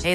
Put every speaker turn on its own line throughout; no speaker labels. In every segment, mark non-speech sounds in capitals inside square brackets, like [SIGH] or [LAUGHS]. Hey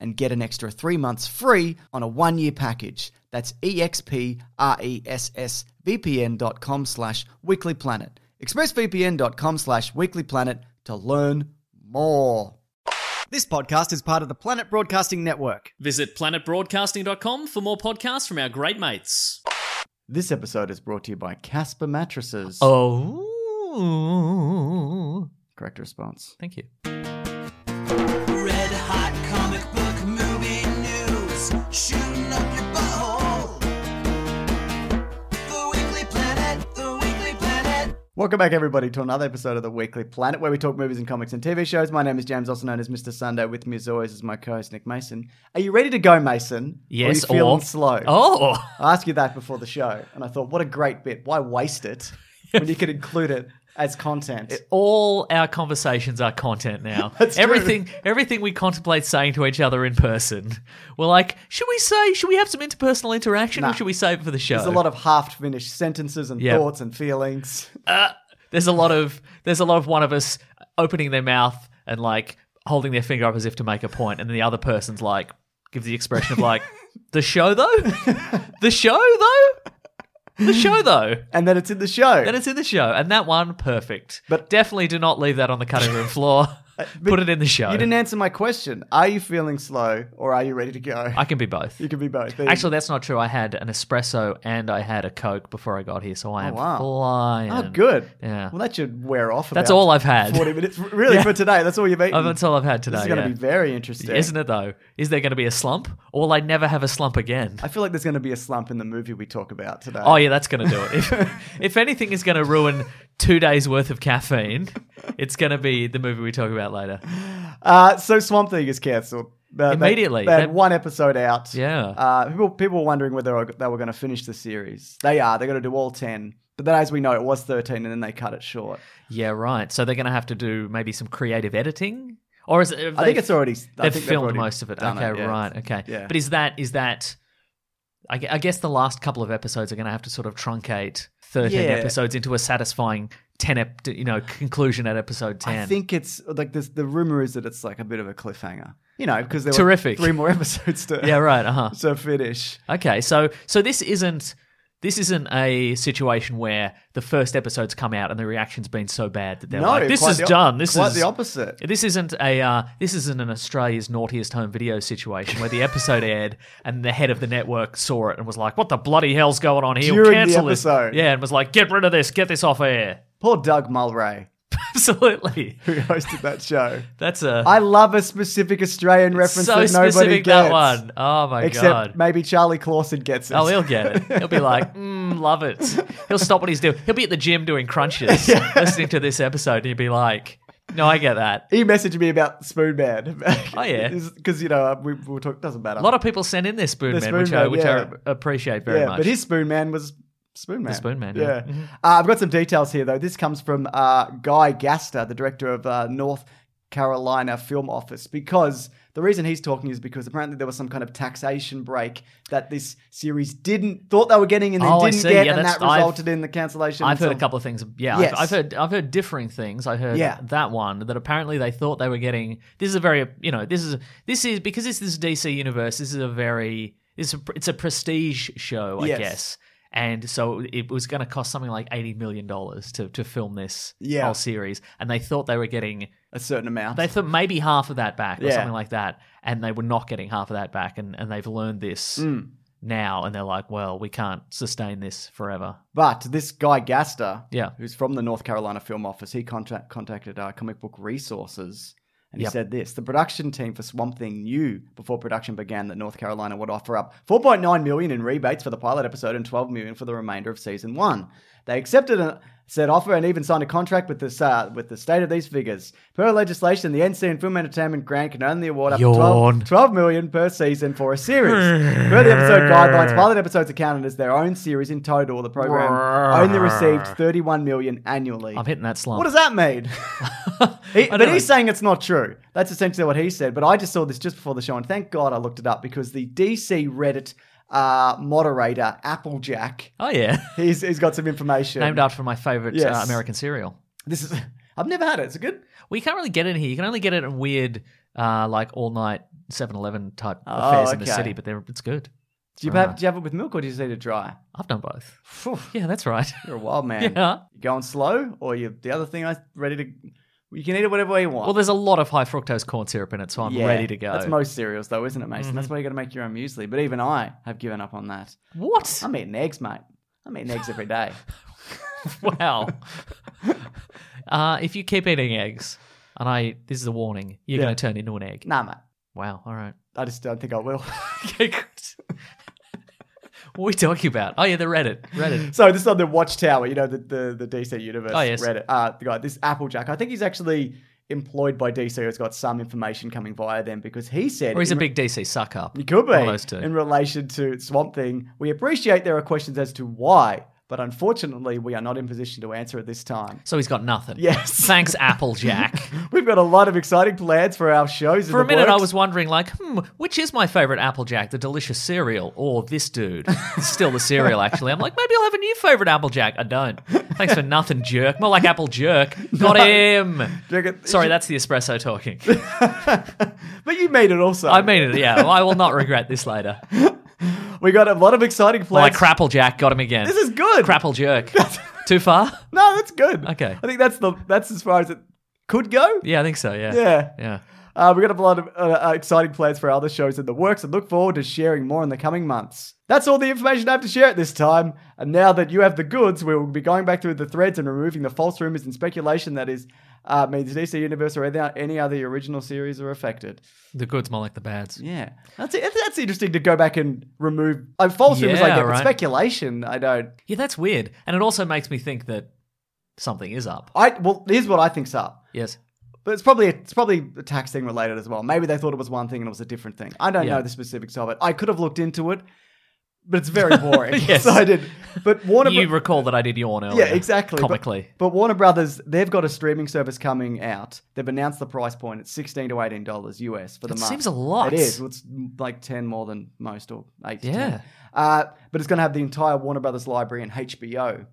and get an extra three months free on a one-year package. That's E expressvpn.com slash weeklyplanet. expressvpn.com slash weeklyplanet to learn more. This podcast is part of the Planet Broadcasting Network.
Visit planetbroadcasting.com for more podcasts from our great mates.
This episode is brought to you by Casper Mattresses.
Oh.
Correct response.
Thank you.
Red hot comic book movie news, shooting up your butthole. The Weekly Planet, the Weekly Planet.
Welcome back, everybody, to another episode of the Weekly Planet, where we talk movies and comics and TV shows. My name is James, also known as Mr. Sunday. With me, as always, is my co-host Nick Mason. Are you ready to go, Mason? Or
Yes,
are you feeling
or-
slow?
Oh.
I asked you that before the show, and I thought, what a great bit. Why waste it when you could include it as content?
All our conversations are content now.
[LAUGHS] That's true.
everything everything we contemplate saying to each other in person. We're like, should we say should we have some interpersonal interaction
Nah.
or should we save it for the show?
There's a lot of half-finished sentences and
Yep.
thoughts and feelings. [LAUGHS]
there's a lot of there's a lot of one of us opening their mouth and like holding their finger up as if to make a point and then the other person's like gives the expression of
[LAUGHS]
like the show though? the show though? The show though.
And then it's in the show.
Then it's in the show, and that one perfect.
But- Uh,
But definitely do not leave that on the cutting
[LAUGHS]
room floor. Put it in the show.
you didn't answer my question. Are you feeling slow, or are you ready to go?
I can be both.
[LAUGHS] you can be both. There you
Actually, that's not true. I had an espresso and I had a coke before I got here, so I am
Oh, wow.
flying.
Oh, good.
Yeah.
Well, that should wear off.
That's
about
all I've had.
Forty minutes, really,
Yeah.
for today. That's all you've eaten.
Oh, That's all I've had today.
This is going to
yeah.
be very interesting,
Isn't it though? Is there going to be a slump, or will I never have a slump again?
I feel like there's going to be a slump in the movie we talk about today.
Oh yeah, that's going to do it. If, [LAUGHS] if anything is going to ruin two days worth of caffeine, it's going to be the movie we talk about later.
Uh, so Swamp Thing is cancelled. Uh, they-
Immediately.
They, had
That-
one episode out.
Yeah.
Uh, people people were wondering whether they were going to finish the series. They are. They're going to do all ten. But then, as we know, it was thirteen, and then they cut it short.
Yeah, right. So they're going to have to do maybe some creative editing, or is it?
I think it's already. I
they've
think they've
filmed
already
most of it.
done
Okay,
yeah.
right. Okay,
Yeah.
but is that is that? I gue- I guess the last couple of episodes are going to have to sort of truncate thirteen
Yeah.
episodes into a satisfying ten, ep- you know, conclusion at episode ten.
I think it's like this, the rumor is that it's like a bit of a cliffhanger. You know, because there
Terrific.
were three more [LAUGHS] episodes to
Yeah, right. Uh huh.
to finish.
Okay, so so this isn't this isn't a situation where the first episode's come out and the reaction's been so bad that they're
no,
like, "This
quite
is
the op-
done. This
quite
is
the opposite.
This isn't a uh, this isn't an Australia's naughtiest home video situation where
[LAUGHS]
the episode aired and the head of the network saw it and was like, "What the bloody hell's going on here?
During the
Cancel this!"
episode.
Yeah, and was like, "Get rid of this. Get this off air." [LAUGHS]
Poor Doug Mulray.
Absolutely.
who hosted that show.
That's a
I love a specific Australian reference
so
that nobody
specific
gets.
that one. Oh my
Except
god.
maybe Charlie Clausen gets it.
Oh, he'll get it. He'll
[LAUGHS]
be like, mm, love it. He'll stop what he's doing. He'll be at the gym
[LAUGHS]
doing crunches, listening to this episode, and he'll be like, no, I get that.
He messaged me about Spoon Man. [LAUGHS]
Oh, yeah.
because you know we, we'll talk. Doesn't matter.
A lot of people send in their spoon
The
men,
Spoon
which, I,
Man,
which
yeah.
I appreciate very
yeah,
much.
but his Spoon Man was Spoon Man.
Spoon Man, yeah. Mm-hmm.
yeah. Uh, I've got some details here though. This comes from uh, Guy Gaster, the director of uh, North Carolina Film Office, because. The reason he's talking is because apparently there was some kind of taxation break that this series didn't thought they were getting and then
Oh, I
didn't
see.
get,
Yeah,
and
that's-
that
I've-
resulted in the cancellation.
I've heard a
until-
couple of things. Yeah,
Yes.
I've, I've heard I've heard differing things. I heard
Yeah.
that one that apparently they thought they were getting. This is a very you know this is this is because this is DC universe. This is a very it's a it's a prestige show, I
Yes.
guess. And so it was going to cost something like eighty million dollars to to film this
Yeah.
whole series, and they thought they were getting
a certain amount.
they thought maybe half of that back or
Yeah.
something like that, and they were not getting half of that back, and and they've learned this
Hmm.
now, and they're like, well, we can't sustain this forever.
But this guy Gaster,
Yeah.
who's from the North Carolina Film Office, he contact, contacted uh, Comic Book Resources. And he
Yep.
said this The production team for Swamp Thing knew before production began that North Carolina would offer up 4.9 million in rebates for the pilot episode and 12 million for the remainder of season one. They accepted a said offer and even signed a contract with the, uh, with the state of these figures. Per legislation, the NC and Film Entertainment grant can only award up to 12,
Yawn.
12 million per season for a series. per the
[LAUGHS]
episode guidelines, pilot episodes are counted as their own series in total. The program only received 31 million annually.
I'm hitting that slump.
What does that mean? He-
[LAUGHS] I
but
don't
he's
know.
saying it's not true. That's essentially what he said. But I just saw this just before the show, and thank God I looked it up because the DC Reddit uh, moderator, Applejack,
Oh yeah,
he's, he's got some information.
named after my favorite uh,
Yes.
American cereal.
This is. I've never had it. It's good.
Well, you can't really get it in here. You can only get it in weird, uh, like all night 7-Eleven type
Oh,
affairs in the
okay.
city. But they're, it's good.
Do
Uh.
you, have, do you have it with milk or do you just eat it dry?
I've done both. Yeah, that's right. [LAUGHS]
You're a wild man.
yeah.
You going slow, or you the other thing I ready to. You can eat it whatever way you want.
Well, there's a lot of high fructose corn syrup in it, so I'm
Yeah.
ready to go. Mm-hmm.
That's most cereals, though, isn't it, Mason? That's why you got to make your own muesli. But even I have given up on that.
what?
I'm eating eggs, mate. I'm eating eggs every day.
[LAUGHS]
[LAUGHS]
wow. [LAUGHS] uh, if you keep eating eggs, and I this is a warning, you're
Yeah.
going to turn into an egg.
nah, mate.
Wow.
[LAUGHS]
All right.
I just don't think I will. [LAUGHS]
Okay, good. what are we talking about? Oh yeah, the Reddit. Reddit.
so this is on the Watchtower, you know, the the, the DC Universe
Oh, yes.
Reddit. Uh, the guy, this Applejack. I think he's actually employed by DC. Who's got some information coming via them because he said
Or he's a
in
big DC suck up.
It could be.
One of those two.
In relation to Swamp Thing, we appreciate there are questions as to why, but unfortunately, we are not in position to answer at this time.
So he's got nothing.
Yes. [LAUGHS]
Thanks, Applejack.
We've got a lot of exciting plans for our shows. in
For a
the
minute, I
works.
was wondering, like, hmm, which is my favorite Applejack, the delicious cereal, or this dude? It's still the cereal, actually. I'm like, maybe I'll have a new favorite Applejack. I don't. Thanks for nothing, jerk. More like Apple Jerk.
[LAUGHS]
Got him.
Drink it-
Sorry, that's the espresso talking.
but you made it also.
I mean it. Yeah, well, I will not regret this later.
we got a lot of exciting
Well, like
plans.
Crapplejack, got him again.
This is good. [LAUGHS]
Crapple Jerk. Too far?
No, that's good.
Okay.
I think that's the that's as far as it could go.
Yeah, I think so. Yeah.
Yeah.
Yeah.
Uh, we got a lot of uh, uh, exciting plans for our other shows in the works and look forward to sharing more in the coming months. That's all the information I have to share at this time. And now that you have the goods, we will be going back through the threads and removing the false rumors and speculation that is uh, means DC Universe or any- any other original series are affected.
The good's more like the bad's.
Yeah, that's it. that's interesting to go back and remove uh, false rumors like
Yeah,
that, but
right.
speculation. I don't.
Yeah, that's weird. And it also makes me think that something is up.
I well, here's what I think's up.
Yes.
But it's probably it's probably a tax thing related as well. Maybe they thought it was one thing and it was a different thing. I don't
Yeah.
know the specifics of it. I could have looked into it, but it's
[LAUGHS]
very boring.
Yes.
so I did. But Warner,
you
Bro-
recall that I did yawn earlier.
yeah, exactly. But-
Comically.
but, Warner Brothers, they've got a streaming service coming out. They've announced the price point at sixteen to eighteen dollars US for the
That
month.
seems a lot.
It is. Well, It's mm, like ten more than most, or eight. to
Yeah.
10. Uh, but it's going to have the entire Warner Brothers library and HBO,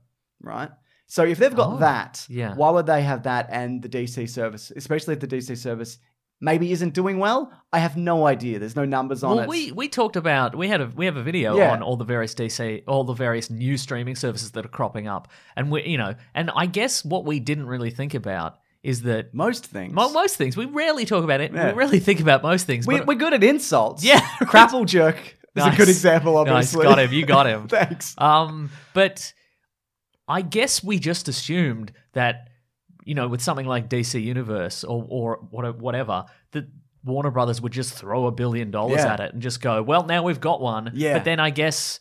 right? So if they've got
Oh,
that,
yeah.
why would they have that and the DC service, especially if the DC service maybe isn't doing well? I have no idea. There's no numbers on
well,
it.
we we talked about we had a we have a video
Yeah.
on all the various DC all the various new streaming services that are cropping up, and we you know, and I guess what we didn't really think about is that
Most things.
mo- most things we rarely talk about it.
Yeah.
We rarely [LAUGHS] think about most things.
we,
but- uh,
we're good at insults. [LAUGHS]
Yeah.
Crapple jerk is a
Nice.
good example, obviously.
Nice, got him. You got
[LAUGHS]
him.
Thanks.
Um, but I guess we just assumed that you know, with something like DC Universe or or what- whatever, that Warner Brothers would just throw a billion dollars
Yeah.
at it and just go, well, now we've got one.
Yeah.
But then I guess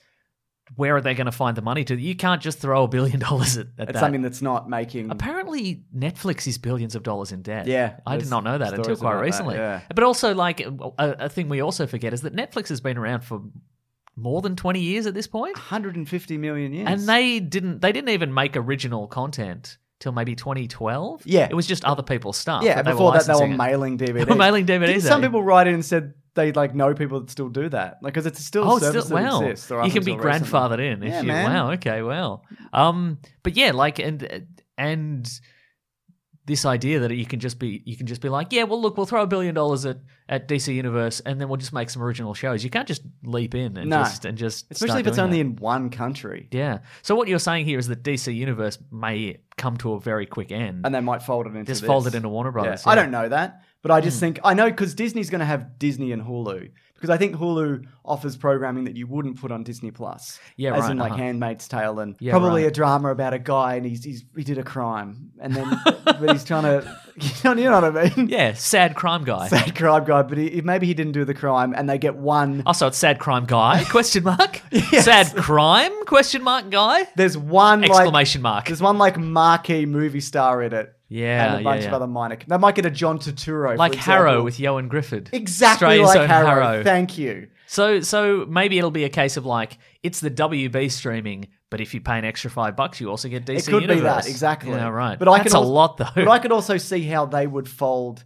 where are they going to find the money to? You can't just throw a billion [LAUGHS] dollars at, at
It's
that.
something that's not making.
Apparently, Netflix is billions of dollars in debt.
Yeah,
I did
there's
not know that until
stories
quite
about that,
recently.
yeah.
But also, like a, a thing we also forget is that Netflix has been around for more than twenty years at this point,
150 million years.
and they didn't they didn't even make original content till maybe twenty twelve.
Yeah.
it was just other people's stuff.
yeah,
that they
before
were
that they were
Oh, licensing it.
mailing DVDs.
[LAUGHS] They were mailing DVDs
Didn't some
out.
people write in and said they like know people that still do that? Like, because it's still a
Oh,
service
still,
that
wow.
exists. or up
you can be
until recently.
grandfathered in if
Yeah,
you.
man.
Wow. Okay. Wow. Um. But yeah, like and and this idea that you can just be you can just be like, yeah, well, look, we'll throw a billion dollars at at DC Universe, and then we'll just make some original shows. You can't just leap in and
No.
just and just
Especially
start
if it's
doing
only
that.
in one country,
yeah. So what you're saying here is that DC Universe may come to a very quick end.
and they might fold it into
just
this.
fold it into Warner
Yeah.
Brothers.
I
yeah. Hmm.
don't know that, but I just think I know because Disney's going to have Disney and Hulu because I think Hulu offers programming that you wouldn't put on Disney Plus.
Yeah,
as
right,
in like
uh-huh.
Handmaid's Tale and
Yeah,
probably
right.
a drama about a guy and he's, he's he did a crime and
[LAUGHS]
then but he's trying to you know, [LAUGHS] you know what I mean.
Yeah, sad crime guy.
Sad crime guy, but he, maybe he didn't do the crime, and they get one.
Also, Oh, it's sad crime
[LAUGHS]
guy? Question mark. Sad crime? Question mark guy?
There's one like,
Exclamation mark.
There's one like marquee movie star in it.
Yeah,
and a bunch
yeah,
of
yeah.
other minor. They might get a John Turturro, for
like Harrow
example.
with Johan Griffith.
exactly
Australia's
like
own
Harrow. Thank you.
so so maybe it'll be a case of like it's the WB streaming, but if you pay an extra five bucks, you also get DC.
It could be
Universe.
that exactly.
Yeah, right.
But I
That's
could
a
al-
lot though.
But I could also see how they would fold.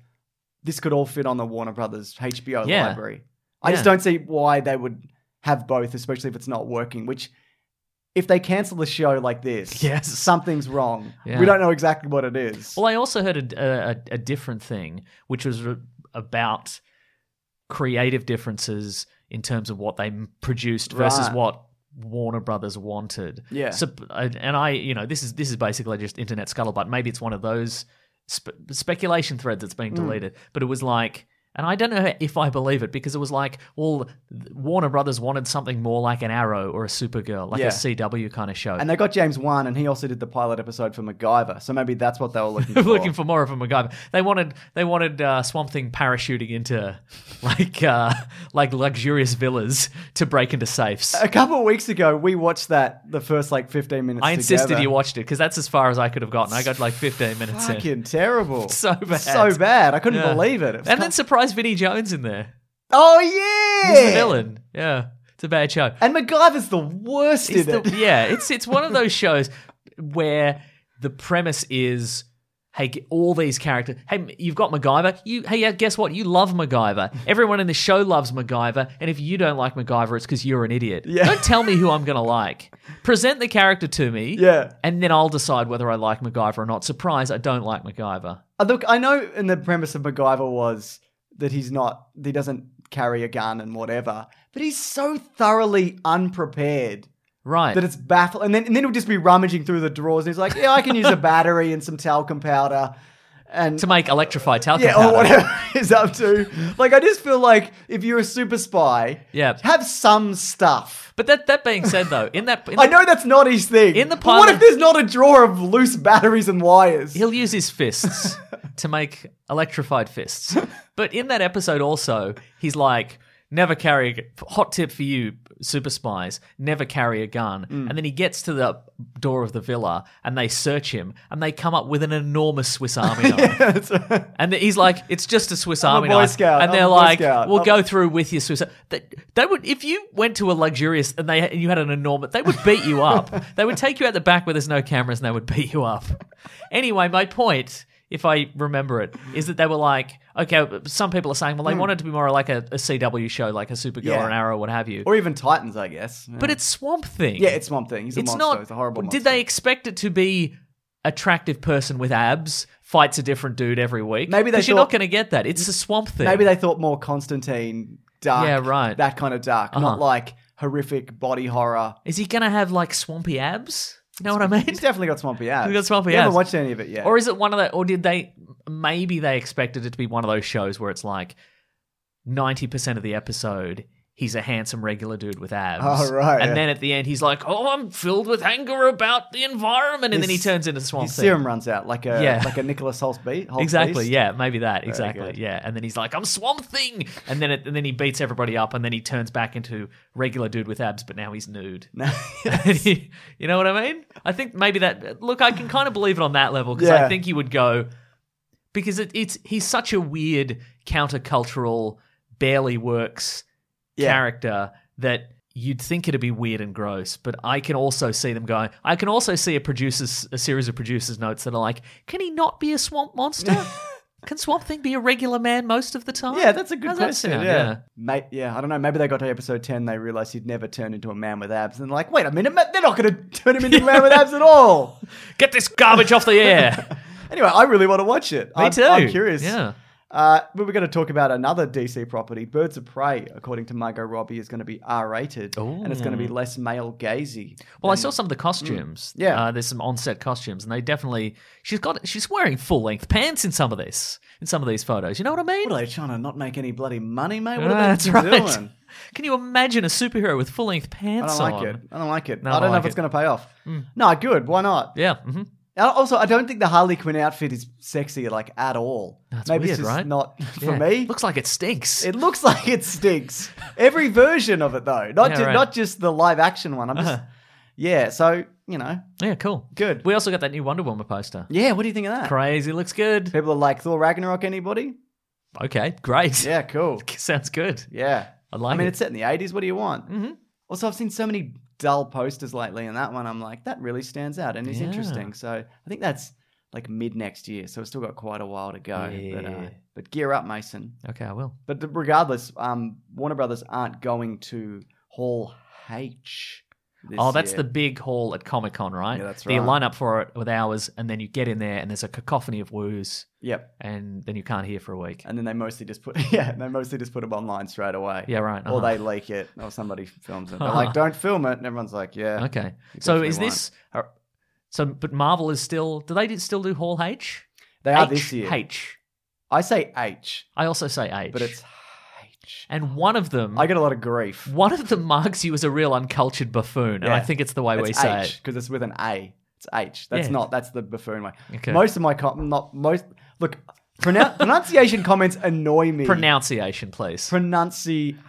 This could all fit on the Warner Brothers HBO
Yeah.
library. I just
Yeah.
don't see why they would have both, especially if it's not working. Which, if they cancel a show like this,
Yes.
something's wrong.
Yeah.
We don't know exactly what it is.
Well, I also heard a, a, a different thing, which was re- about creative differences in terms of what they m- produced versus
Right.
what Warner Brothers wanted.
Yeah.
So, and I, you know, this is this is basically just internet scuttlebutt. Maybe it's one of those spe- speculation threads that's being
Mm.
deleted, but it was like. And I don't know if I believe it because it was like, well, Warner Brothers wanted something more like an Arrow or a Supergirl, like
Yeah.
a CW kind of show.
and they got James Wan, and he also did the pilot episode for MacGyver. So maybe that's what they were looking for.
[LAUGHS] looking for more of a MacGyver. They wanted they wanted uh, Swamp Thing parachuting into like uh, like luxurious villas to break into safes.
a couple of weeks ago, we watched that the first like 15 minutes.
I insisted
together.
you watched it because that's as far as I could have gotten. I got like 15 minutes in.
Fucking terrible.
[LAUGHS] So bad.
So bad. I couldn't
Yeah.
believe it. It was
And
kind-
then surprise Vinnie Jones in there.
oh yeah,
He's the villain. Yeah, it's a bad show.
And MacGyver's the worst
It's
in it.
the- yeah, it's it's one of those shows where the premise is. Hey, g- all these characters. Hey, you've got MacGyver. You, hey, yeah, guess what? You love MacGyver. Everyone in the show loves MacGyver. And if you don't like MacGyver, it's because you're an idiot.
Yeah.
Don't tell me who I'm going to like. Present the character to me.
[LAUGHS] Yeah.
And then I'll decide whether I like MacGyver or not. Surprise, I don't like MacGyver.
Uh, Look, I know, and the premise of MacGyver was that he's not, he doesn't carry a gun and whatever, but he's so thoroughly unprepared
Right.
that it's baffling. And then, and then he'll just be rummaging through the drawers, and he's like, "Yeah, I can use
[LAUGHS]
a battery and some talcum powder." And
to make electrified
[LAUGHS]
talcum
yeah,
powder.
or whatever [LAUGHS] he's up to. Like, I just feel like if you're a super spy,
Yeah.
have some stuff.
But that that being said, though, in that in
I
that-
know that's not his thing.
In the
but what
pilot-
if there's not a drawer of loose batteries and wires? [LAUGHS]
He'll use his fists to make electrified fists. But in that episode, also, he's like, never carry a gu- hot tip for you, super spies, never carry a gun. And then he gets to the door of the villa and they search him and they come up with an enormous Swiss Army knife. And he's like, it's just a Swiss
a
Army
Boy
knife.
Scout.
And
I'm
they're
a Boy
like,
Scout.
we'll
I'm-
go through with your Swiss. They, they would, if you went to a luxurious and they and you had an enormous, they would beat
[LAUGHS]
you up. they would take you out the back where there's no cameras and they would beat you up. Anyway, my point, if I remember it, is that they were like, okay, some people are saying, well, they wanted to be more like a, a CW show, like a Supergirl
Hmm. Yeah.
or an Arrow, what have you.
or even Titans, I guess.
but it's Swamp Thing.
Yeah, it's Swamp Thing. He's a
it's
monster.
not.
He's a horrible monster.
Did they expect it to be attractive person with abs fights a different dude every week?
Maybe they
'Cause you're not
thought-
going to get that. It's a Swamp Thing.
Maybe they thought more Constantine dark.
Yeah, right.
That kind of dark,
Uh-huh.
not like horrific body horror.
Is he gonna have like swampy abs? You know what I mean?
He's definitely got swampy abs.
He's got swampy
You
abs.
haven't watched any of it yet.
Or is it one of the? Or did they? Maybe they expected it to be one of those shows where it's like ninety percent of the episode he's a handsome regular dude with abs.
Oh, right,
And
yeah.
then at the end, he's like, "Oh, I'm filled with anger about the environment," and then he
His-
turns into the Swamp
His
Thing.
serum runs out like a
Yeah.
like a Nicholas Hulse beat.
Exactly. Yeah. Maybe that. Exactly.
good.
Yeah. And then he's like, "I'm Swamp Thing," and then it, and then he beats everybody up, and then he turns back into regular dude with abs, but now he's nude. [LAUGHS] you know what I mean? I think maybe that. Look, I can kind of believe it on that level because I
Yeah.
think he would go because it, it's he's such a weird countercultural, barely works
[LAUGHS] Yeah.
character that you'd think it'd be weird and gross. But I can also see them going. I can also see a producers a series of producers notes that are like, can he not be a
[LAUGHS]
swamp monster? Can Swamp Thing be a regular man most of the time?
Yeah, that's a good
How's that
question.
sound?
yeah. Yeah. Mate, yeah, I don't know. Maybe they got to episode 10, they realized he'd never turned into a man with abs. And like, wait a minute, ma- they're not going to turn him into a man with abs at
[LAUGHS]
all.
Get this garbage off the
[LAUGHS]
air.
Anyway, I really want to watch it.
Me
I'm,
too.
I'm curious.
Yeah.
Uh, but we're going to talk about another DC property. Birds of Prey, according to Margot Robbie, is going to be R rated. And it's going to be less male gazy.
Well, I saw some of the costumes.
Mm, Yeah.
uh, there's some on-set costumes, and they definitely she's got she's wearing full-length pants in some of this in some of these photos. You know what I mean?
What are they trying to not make any bloody money, mate? What
Ah,
are
[LAUGHS]
they
that's
doing?
right. Can you imagine a superhero with full-length
I
pants
don't
on?
like it. I don't like it.
No,
I don't
I
know
like
if it's
it. Hmm.
going to pay off. No, good. Why not?
Yeah. hmm
And Also, I don't think the Harley Quinn outfit is sexy like at all.
That's
Maybe
weird,
it's just
right?
not [LAUGHS] for
Yeah.
me.
looks like it stinks.
it looks like it stinks. Every version of it though, not
Yeah,
ju-
right.
not just the live action one. I'm just yeah. So you know,
yeah, cool.
Good.
We also got that new Wonder Woman poster.
yeah. What do you think of that?
Crazy, looks good.
People are like Thor Ragnarok. Anybody?
Okay, great.
Yeah, cool.
[LAUGHS] Sounds good.
Yeah,
I like
I mean,
it.
it's set in the '80s. What do you want? Mm-hmm. Also, I've seen so many dull posters lately, and that one I'm like, that really stands out and is
Yeah.
interesting. So I think that's like mid next year. So we've still got quite a while to go. But, uh,
Yeah.
but gear up, Mason.
Okay, I will.
But th- regardless, um, Warner Brothers aren't going to Hall H. this
Oh, that's
year.
the big hall at Comic Con, right?
Yeah, that's
They
right.
line up for it with hours, and then you get in there, and there's a cacophony of woos,
yep.
and then you can't hear for a week.
And then they mostly just put [LAUGHS] yeah, they mostly just put it online straight away.
Yeah, right,
Or
uh-huh.
they leak it, or somebody films it.
[LAUGHS]
They're
Uh-huh.
like, "Don't film it," and everyone's like, "Yeah."
Okay. So
uh, definitely
is this? are- So, but Marvel is still. Do they do- still do Hall H?
They are
H,
this year.
H.
I say H,
I also say H.
but it's H.
and one of them.
I get a lot of grief.
one of them marks you as a real uncultured buffoon, and
Yeah.
I think it's the way we
It's
say
H
it.
because it's with an A. It's H. That's
Yeah.
not. That's the buffoon way.
Okay.
Most of my com- not most. Look,
[LAUGHS]
pronoun- pronunciation comments annoy me.
Pronunciation, please. [LAUGHS]
pronunciation.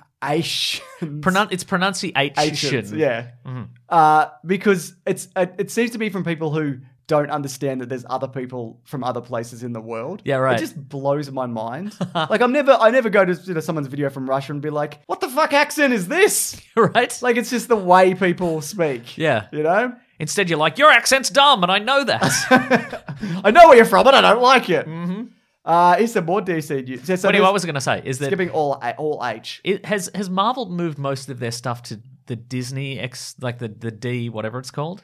Pronoun- it's pronunciation.
H's, Yeah.
Mm-hmm.
Uh, because it's uh, it, it seems to be from people who don't understand that there's other people from other places in the world.
Yeah, right.
It just blows my
[LAUGHS]
mind. like I'm never I never go to you know, someone's video from Russia and be like, "What the fuck accent is this?"
[LAUGHS] right?
Like it's just the way people speak.
Yeah.
You know? [LAUGHS]
Instead, you're like, your accent's dumb, and I know that.
I know where you're from, but I don't like it. Mm-hmm. Uh, is there more DC news? Yeah, so
anyway,
there's-
what was I going to say is that
skipping all A- all H.
it has has Marvel moved most of their stuff to the Disney X, like the the D, whatever it's called.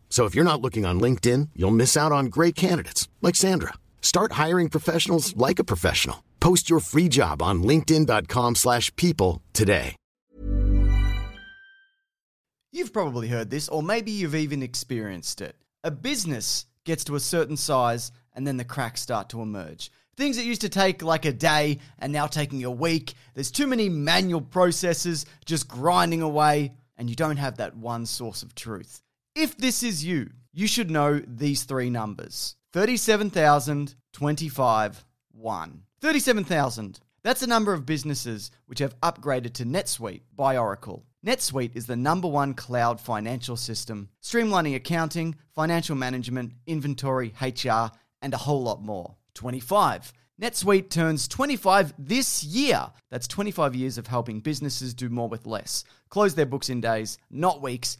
So if you're not looking on LinkedIn, you'll miss out on great candidates like Sandra. Start hiring professionals like a professional. Post your free job on linkedin.com/people slash people today.
You've probably heard this, or maybe you've even experienced it. A business gets to a certain size, and then the cracks start to emerge. Things that used to take like a day and now taking a week. There's too many manual processes just grinding away, and you don't have that one source of truth. If this is you, you should know these three numbers 37,025, 1. 37,000. That's the number of businesses which have upgraded to NetSuite by Oracle. NetSuite is the number one cloud financial system, streamlining accounting, financial management, inventory, HR, and a whole lot more. 25. NetSuite turns 25 this year. That's 25 years of helping businesses do more with less, close their books in days, not weeks,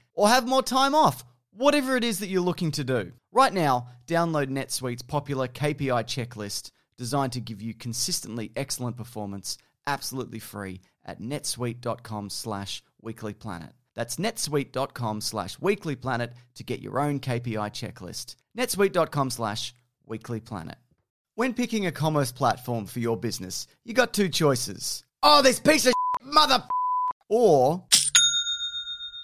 or have more time off whatever it is that you're looking to do. Right now, download NetSuite's popular KPI checklist designed to give you consistently excellent performance absolutely free at netsuite.com slash weeklyplanet. That's netsuite.com slash weeklyplanet to get your own KPI checklist. netsuite.com slash weeklyplanet. When picking a commerce platform for your business, you got two choices. Oh, this piece of mother or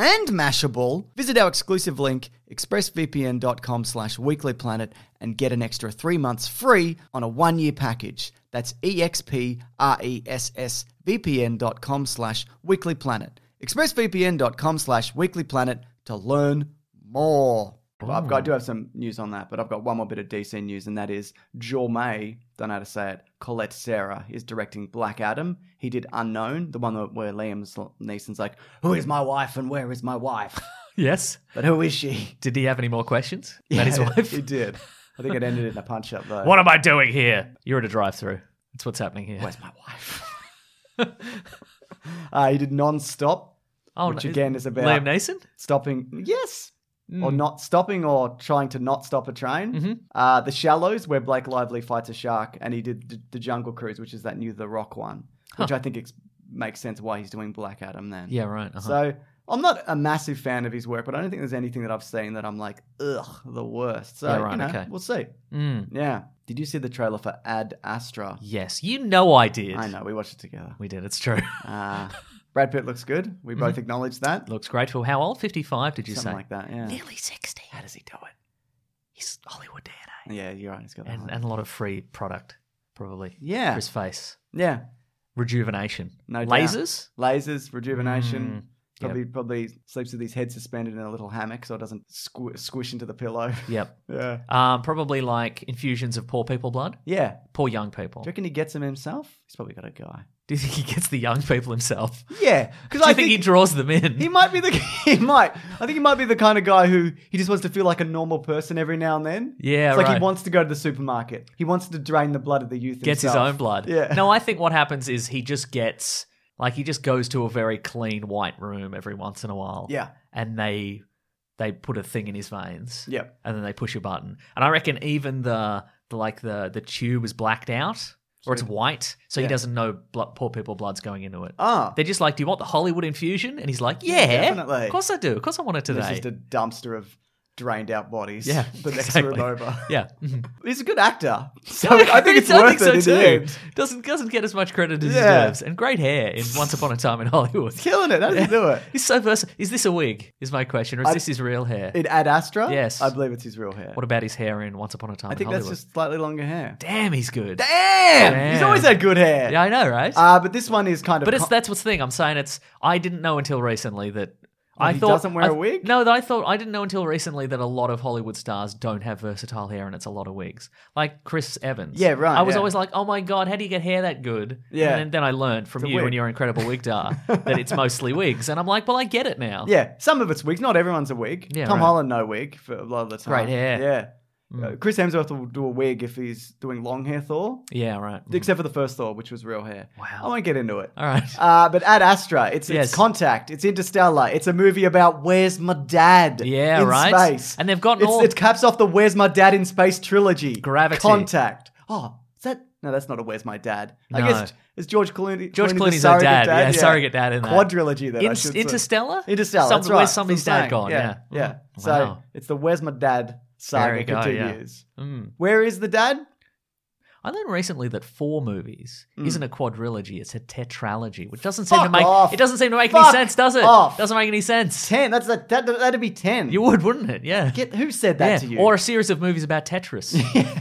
and Mashable, visit our exclusive link, expressvpn.com slash weeklyplanet, and get an extra three months free on a one-year package. That's E expressvpn.com slash weeklyplanet. expressvpn.com slash weeklyplanet to learn more. Well, I've got,
Mm.
I do have some news on that, but I've got one more bit of DC news, and that is Jormay, don't know how to say it, Colette Sarah is directing Black Adam. He did Unknown, the one that- where Liam Neeson's like, Who is my wife and where is my wife? [LAUGHS]
Yes.
But who is
[LAUGHS]
she?
Did he have any more questions about
[LAUGHS]
his wife?
He did. I think it ended in a punch up, though.
What am I doing here? You're at a drive-through. That's what's happening here.
Where's my wife? [LAUGHS] uh, he did non stop,
Oh,
which
no-
again is about
Liam Neeson.
stopping. Yes. Or
Hmm.
not stopping or trying to not stop a train.
Mm-hmm.
Uh, the Shallows, where Blake Lively fights a shark, and he did the, the Jungle Cruise, which is that new The Rock one, which I think ex- makes sense why he's doing Black Adam then.
Yeah, right. Uh-huh.
So I'm not a massive fan of his work, but I don't think there's anything that I've seen that I'm like, ugh, the worst. So
Yeah, right,
you know,
okay.
we'll see.
Mm.
Yeah. Did you see the trailer for Ad Astra?
Yes, you know I did.
I know, we watched it
[LAUGHS]
together.
We did, it's true.
Uh, Brad Pitt looks good. We both acknowledge that.
Looks great for how old? 55, did Mm-hmm. you
Something
say?
like that, yeah.
Nearly 60. How does he do it? He's Hollywood DNA.
Yeah, you're right. He's got that.
And,
one.
and a lot of free product, probably.
Yeah.
For his face.
yeah.
Rejuvenation.
No doubt.
Lasers?
Lasers, rejuvenation.
Mm, yep.
Probably, probably sleeps with his head suspended in a little hammock so it doesn't squ- squish into the pillow.
Yep.
[LAUGHS] yeah.
Um, probably like infusions of poor people blood.
Yeah.
Poor young people.
Do you reckon he gets them himself? He's probably got a guy.
Do you think he gets the young
[LAUGHS]
people himself? Do
Yeah,
you
because I
think,
think,
he draws them in?
he, might be the [LAUGHS] he might. I think he might be the kind of guy who he just wants to feel like a normal person every now and then.
Yeah,
it's like
right.
he wants to go to the supermarket. He wants to drain the blood of the youth.
gets his
himself.
own blood.
Yeah.
No, I think what happens is he just gets like he just goes to a very clean white room every once in a while.
Yeah.
And they they put a thing in his veins.
Yep.
And then they push a button. And I reckon even the, the like the the tube is blacked out or it's white, so
Yeah.
he doesn't know blood, poor people blood's going into it.
Ah,
They're just like, "Do you want the Hollywood infusion?" And he's like, "Yeah,
Definitely.
Of course I do. Of course I want it
it's
today."
just a dumpster of drained out bodies.
Yeah,
[LAUGHS] the next room
exactly.
over.
yeah. Mm-hmm.
He's a good
[LAUGHS]
actor, so [LAUGHS] I think it's
I
worth it. in
so
the
too.
end.
[LAUGHS] Doesn't doesn't get as much credit as
Yeah.
he deserves. And great hair in Once Upon a Time
[LAUGHS]
in Hollywood.
Killing it. How does he do
[LAUGHS]
it?
He's so versatile. Is this a wig? Is my question, or is
I-
this his real hair?
In Ad Astra,
Yes.
I believe it's his real hair.
what about his hair in Once Upon a Time
I think
in Hollywood?
that's just slightly longer hair.
Damn, he's good.
Damn, he's
Damn.
always had good hair.
Yeah, I know, right?
Uh, but this one is kind of.
but it's
con-
that's what's the thing. I'm saying it's. I didn't know until recently that. I
he
thought
doesn't wear
I-
a wig?
No, that I thought I didn't know until recently that a lot of Hollywood stars don't have versatile hair, and it's a lot of wigs. Like Chris Evans.
Yeah, right,
I was
yeah.
always like, "Oh my god, how do you get hair that good?"
Yeah.
And then, then I learned from
a
you
wig.
and your incredible
[LAUGHS]
wig dar that it's mostly wigs, and I'm like, "Well, I get it now."
Yeah, some of it's wigs. Not everyone's a wig.
Yeah,
Tom
right. Hmm.
Holland no wig for a lot of the time.
Great hair.
Yeah. Uh, Chris Hemsworth will do a wig if he's doing long hair Thor,
Yeah. Right.
except for the first Thor, which was real hair.
Wow.
I won't get into it.
All right.
Uh, but Ad Astra, it's, it's
Yes.
Contact, it's Interstellar, it's a movie about Where's My Dad?
Yeah,
in
right.
Space,
And they've gotten
it's,
all-
it caps off the Where's My Dad in Space trilogy.
Gravity.
Contact. Oh, is that no? That's not a Where's My Dad. I
No.
guess is George Clooney.
George
Clooney the
Clooney's our
surrogate
dad. Yeah, surrogate dad in that.
quadrilogy. [LAUGHS] That I
In-
should say.
Interstellar.
Interstellar.
Some-
that's
Where's
right.
somebody's
That's what I'm
dad gone?
saying.
Yeah.
Yeah. yeah.
Mm.
So
Wow.
it's the Where's My Dad
There
saga
you go, yeah.
continues.
Mm.
Where is the dad?
I learned recently that four movies isn't a quadrilogy; it's a tetralogy, which doesn't
Hmm. Fuck
seem to make
off.
it doesn't seem to make
Fuck
any sense, does it?
off.
Doesn't make any sense.
Ten. That's a, that. That'd be ten.
You would, wouldn't it? Yeah.
get who said that
yeah.
to you?
Or a series of movies
[LAUGHS]
about Tetris.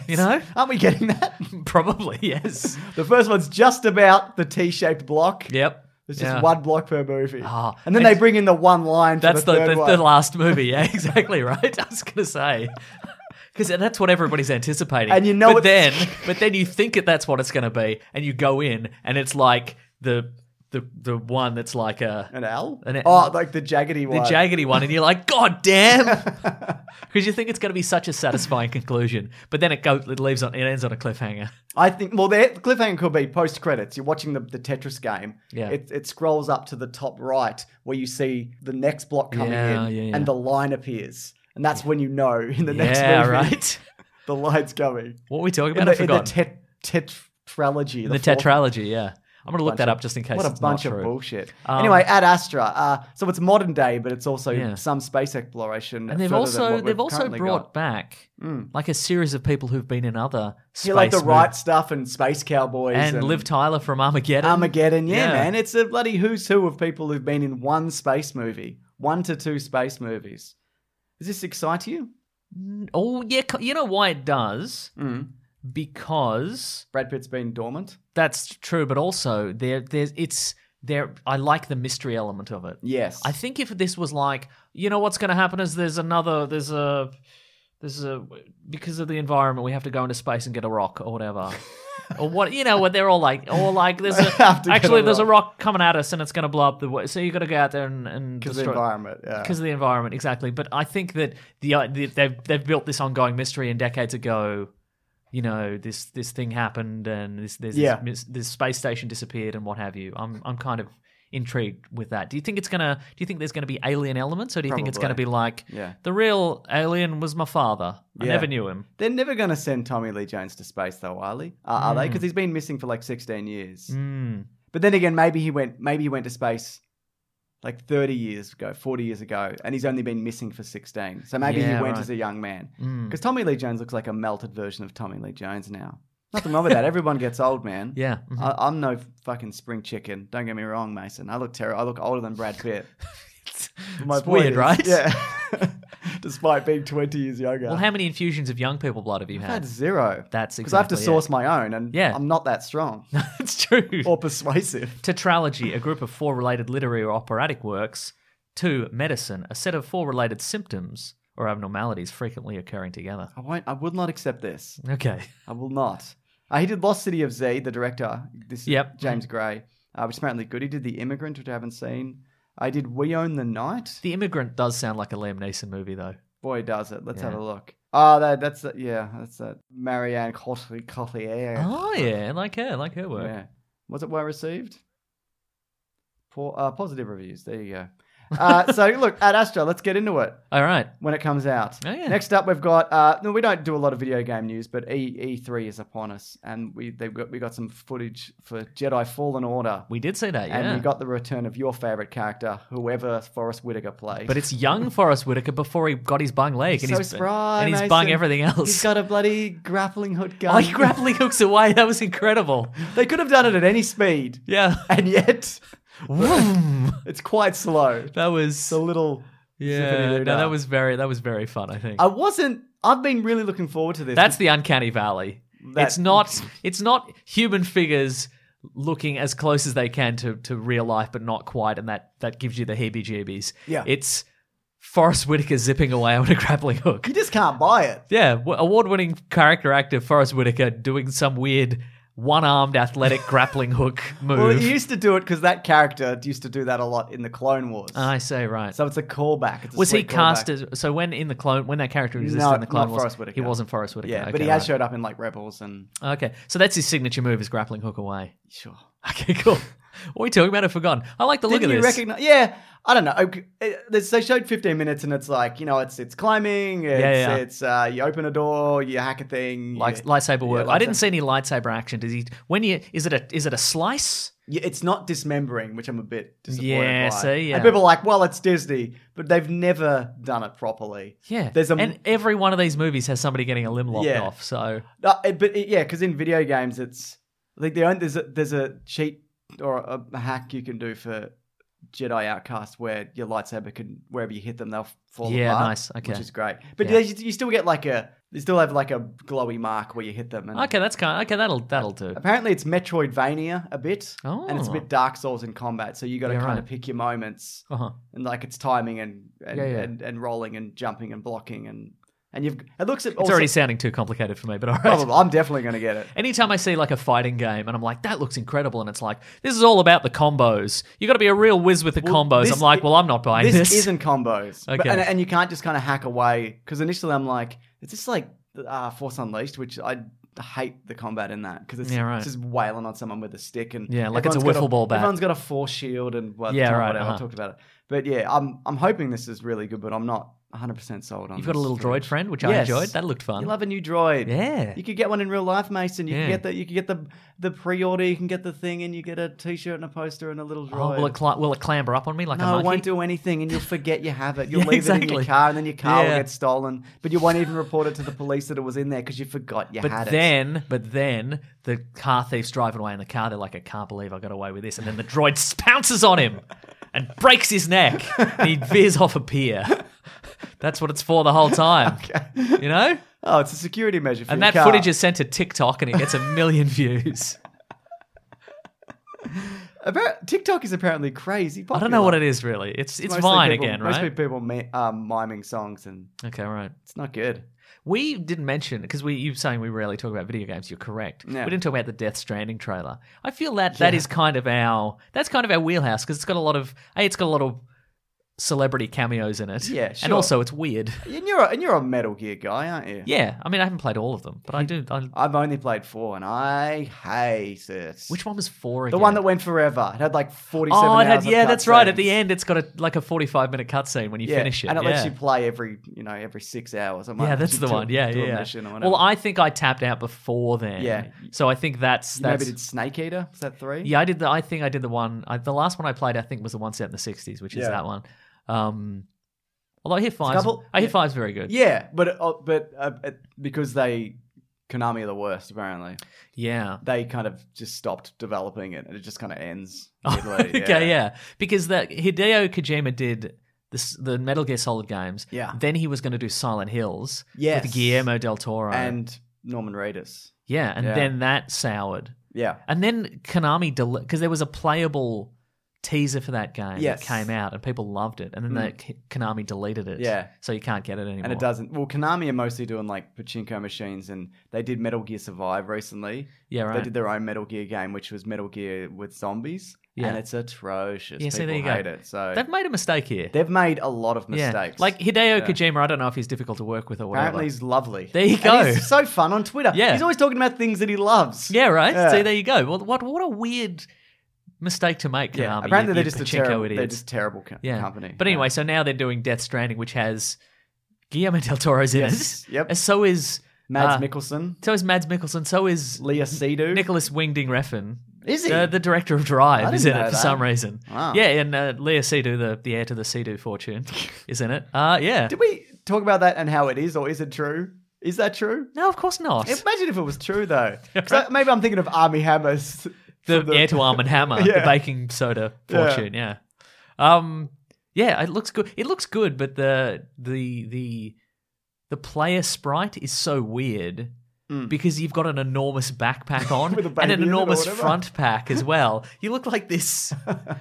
You know? [LAUGHS]
aren't we getting that?
Probably, yes.
The first one's just about the T-shaped block.
Yep.
There's just
Yeah.
one block per movie,
Ah,
and then
and-
they bring in the one line.
That's
for
the,
the, third
the,
one.
the last
[LAUGHS]
movie. Yeah, exactly right. [LAUGHS] I was going to say. Because that's what everybody's anticipating.
And you know
but
it's-
then,
[LAUGHS]
but then you think that that's what it's going to be, and you go in, and it's like the the the one that's like a
An L.
An L.
Oh, like the jaggedy
the
one.
jaggedy one, and you're like, God damn, [LAUGHS] because you think it's going to be such a satisfying conclusion, but then it goes, it leaves on, it ends on a cliffhanger.
I think. Well, the cliffhanger could be post credits. You're watching the, the Tetris game.
Yeah.
It, it scrolls up to the top right where you see the next block coming
Yeah,
in,
yeah, yeah.
and the line appears, and that's when you know in [LAUGHS] the next
yeah,
movie
right.
[LAUGHS] the line's coming.
What are we talking
In
about? I
the, in the
forgot.
tet- tetralogy.
In the
fourth-
tetralogy, yeah. I'm going to
bunch
look that
of-
up just in case
What a
it's
bunch
not
of
true.
bullshit.
Um,
anyway, Ad Astra. Uh, so it's modern day, but it's also
Yeah.
some space exploration.
And they've
further than what
also
we've
they've also
currently
brought
got.
back like a series of people who've been in other space
You like the
mov-
right stuff and space cowboys
and, Liv Tyler from Armageddon.
Armageddon. Yeah,
Yeah.
man, it's a bloody who's who of people who've been in one space movie, one to two space movies. Does this excite you?
oh yeah, co- you know why it does?
Mm.
Because
Brad Pitt's been dormant.
that's true, but also there there's it's there. I like the mystery element of it.
Yes,
I think if this was like, you know, what's going to happen is there's another, there's a, there's a, because of the environment, we have to go into space and get a rock or
[LAUGHS]
whatever. or what, you know, what they're all like, or like, there's
We [LAUGHS] have to
a,
get
actually,
a
there's a
rock.
rock coming at us and it's going to blow up the, wa- so you got to go out there and, and
because of the
destroy-
environment. Yeah.
because of the environment, exactly. But I think that the, uh, the they've they've built this ongoing mystery, and decades ago, you know, this this thing happened, and this there's
Yeah.
this, mis- this space station disappeared, and what have you. I'm I'm kind of intrigued with that. Do you think it's gonna? Do you think there's gonna be alien elements, or do you think it's gonna
Probably.
be like
Yeah.
the real alien was my father? I
Yeah.
never knew him.
They're never going to send Tommy Lee Jones to space, though, are they? Uh, Are they? Because he's been missing for like 16 years.
Mm.
But then again, maybe he went. Maybe he went to space like 30 years ago, 40 years ago, and he's only been missing for 16. So maybe
Yeah,
he went
right. Hmm.
as a young man. Because Tommy Lee Jones looks like a melted version of Tommy Lee Jones now. Nothing wrong with
[LAUGHS]
that. Everyone gets old, man.
Yeah, [LAUGHS] mhm.
I, I'm no fucking spring chicken. Don't get me wrong, Mason. I look terrible. I look older than Brad Pitt. My
[LAUGHS] it's
point
weird,
is-
right? [LAUGHS]
Yeah. [LAUGHS] Despite being 20 years younger.
Well, how many infusions of young people blood have you
I had
had?
zero.
That's
Because I have to
exactly it. [LAUGHS]
source my own, and
Yeah.
I'm not that strong
[LAUGHS] it's true.
or persuasive.
Tetralogy, a group of four related literary or operatic works. Two, medicine, a set of four related symptoms or abnormalities frequently occurring together.
I won't. I will not accept this.
Okay.
I will not. Uh, he did Lost City of Z, the director. This is
Yep.
James Gray, uh, which is apparently good. He did The Immigrant, which I haven't seen. I did We Own the Night.
The Immigrant does sound like a Liam Neeson movie, though.
Boy, does it. Let's
Yeah.
have a look. Oh, that, that's that. Yeah, that's that. Marianne Cotillard. Cotillard.
Oh, yeah. I like her. I like her work.
Yeah. Was it well received? Po- uh, positive reviews. There you go.
[LAUGHS]
Uh, so look at Astra. Let's get into it.
All right.
when it comes out.
Oh, yeah.
Next up, we've got uh, no, we don't do a lot of video game news, but E E3 is upon us, and we they've got we got some footage for Jedi Fallen Order,
We did see that, yeah.
and we got the return of your favorite character, whoever Forrest Whitaker played.
but it's young Forrest Whitaker before he got his bung leg, and
so
he's
spry,
and he's
Mason.
bung everything else.
He's got a bloody grappling hook gun.
[LAUGHS] oh, he grappling hooks away. That was incredible.
[LAUGHS] they could have done it at any speed, [LAUGHS]
Yeah,
and yet
Vroom.
it's quite slow.
that was
It's a little
yeah.
zippity-doo-dah.
No, that was very that was very fun. I think
I wasn't. I've been really looking forward to this.
that's the uncanny valley.
That-
It's not it's not human figures looking as close as they can to, to real life, but not quite, and that that gives you the heebie-jeebies.
Yeah.
it's Forrest Whitaker zipping away on a grappling hook.
you just can't buy it.
Yeah, w- award-winning character actor Forrest Whitaker doing some weird
[LAUGHS]
one-armed athletic grappling hook move.
Well, he used to do it because that character used to do that a lot in the Clone Wars.
I say right.
So it's a callback. It's a
Ah, was he
sweet callback.
cast as so when in the clone when that character existed
No,
in the clone
not
Wars,
Forrest Whitaker.
he wasn't Forrest Whitaker.
Yeah,
okay,
but he has
right.
showed up in like Rebels and
Okay, so that's his signature move is grappling hook away.
sure.
Okay, cool. what are we talking about? I've forgotten. I like the
Didn't
look
you
of this.
recognize? Yeah, I don't know. Okay, it- They they showed 15 minutes and it's like you know it's it's climbing. It's,
yeah.
it's uh, you open a door, you hack a thing.
Lights-
you-
lightsaber work.
Yeah,
I didn't
lightsaber.
see any lightsaber action. Does he? When you is it a is it a slice?
Yeah, it's not dismembering, which I'm a bit disappointed
Yeah,
by.
see, yeah.
And people are like, well, it's Disney, but they've never done it properly.
Yeah,
there's a
and every one of these movies has somebody getting a limb lopped
Yeah.
off. So
No, it, but it, yeah, because in video games, it's like the only, there's a, there's a cheat or a, a hack you can do for Jedi Outcast where your lightsaber can wherever you hit them they'll fall
Yeah,
apart.
nice, okay.
which is great. But
Yeah.
you, you still get like a you still have like a glowy mark where you hit them. And
okay, that's kind. okay, that'll that'll do.
Apparently, it's Metroidvania a bit, and it's a
Oh.
bit Dark Souls in combat. So you got to
Yeah,
kind of
right.
pick your moments
Uh huh.
and like it's timing and and,
Yeah, yeah.
and and rolling and jumping and blocking and and you've it looks at
It's
also,
already sounding too complicated for me, but all right.
Probably, I'm definitely going to get it.
Anytime I see like a fighting game and I'm like, that looks incredible, and it's like, this is all about the combos. You got to be a real whiz with the
Well,
combos.
this
I'm like,
i-
well, I'm not buying this.
This isn't
[LAUGHS]
combos. But-
Okay.
and, and you can't just kind of hack away because initially I'm like, it's just like uh, Force Unleashed, which I hate the combat in that because it's
Yeah, right.
just wailing on someone with a stick and
Yeah, like it's a
everyone's got
wiffle ball bat.
Everyone's got a force shield and well,
Yeah,
yeah,
right,
right. I
uh-huh.
talked about it, but yeah, I'm I'm hoping this is really good, but I'm not 100 percent sold on.
You've got a
this
little droid
footage.
friend, which I
Yes.
enjoyed. That looked fun.
You love a new droid.
Yeah.
You could get one in real life, Mason. You
Yeah.
can get the you can get the the pre order. You can get the thing, and you get a t shirt and a poster and a little droid.
Oh, will, it cl- will it clamber up on me like a
No,
monkey?
it Oh, won't do anything, and you'll forget you have it. You'll
[LAUGHS] Yeah,
leave it in your
exactly.
car, and then your car
Yeah.
will get stolen. But you won't even report it to the police that it was in there because you forgot you
But
had it.
then, but then the car thief's driving away in the car. They're like, I can't believe I got away with this. And then the droid pounces on him and breaks his neck. and he veers off a pier. That's what it's for the
[LAUGHS]
whole time. You know?
Oh, it's a security measure. For
And
your
that
car.
footage is sent to TikTok and it gets a
[LAUGHS]
million views.
Appar- TikTok is apparently crazy. Popular.
I don't know what it is really. It's it's Vine
people,
again,
Mostly
right?
people mi- um, miming songs, and
Okay, right.
it's not good.
We didn't mention because we you were saying we rarely talk about video games. You're correct.
Yeah.
We didn't talk about the Death Stranding trailer. I feel that that is kind of our that's kind of our wheelhouse because it's got a lot of a it's got a lot of celebrity cameos in it.
Yeah,
And
sure.
also, it's weird.
And you're a, and you're a Metal Gear guy, aren't you?
Yeah, I mean, I haven't played all of them,
Hmm.
but I do. I,
I've only played four, and I hate it.
which one was four?
The
Again?
one that went forever. It had like forty-seven.
Oh, it had,
hours of
yeah, that's right. At
cutscenes.
the end, it's got a like a forty-five minute cutscene when you
yeah.
finish it,
and it
yeah.
lets you play every you know every six hours. I might
yeah,
have
that's
to
the
do-
one. Yeah,
do a
yeah.
mission or whatever.
Well, I think I tapped out before then.
Yeah.
So I think that's
You
that's.
maybe did Snake Eater. Is that three?
Yeah, I did the. I think I did the one. I, the last one I played, I think, was the one set in the '60s, which is
Yeah.
that one. Um, although I hear five's,
couple-
I hear
yeah.
five's very good.
yeah, but uh, but uh, uh, because they Konami are the worst apparently.
Yeah.
They kind of just stopped developing it, and it just kind of
[LAUGHS]
ends. midway,
okay, yeah. because that Hideo Kojima did this, the Metal Gear Solid games.
Yeah.
Then he was going to do Silent Hills
Yes.
with Guillermo del Toro,
and Norman Reedus.
yeah, and
yeah.
then that soured,
Yeah,
and then Konami because there was a playable teaser for that game
Yes.
that came out and people loved it, and then
Mm.
they- Konami deleted it.
Yeah.
so you can't get it anymore.
and it doesn't. Well, Konami are mostly doing like pachinko machines, and they did Metal Gear Survive recently.
Yeah, right.
They did their own Metal Gear game, which was Metal Gear with zombies,
Yeah.
and it's atrocious.
Yeah,
People
see, there you go.
hate it. So
They've made a mistake here.
they've made a lot of
Yeah.
mistakes.
Like Hideo Kojima, I don't know if he's difficult to work with or whatever.
apparently he's lovely.
There you
And
go.
he's so fun on Twitter.
Yeah.
he's always talking about things that he loves.
yeah, right.
Yeah.
See, there you go. Well, what what a weird mistake to make. Konami.
yeah.
you-
Apparently
you
they're just a
pachinko
terrible.
idiots.
They're just terrible co-
yeah.
company.
But anyway, so now they're doing Death Stranding, which has Guillermo del Toro's in
Yes.
it.
Yep.
And so is
Mads
uh,
Mikkelsen,
so is Mads Mikkelsen. So is
Leah Seydoux.
Nicholas Wingding Refn.
Is he?
Uh, the director of Drive
I
is in
didn't
it
know
for
that.
some reason.
Wow.
Yeah, and uh, Leah Seydoux, the, the heir to the
[LAUGHS]
Seydoux fortune, is in it. Uh, yeah.
Did we talk about that and how it is, or is it true? Is that true?
No, of course not.
Imagine if it was true
[LAUGHS]
though. 'Cause I- maybe I'm thinking of Army Hammers.
the,
the-
air to arm and hammer,
[LAUGHS] Yeah.
the baking soda
Yeah.
fortune. Yeah. Um. Yeah, it looks good. It looks good, but the the the the player sprite is so weird because you've got an enormous backpack on
Mm. [LAUGHS] With a baby
and
in
an
it or
enormous
whatever.
front pack as well. You look like
[LAUGHS]
this.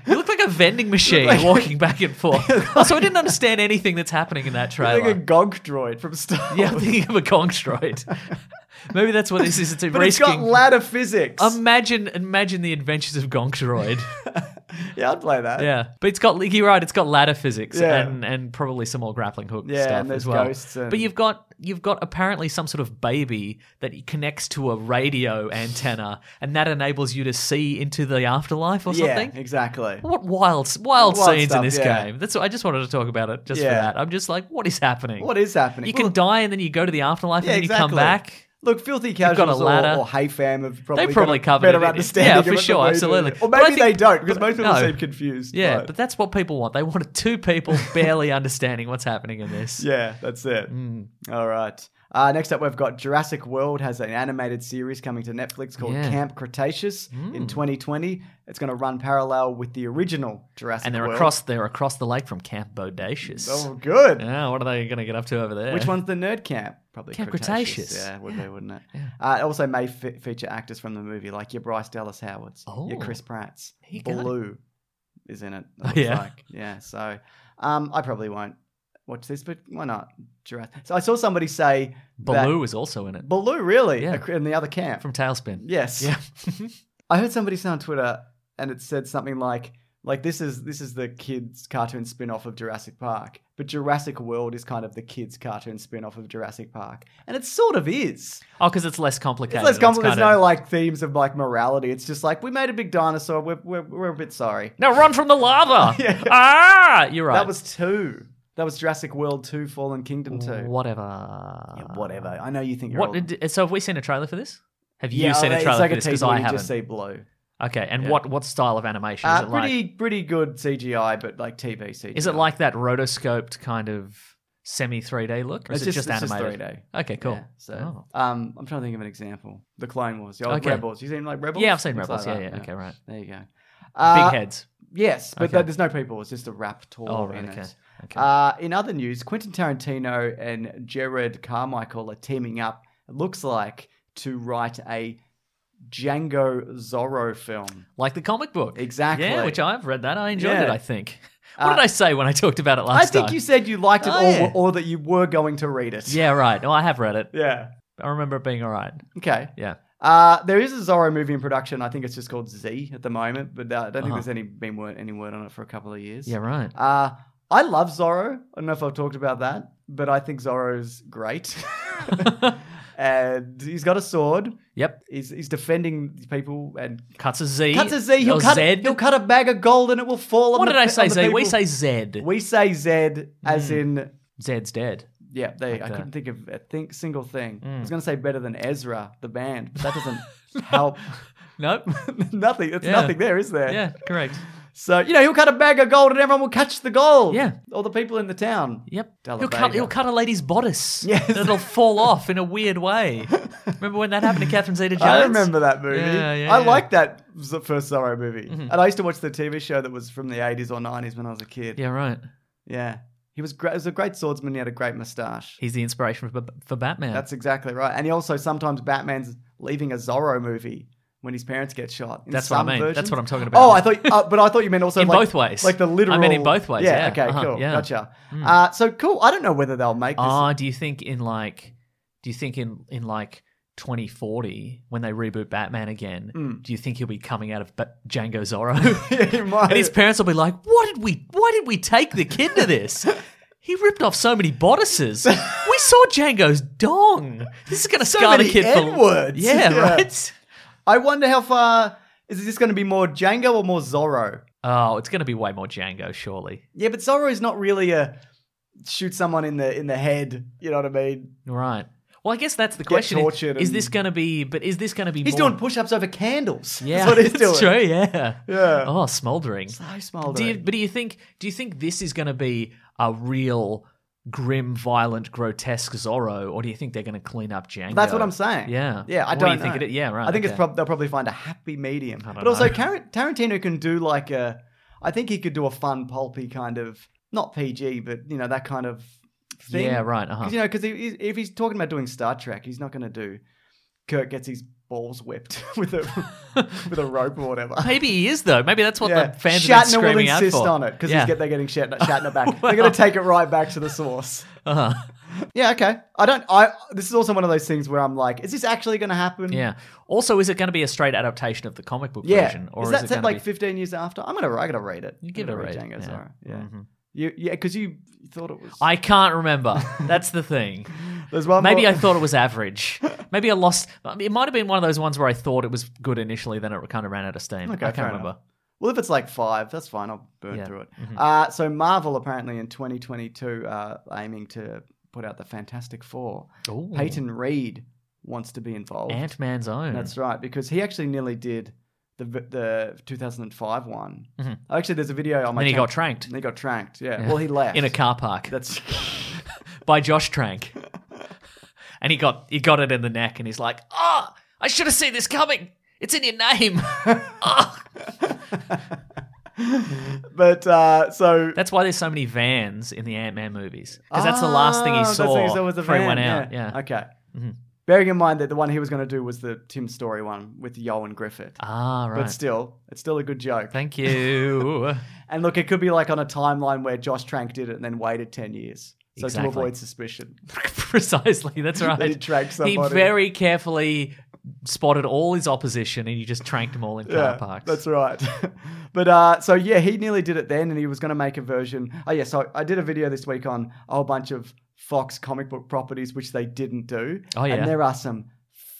You look like a vending machine
like-
walking
[LAUGHS]
back and forth. Also, I didn't understand anything that's happening in that
Like
trailer.
a Gog droid from Star Wars.
yeah, [LAUGHS] I'm thinking of a Gongstroid. Maybe that's what this is. It's a
[LAUGHS] but
race
it's got
king. Um,
ladder physics.
Imagine, imagine the adventures of Gongstroid.
yeah, I'd play that.
Yeah, but it's got you're right. It's got ladder physics
Yeah.
and and probably some more grappling hook
Yeah,
stuff
and there's
as well.
ghosts and-
But you've got you've got apparently some sort of baby that connects to a radio antenna, and that enables you to see into the afterlife or
Yeah,
something.
exactly.
What wild
Wild
wild, scenes
stuff,
in this
yeah.
game? That's I just wanted to talk about it just for
Yeah.
that. I'm just like, what is happening?
What is happening?
You can
Well-
die and then you go to the afterlife
Yeah,
and then you come
exactly.
back.
Look, filthy
got
casuals
a
or,
ladder.
or hay fam have probably,
They probably
got a
covered
better
it in-
understanding.
yeah,
of
for
it than
sure,
we do.
absolutely.
Or
But I
maybe they
think-
don't because most people
no.
seem confused.
Yeah,
but-
but that's what people want. They wanted
[LAUGHS]
two people barely understanding what's happening in this.
yeah, that's it.
Mm.
All right. Uh, next up, we've got Jurassic World has an animated series coming to Netflix called
Yeah. Mm.
Camp Cretaceous in 2020. It's going to run parallel with the original Jurassic
and they're
World.
across they're across the lake from Camp Bodacious.
[LAUGHS] Oh, good.
Yeah, what are they going to get up to over there?
Which
[LAUGHS]
one's the nerd camp? Probably
Camp Cretaceous.
Yeah, it would be, wouldn't it? Uh, it also may fe- feature actors from the movie, like your Bryce Dallas Howards, your
Oh.
Chris Pratt's.
you go.
Blue is in it. it
[LAUGHS] Oh,
looks
yeah.
like. Yeah, so um, I probably won't watch this, but why not? Jurassic. So I saw somebody say that-
Baloo is also in it
Baloo, really?
Yeah.
Ac- In the other camp.
from Tailspin.
yes.
Yeah.
[LAUGHS]
[LAUGHS]
I heard somebody say on Twitter, and it said something like, "Like this is this is the kids' cartoon spin-off of Jurassic Park, but Jurassic World is kind of the kids' cartoon spin-off of Jurassic Park, and it sort of is.
Oh, because it's less complicated.
It's less complicated. There's
kinda-
no like themes of like morality. It's just like we made a big dinosaur. We're we're, we're a bit sorry.
no, run from
[LAUGHS]
the lava. Ah, you're right.
That was two. That was Jurassic World two, Fallen Kingdom two.
whatever.
Yeah, whatever. I know you think you're
What?
old.
did- so have we seen a trailer for this? Have you
yeah,
seen a
it's
trailer
like
for
a
this?
teaser
Because
where
I
you
haven't.
just see blue.
Okay, and what what style of animation is
Uh,
it like?
pretty pretty good CGI, but like TV CGI.
Is it like that rotoscoped kind of semi 3D look, or
It's
is
just-
it
it's
just
just
animated?
3D.
Okay, cool.
Yeah, so
Oh.
um, I'm trying to think of an example. The Clone Wars, the old
Okay.
Rebels. You seen like Rebels?
Yeah, I've seen
Things
Rebels.
like
yeah, yeah,
that,
Okay, right.
There you go.
Big
Uh,
heads.
Yes, but
Okay.
th- there's no people. It's just a raptor.
Oh, right,
in
okay,
it.
okay.
Uh, in other news, Quentin Tarantino and Jared Carmichael are teaming up. It looks like to write a Django Zorro film.
like the comic book.
Exactly.
Yeah, which I've read that. I enjoyed
Yeah. Uh,
it, I think. [LAUGHS] What did I say when I talked about it last
I
time?
think you said you liked it,
Oh,
or,
yeah.
or that you were going to read it.
Yeah, right. No, I have read it.
Yeah.
I remember it being all right.
Okay.
Yeah.
Uh, there is a Zorro movie in production. I think it's just called Z at the moment, but uh, I don't think there's any been word, any word on it for a couple of years.
Uh-huh. Yeah, right.
Uh, I love Zorro. I don't know if I've talked about that, but I think Zorro's
[LAUGHS]
great. [LAUGHS] and he's got a sword.
Yep.
He's, he's defending people and
Cuts a Z.
cuts a Z. He'll
Or
cut,
Zed.
he'll cut a bag of gold and it will fall on
What
the
did I
pe-
say,
on the
Z? We
people.
say Zed.
We say Zed as in,
Zed's dead.
yeah, they, I
that. Hmm.
couldn't think of a think, single thing. I was going to say better than Ezra, the band, but that
[LAUGHS]
doesn't help.
Nope. [LAUGHS]
[LAUGHS] nothing. It's
Yeah.
nothing there, is there?
yeah, correct.
So, you know, he'll cut a bag of gold and everyone will catch the gold.
Yeah.
All the people in the town.
Yep. He'll
Delabaga.
cut, he'll cut a lady's bodice.
Yes.
And
[LAUGHS]
it'll fall off in a weird way. Remember when that happened to Catherine Zeta Jones?
I remember that movie.
Yeah, yeah,
I
yeah. Mm-hmm.
like that z- first Zorro movie. And I used to watch the TV show that was from the 80s or 90s when I was a kid.
Yeah, right.
Yeah. He was great. He was a great swordsman. He had a great mustache.
He's the inspiration for, for Batman.
That's exactly right. And he also sometimes Batman's leaving a Zorro movie when his parents get shot. In
That's what I
some
mean.
versions.
That's what I'm talking about.
Oh, I thought, uh, but I thought you meant also
In
like-
both ways.
like the
I meant
literal.
in both ways, yeah.
Okay.
Uh-huh,
Cool.
yeah.
Gotcha. Uh, so cool. I don't know whether they'll make this.
Ah, do you think in like, do you think in in like 2040 when they reboot Batman again,
Hmm.
do you think he'll be coming out of ba-
[LAUGHS]
Django Zorro?
It might.
[LAUGHS] and his parents will be like, "What did we? Why did we take the kid to this? He ripped off so many bodices.
[LAUGHS]
We saw Django's dong. This is going to scar the
many
kid for
N-words.
Yeah,
Yeah.
right.
I wonder how far is this going to be more Django or more Zorro?
Oh, it's going to be way more Django, surely.
Yeah, but Zorro is not really a shoot someone in the in the head. You know what I mean?
Right. Well, I guess that's the question. Is,
tortured
is
and-
this going to be? But is this going to be?
He's
more-
doing push-ups over candles.
Yeah,
That's what
[LAUGHS]
he's
it's
doing.
true. Yeah.
Yeah.
Oh, smoldering.
So small.
Do you, but do you think? Do you think this is going to be a real grim, violent, grotesque Zorro, or do you think they're going to clean up Django?
That's what I'm saying.
Yeah.
Yeah, I
What do
don't
you think
know.
it is? Yeah, right,
I think it's
okay.
prob- they'll probably find a happy medium.
don't
But also,
know.
Car- Tarantino can do like a. I think he could do a fun, pulpy kind of not PG, but you know that kind of thing.
Yeah, right, uh-huh.
'Cause, you know, because if he's talking about doing Star Trek, he's not going to do. Kirk gets his balls whipped [LAUGHS] with a with a rope or whatever.
Maybe he is though. Maybe that's what the fans
Shatner
are screaming
will
out
insist
for.
on it because
yeah.
get, they're getting
[LAUGHS]
Shatner, Shatner back.
Well.
They're going to take it right back to the source.
[LAUGHS] Uh-huh.
Yeah, okay. I don't. I this is also one of those things where I'm like, is this actually going to happen?
Yeah. Also, is it going to be a straight adaptation of the comic book
Yeah.
version, or
is
is,
that
it
set
going
like
to be?
15 years after? I'm gonna. I gotta read it.
You give it
I'm
a
gonna
read.
Django
yeah.
Sarah. Yeah.
Mhm.
You, yeah, because you thought it was.
I
[LAUGHS]
can't remember. That's the thing.
There's one.
Maybe
more-
I thought it
[LAUGHS]
was average. Maybe I lost. It might have been one of those ones where I thought it was good initially, then it kind of ran out of steam. I can't
fair
remember.
enough. Well, if it's like five, that's fine. I'll burn
Yeah. Mm-hmm.
through it. Uh, so Marvel apparently in 2022 uh, aiming to put out the Fantastic Four.
Ooh.
Peyton Reed wants to be involved.
Ant Man's own.
That's right, because he actually nearly did the the 2005 one. Oh, Actually, there's a video on my.
Mm-hmm. Then he
channel-
got tranked.
And he got tranked. Yeah. Well, he left
in a car park
That's [LAUGHS]
by Josh Trank, and he got he got it in the neck, and he's like, "Ah, I should have seen this coming. It's in your
[LAUGHS]
name." Ah.
but uh, so
That's why there's so many vans in the Ant Man movies because that's the last thing
Ah,
he
that's the
saw
thing he saw was the
before he
van,
went out. Yeah. Mm-hmm.
Okay. Bearing in mind that the one he was going to do was the Tim Story one with Yo and Griffith.
Ah,
But
right.
still, it's still a good joke. [LAUGHS]
Thank you. [LAUGHS]
and look, it could be like on a timeline where Josh Trank did it and then waited 10 years. So
Exactly.
to avoid suspicion.
Precisely. That's right.
he tranked
He
somebody.
very carefully spotted all his opposition, and he just tranked them all in car parks.
That's right. [LAUGHS] but uh, so yeah, he nearly did it then, and he was going to make a version. Oh yeah, so I did a video this week on a whole bunch of Fox comic book properties which they didn't do.
Oh, yeah.
and there are some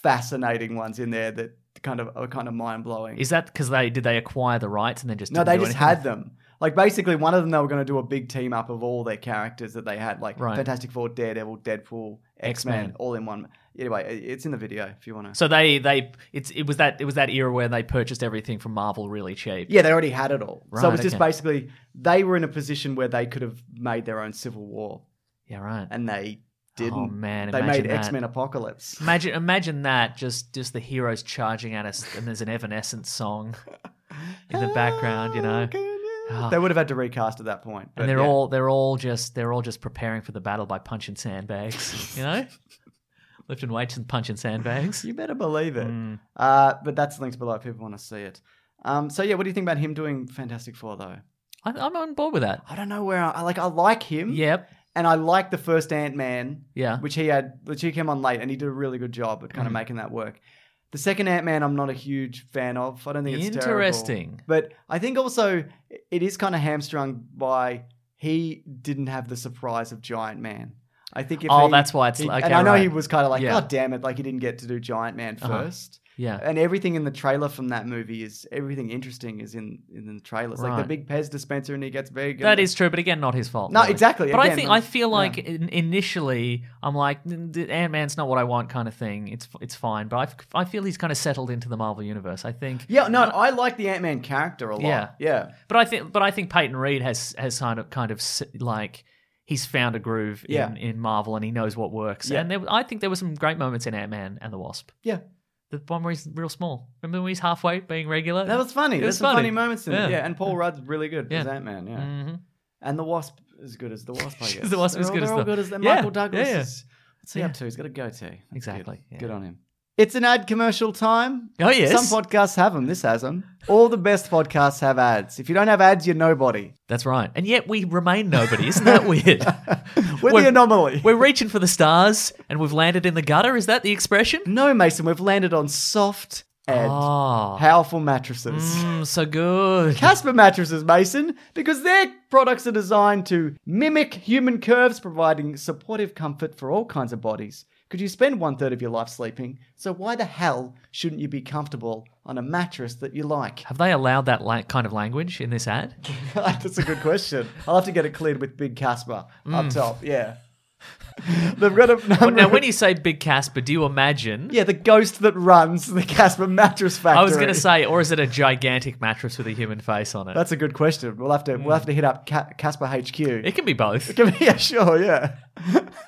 fascinating ones in there that kind of are kind of mind blowing.
Is that because they did they acquire the rights and then just
No,
didn't
they
do
just
anything?
had them. Like basically, one of them they were going to do a big team up of all their characters that they had, like
Right.
Fantastic Four, Daredevil, Deadpool, X Men,
X-Men.
all in one. Anyway, it- it's in the video if you want to.
So they they it's it was that it was that era where they purchased everything from Marvel really cheap.
Yeah, they already had it all. so it
Right,
was just
okay.
basically they were in a position where they could have made their own civil war,
Yeah, right.
and they didn't.
Oh, man,
they
imagine
made
that.
X Men Apocalypse.
Imagine imagine that just just the heroes charging at us and there's an Evanescence song in the [LAUGHS] background, you know. Ah.
Oh, They would have had to recast at that point. but
And they're
yeah.
all they're all just they're all just preparing for the battle by punching sandbags,
[LAUGHS]
you know? Lifting weights and punching sandbags. Hmm.
You better believe it.
Mm.
Uh, but that's links below if people want to see it. Um, so yeah, what do you think about him doing Fantastic Four though?
I, I'm on board with that.
I don't know where I, I like. I like him.
Yep.
and I like the first Ant Man.
Yeah.
which he had, which he came on late, and he did a really good job at kind
Mm-hmm.
of making that work. The second Ant Man, I'm not a huge fan of. I don't think it's terrible.
Interesting.
but I think also it is kind of hamstrung by he didn't have the surprise of Giant Man. I think if
Oh,
he-
that's why it's-
he-
okay,
and I know he
right.
was kind of like,
Yeah.
God damn it, like he didn't get to do Giant Man 1st
Uh-huh. Yeah.
And everything in the trailer from that movie is everything interesting is in in the trailers. Like
Right.
the big Pez dispenser and he gets big.
That
and-
is true, but again, not his fault.
No, exactly,
But I
again,
think I
like-
feel
yeah.
like in, initially I'm like Ant Man's not what I want, kind of thing. It's it's fine, but I f- I feel he's kind of settled into the Marvel universe. I think.
Yeah, no, I like the Ant Man character a lot.
Yeah.
Yeah. Yeah.
But I think but I think Peyton Reed has has kind of kind of s- like he's found a groove
Yeah.
in, in Marvel and he knows what works.
Yeah.
And there, I think there were some great moments in Ant Man and the Wasp.
Yeah.
The one where he's real small. Remember when he's halfway being regular?
That was funny.
It
There's
was
some
funny.
funny moments in
Yeah.
it. Yeah, and Paul Rudd's really good
Yeah.
as Ant Man. Yeah, [LAUGHS]
hmm
and the Wasp is good as the Wasp.
[LAUGHS]
I guess
The Wasp
They're
is
all-
good as
they're
the-
all good as them.
Yeah,
Michael Douglas.
yeah, yeah.
Is, what's he
Yeah.
up to? He's got a goatee. That's good.
Exactly, yeah.
Good on him. It's an ad commercial time.
Oh, yes.
Some podcasts have them. This has them. All the best podcasts have ads. If you don't have ads, you're nobody.
That's right. And yet we remain nobody. Isn't that weird?
[LAUGHS] We're,
We're-
the anomaly.
We're reaching for the stars and we've landed in the gutter. Is that the expression?
No, Mason. We've landed on soft and
Oh.
powerful mattresses.
Mm, so good.
Casper mattresses, Mason, because their products are designed to mimic human curves, providing supportive comfort for all kinds of bodies. Could you spend one third of your life sleeping? So why the hell shouldn't you be comfortable on a mattress that you like? [LAUGHS]
Have they allowed that la- kind of language in this ad?
That's a good question. I'll have to get it cleared with Big Casper up top. Yeah, [LAUGHS] they've got a number.
But Mm. now, when
of-
you say Big Casper, do you imagine?
yeah, the ghost that runs the Casper mattress factory.
I was going to say, or is it a gigantic mattress with a human face on it?
that's a good question. We'll have to we'll have to hit up Ca- Casper HQ.
it can be both.
Give me- [LAUGHS] yeah, sure, yeah.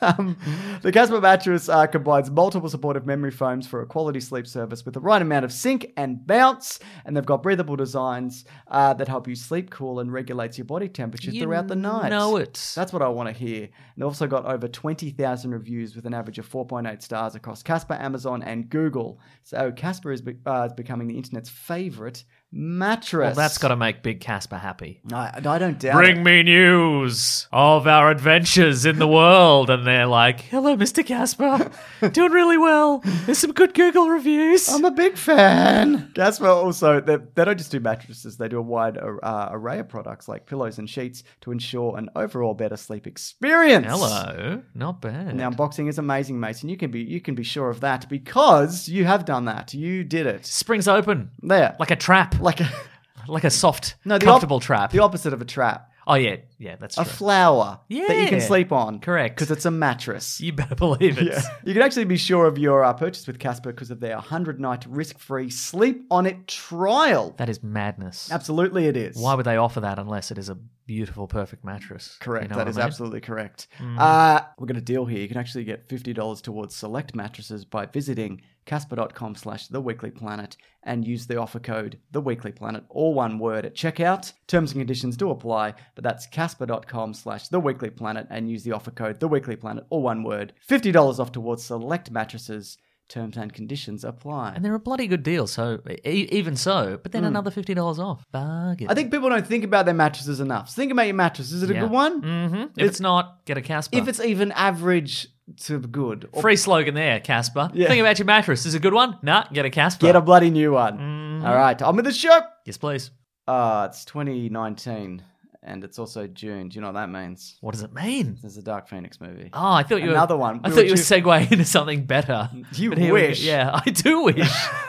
um, the Casper mattress uh, combines multiple supportive memory foams for a quality sleep service with the right amount of sink and bounce, and they've got breathable designs uh, that help you sleep cool and regulates your body temperature
You
throughout the night.
know it.
That's what I want to hear. And they've also got over 20,000 reviews with an average of 4.8 stars across Casper, Amazon, and Google. So Casper is, be- uh, is becoming the internet's favorite mattress.
Well, that's got to make Big Casper happy.
I, I don't doubt it.
Bring me news of our adventures in the world. And they're like, hello, Mr. Casper. Doing really well. There's some good Google reviews.
I'm a big fan. Casper also, they, they don't just do mattresses, they do a wide uh, array of products like pillows and sheets to ensure an overall better sleep experience.
Hello. Not bad.
Now, unboxing is amazing, Mason. You can be you can be sure of that because you have done that. You did it.
Springs open
There,
like a trap, like,
[LAUGHS] like a,
a soft,
no, the op-
comfortable trap.
The opposite of a trap,
oh, yeah. Yeah, that's true.
a flower that you can
Yeah.
sleep on.
Correct.
because it's a mattress.
you better believe it.
Yeah. You can actually be sure of your uh, purchase with Casper because of their 100 night risk free sleep on it trial.
That is madness.
Absolutely, it is.
Why would they offer that unless it is a beautiful, perfect mattress? You
Correct.
know
that
what
is
I mean? Mm.
absolutely correct. Uh, we're going to deal here. You can actually get $50 towards select mattresses by visiting casper.com slash the weekly planet and use the offer code the weekly planet all one word at checkout terms and conditions do apply but that's casper.com slash the weekly planet and use the offer code the weekly planet all one word $50 off towards select mattresses terms and conditions apply
And they're a bloody good deal. So e- even so, but then another fifty dollars off. Bargain.
Hmm. i think people don't think about their mattresses enough think about your mattress is it a
Yeah.
good one
Mm-hmm. If it's not, get a Casper.
if it's even average to good or
free slogan there, Casper.
Yeah.
Think about your mattress. Is it a good one? Nah, get a Casper.
Get a bloody new one.
Mm-hmm.
All right, on with the show.
Yes, please.
Uh, it's 2019, and it's also June. Do you know what that means?
What does it mean?
There's a Dark Phoenix movie.
Oh, I thought you
Another
were,
one.
I
We
thought
were
you were
too-
segueing [LAUGHS] into something better.
You
But here we go.
wish.
Yeah, I do wish.
[LAUGHS]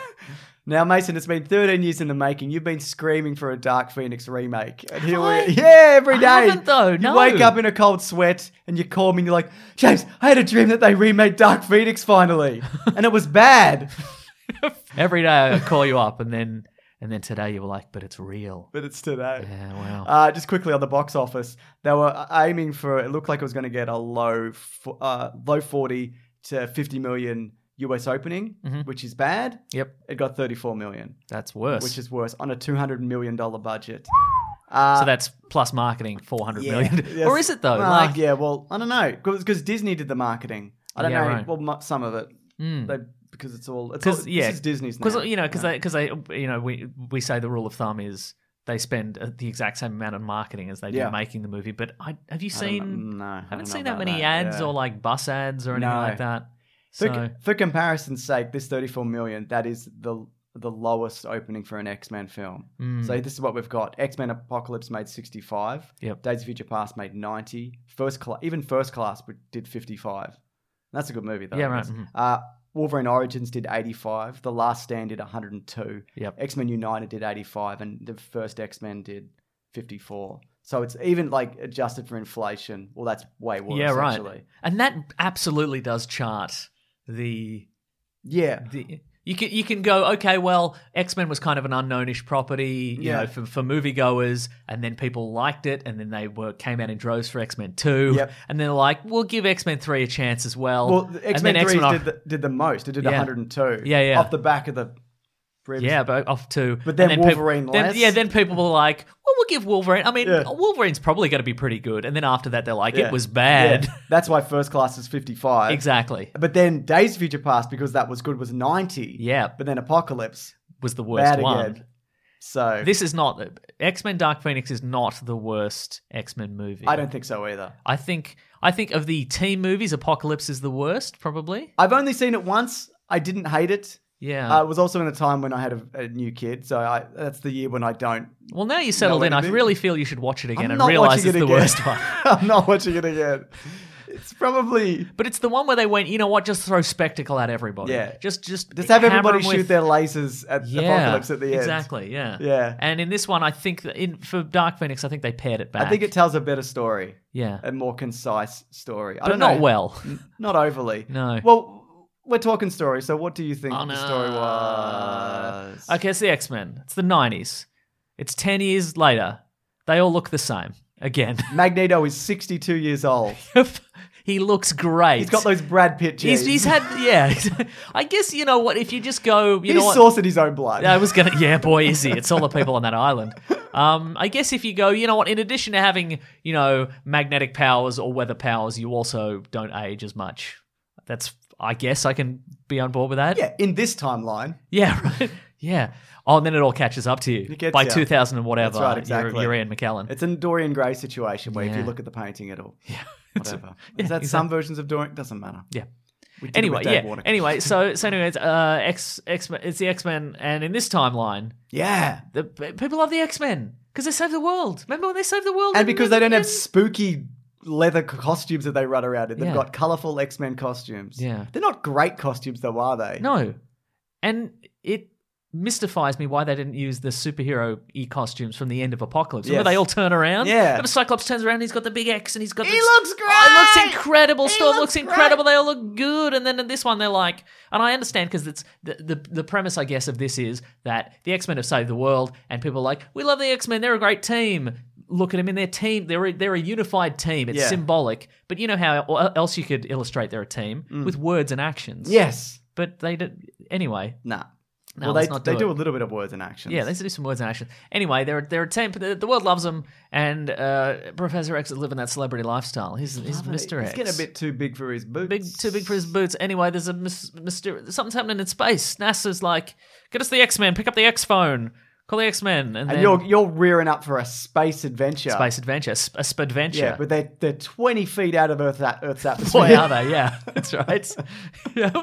Now, Mason, it's been 13 years in the making. You've been screaming for a Dark Phoenix remake, and here
I-
we [LAUGHS] yeah every day.
I haven't though,
You
no.
wake up in a cold sweat, and you call me, and you're like, James, I had a dream that they remade Dark Phoenix
[LAUGHS]
finally, and it was bad,
Every day I call you up, and then and then today you were like, but it's real.
but it's today.
Yeah, wow.
Uh, just quickly on the box office, they were aiming for it looked like it was going to get a low, fo- uh, low forty to fifty million US opening,
Mm-hmm.
which is bad.
yep,
It got thirty four million,
that's worse.
which is worse on a two hundred million dollar budget. Uh,
so that's plus marketing four hundred
Yeah.
million. [LAUGHS]
Yes.
Or is it though?
Ah,
like,
yeah, well, I don't know because Disney did the marketing. I don't
Yeah,
know.
right.
Well, mu- some of it,
Mm.
they, because it's all it's all,
because yeah,
this is Disney's now.
Because you know, because
Yeah.
they, because they, you know, we we say the rule of thumb is they spend uh, the exact same amount on marketing as they do
Yeah.
making the movie. But I have you
I don't know-
seen?
no, I
haven't
don't know
seen that
about
many ads
yeah.
or like bus ads or anything
No.
like that.
For,
So
for comparison's sake, this 34 million, that is the the lowest opening for an X Men film.
hmm.
So this is what we've got: X Men Apocalypse made sixty five,
Yep.
Days of Future Past made ninety, First Class, even First Class w- did fifty five. That's a good movie though.
Yeah, right,
It's-
mhm.
Uh, Wolverine Origins did eighty five, The Last Stand did one hundred and two,
Yep.
X Men United did eighty five, and the first X Men did fifty four. So it's even like adjusted for inflation. Well, that's way worse.
yeah, right.
Actually.
And that absolutely does chart the
Yeah.
the. You can you can go okay. Well, X Men was kind of an unknownish property, you
Yeah.
know, for, for moviegoers, and then people liked it, and then they were came out in droves for X Men Two,
Yep.
and then like we'll give X Men Three a chance as well.
Well,
And
X
then
Men Three
X-Men
did the, did the most. It did
Yeah.
102.
Yeah, yeah.
Off the back of the ribs.
Yeah, but off to.
But then
and peop-
Wolverine
then-
less.
yeah, then people were like, "Well, we'll give Wolverine." I mean,
Yeah.
Wolverine's probably going to be pretty good. And then after that, they're like,
Yeah.
"It was bad."
Yeah. That's why First Class is 55.
[LAUGHS] exactly,
But then Days of Future Past, because that was good, was 90.
Yeah.
But then Apocalypse,
was the worst
bad
one.
again. So
This is not X Men. Dark Phoenix is not the worst X Men movie.
I don't think so either.
I think. I think of the team movies, Apocalypse is the worst, probably.
I've only seen it once. I didn't hate it.
Yeah.
Uh, it was also in a time when I had a, a new kid, so I, that's the year when I don't.
well, now you settled
No,
in. I
wait a
really feel you should watch it again
I'm
and
not
realize
watching
it's
it
the
again.
worst one.
[LAUGHS]
[LAUGHS]
I'm not watching it again. It's probably
But it's the one where they went, you know what? Just throw spectacle at everybody.
Yeah.
Just, just,
just have
hammer
everybody
'em
shoot
with- [LAUGHS]
their lasers at Apocalypse at the end.
Exactly. Yeah.
Yeah.
And in this one, I think that in for Dark Phoenix, I think they paired it back.
I think it tells a better story.
Yeah.
a more concise story. I
but
don't
not
know.
well.
Not overly.
No.
Well, we're talking story, so what do you think
Oh,
the
no.
story was?
Okay, it's the X Men. It's the '90s. It's ten years later. They all look the same again.
Magneto is 62 years old.
[LAUGHS] he looks great.
He's got those Brad Pitt genes.
He's, he's had yeah. [LAUGHS] I guess you know what if you just go you
He's
know what
sourcing his own blood.
I was gonna. Yeah, boy, is he? It's all the people on that island. Um, I guess if you go, you know what? In addition to having, you know, magnetic powers or weather powers, you also don't age as much. That's. I guess I can be on board with that.
yeah, in this timeline.
Yeah. [LAUGHS] Right. Yeah. Oh, and then it all catches up to you
It gets
by
ya.
two thousand and whatever.
That's right,
you're-
exactly.
You're, Ian McKellen.
It's a Dorian Gray situation where if you
Yeah.
look at the painting, it'll. Yeah.
It's-
Whatever.
[LAUGHS] yeah,
is that some versions of Dorian? Doesn't matter.
Yeah.
We did it
Anyway,
with Dave
yeah.
Warnock.
Anyway, so so anyway, it's uh X X Men. It's the X Men, and in this timeline,
Yeah.
the p- people love the X Men because they save the world. Remember when they saved the world?
And because they don't have
in-
spooky leather c- costumes that they run around in, they've
Yeah.
got colourful X Men costumes.
Yeah.
They're not great costumes, though, are they?
No. And it mystifies me why they didn't use the superhero e costumes from the end of Apocalypse.
Yes.
Remember they all turn around?
Yeah.
Remember Cyclops turns around, he's got the big X and he's got
He
the
looks great!
Oh, it looks incredible.
He
Storm
looks
looks, incredible. They all look good. And then in this one they're like and I understand because it's the, the the premise I guess of this is that the X Men have saved the world and people are like, We love the X Men, they're a great team. Look at them in their team. They're a, they're a unified team. It's
Yeah.
symbolic. But you know how else you could illustrate they're a team
Mm.
with words and actions.
Yes.
But they did anyway.
Nah.
No,
well, they,
let's not
they
do
do
it.
a little bit of words and actions.
Yeah, let's do some words in action. Anyway, they're they're a team. The, the world loves them, and uh, Professor X is living that celebrity lifestyle. He's he's Mister X.
He's getting a bit too big for his boots.
big, too big for his boots. Anyway, there's a mis- mysterious something's happening in space. NASA's like, get us the X Men. Pick up the X phone. Call the X Men, and,
And
then
you're you're rearing up for a space adventure.
space adventure, sp- a spadventure.
Yeah, but they're they're twenty feet out of Earth
[LAUGHS]
Earth's atmosphere.
Boy, are
[LAUGHS]
they? Yeah, that's right. [LAUGHS] yep.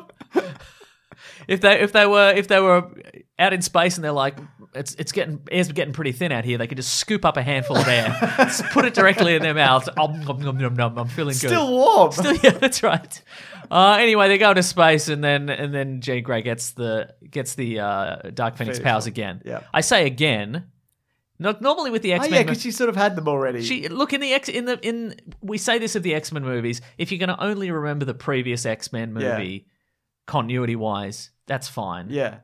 If they if they were if they were out in space and they're like it's it's getting air's getting pretty thin out here, they could just scoop up a handful of air,
[LAUGHS]
just put it directly in their mouth. Om, nom, nom, nom, nom. I'm feeling good.
Still warm.
Still, [LAUGHS] yeah, that's right. Uh, anyway, they go to space, and then and then Jean Grey gets the gets the uh, Dark Phoenix powers again.
Yeah.
I say again. Not normally with the
oh
X Men.
yeah, because she sort of had them already.
She look in the X in the in we say this of the X Men movies. If you're going to only remember the previous X Men
Yeah.
movie, continuity wise, that's fine.
yeah.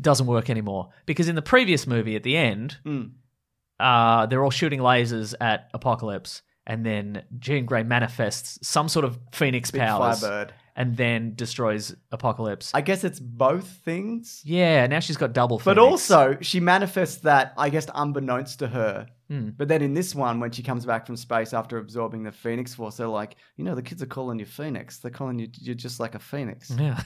Doesn't work anymore because in the previous movie, at the end,
Mm.
uh, they're all shooting lasers at Apocalypse, and then Jean Grey manifests some sort of Phoenix
Big
powers,
Firebird.
and then destroys Apocalypse.
I guess it's both things.
yeah, now she's got double.
But
Phoenix.
also, she manifests that, I guess, unbeknownst to her.
Hmm.
But then in this one, when she comes back from space after absorbing the Phoenix Force, they're like, you know, the kids are calling you Phoenix. They're calling you, you're just like a Phoenix.
[LAUGHS] yeah.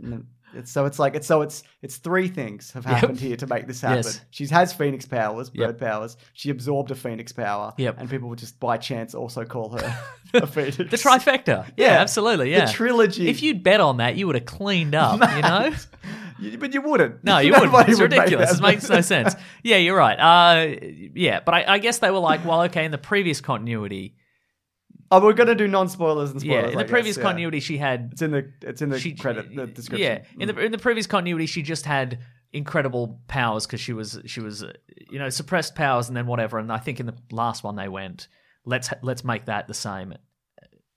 And then it's, so it's like, it's so it's it's three things have happened here to make this happen.
Yes.
She has Phoenix powers, bird
Yep.
powers. She absorbed a Phoenix power,
Yep.
and people would just by chance also call her a Phoenix.
[LAUGHS]
[LAUGHS]
The trifecta. Yeah, absolutely.
The
Yeah.
trilogy. [LAUGHS]
If you'd bet on that, you would have cleaned up, you know?
You- But you wouldn't. [LAUGHS]
No, you wouldn't.
Nobody
It's
would make
ridiculous.
that.
It makes
[LAUGHS]
no sense. Yeah, you're right. Uh, yeah, but I, I guess they were like, well, okay, in the previous continuity,
Oh, we're gonna do non spoilers and
yeah,
spoilers.
in
I
the
guess,
previous
yeah.
continuity, she had
It's in the it's in the
she
credit the description. Mm.
Yeah, in the in the previous continuity, she just had incredible powers because she was she was uh, you know suppressed powers and then whatever. And I think in the last one they went let's ha- let's make that the same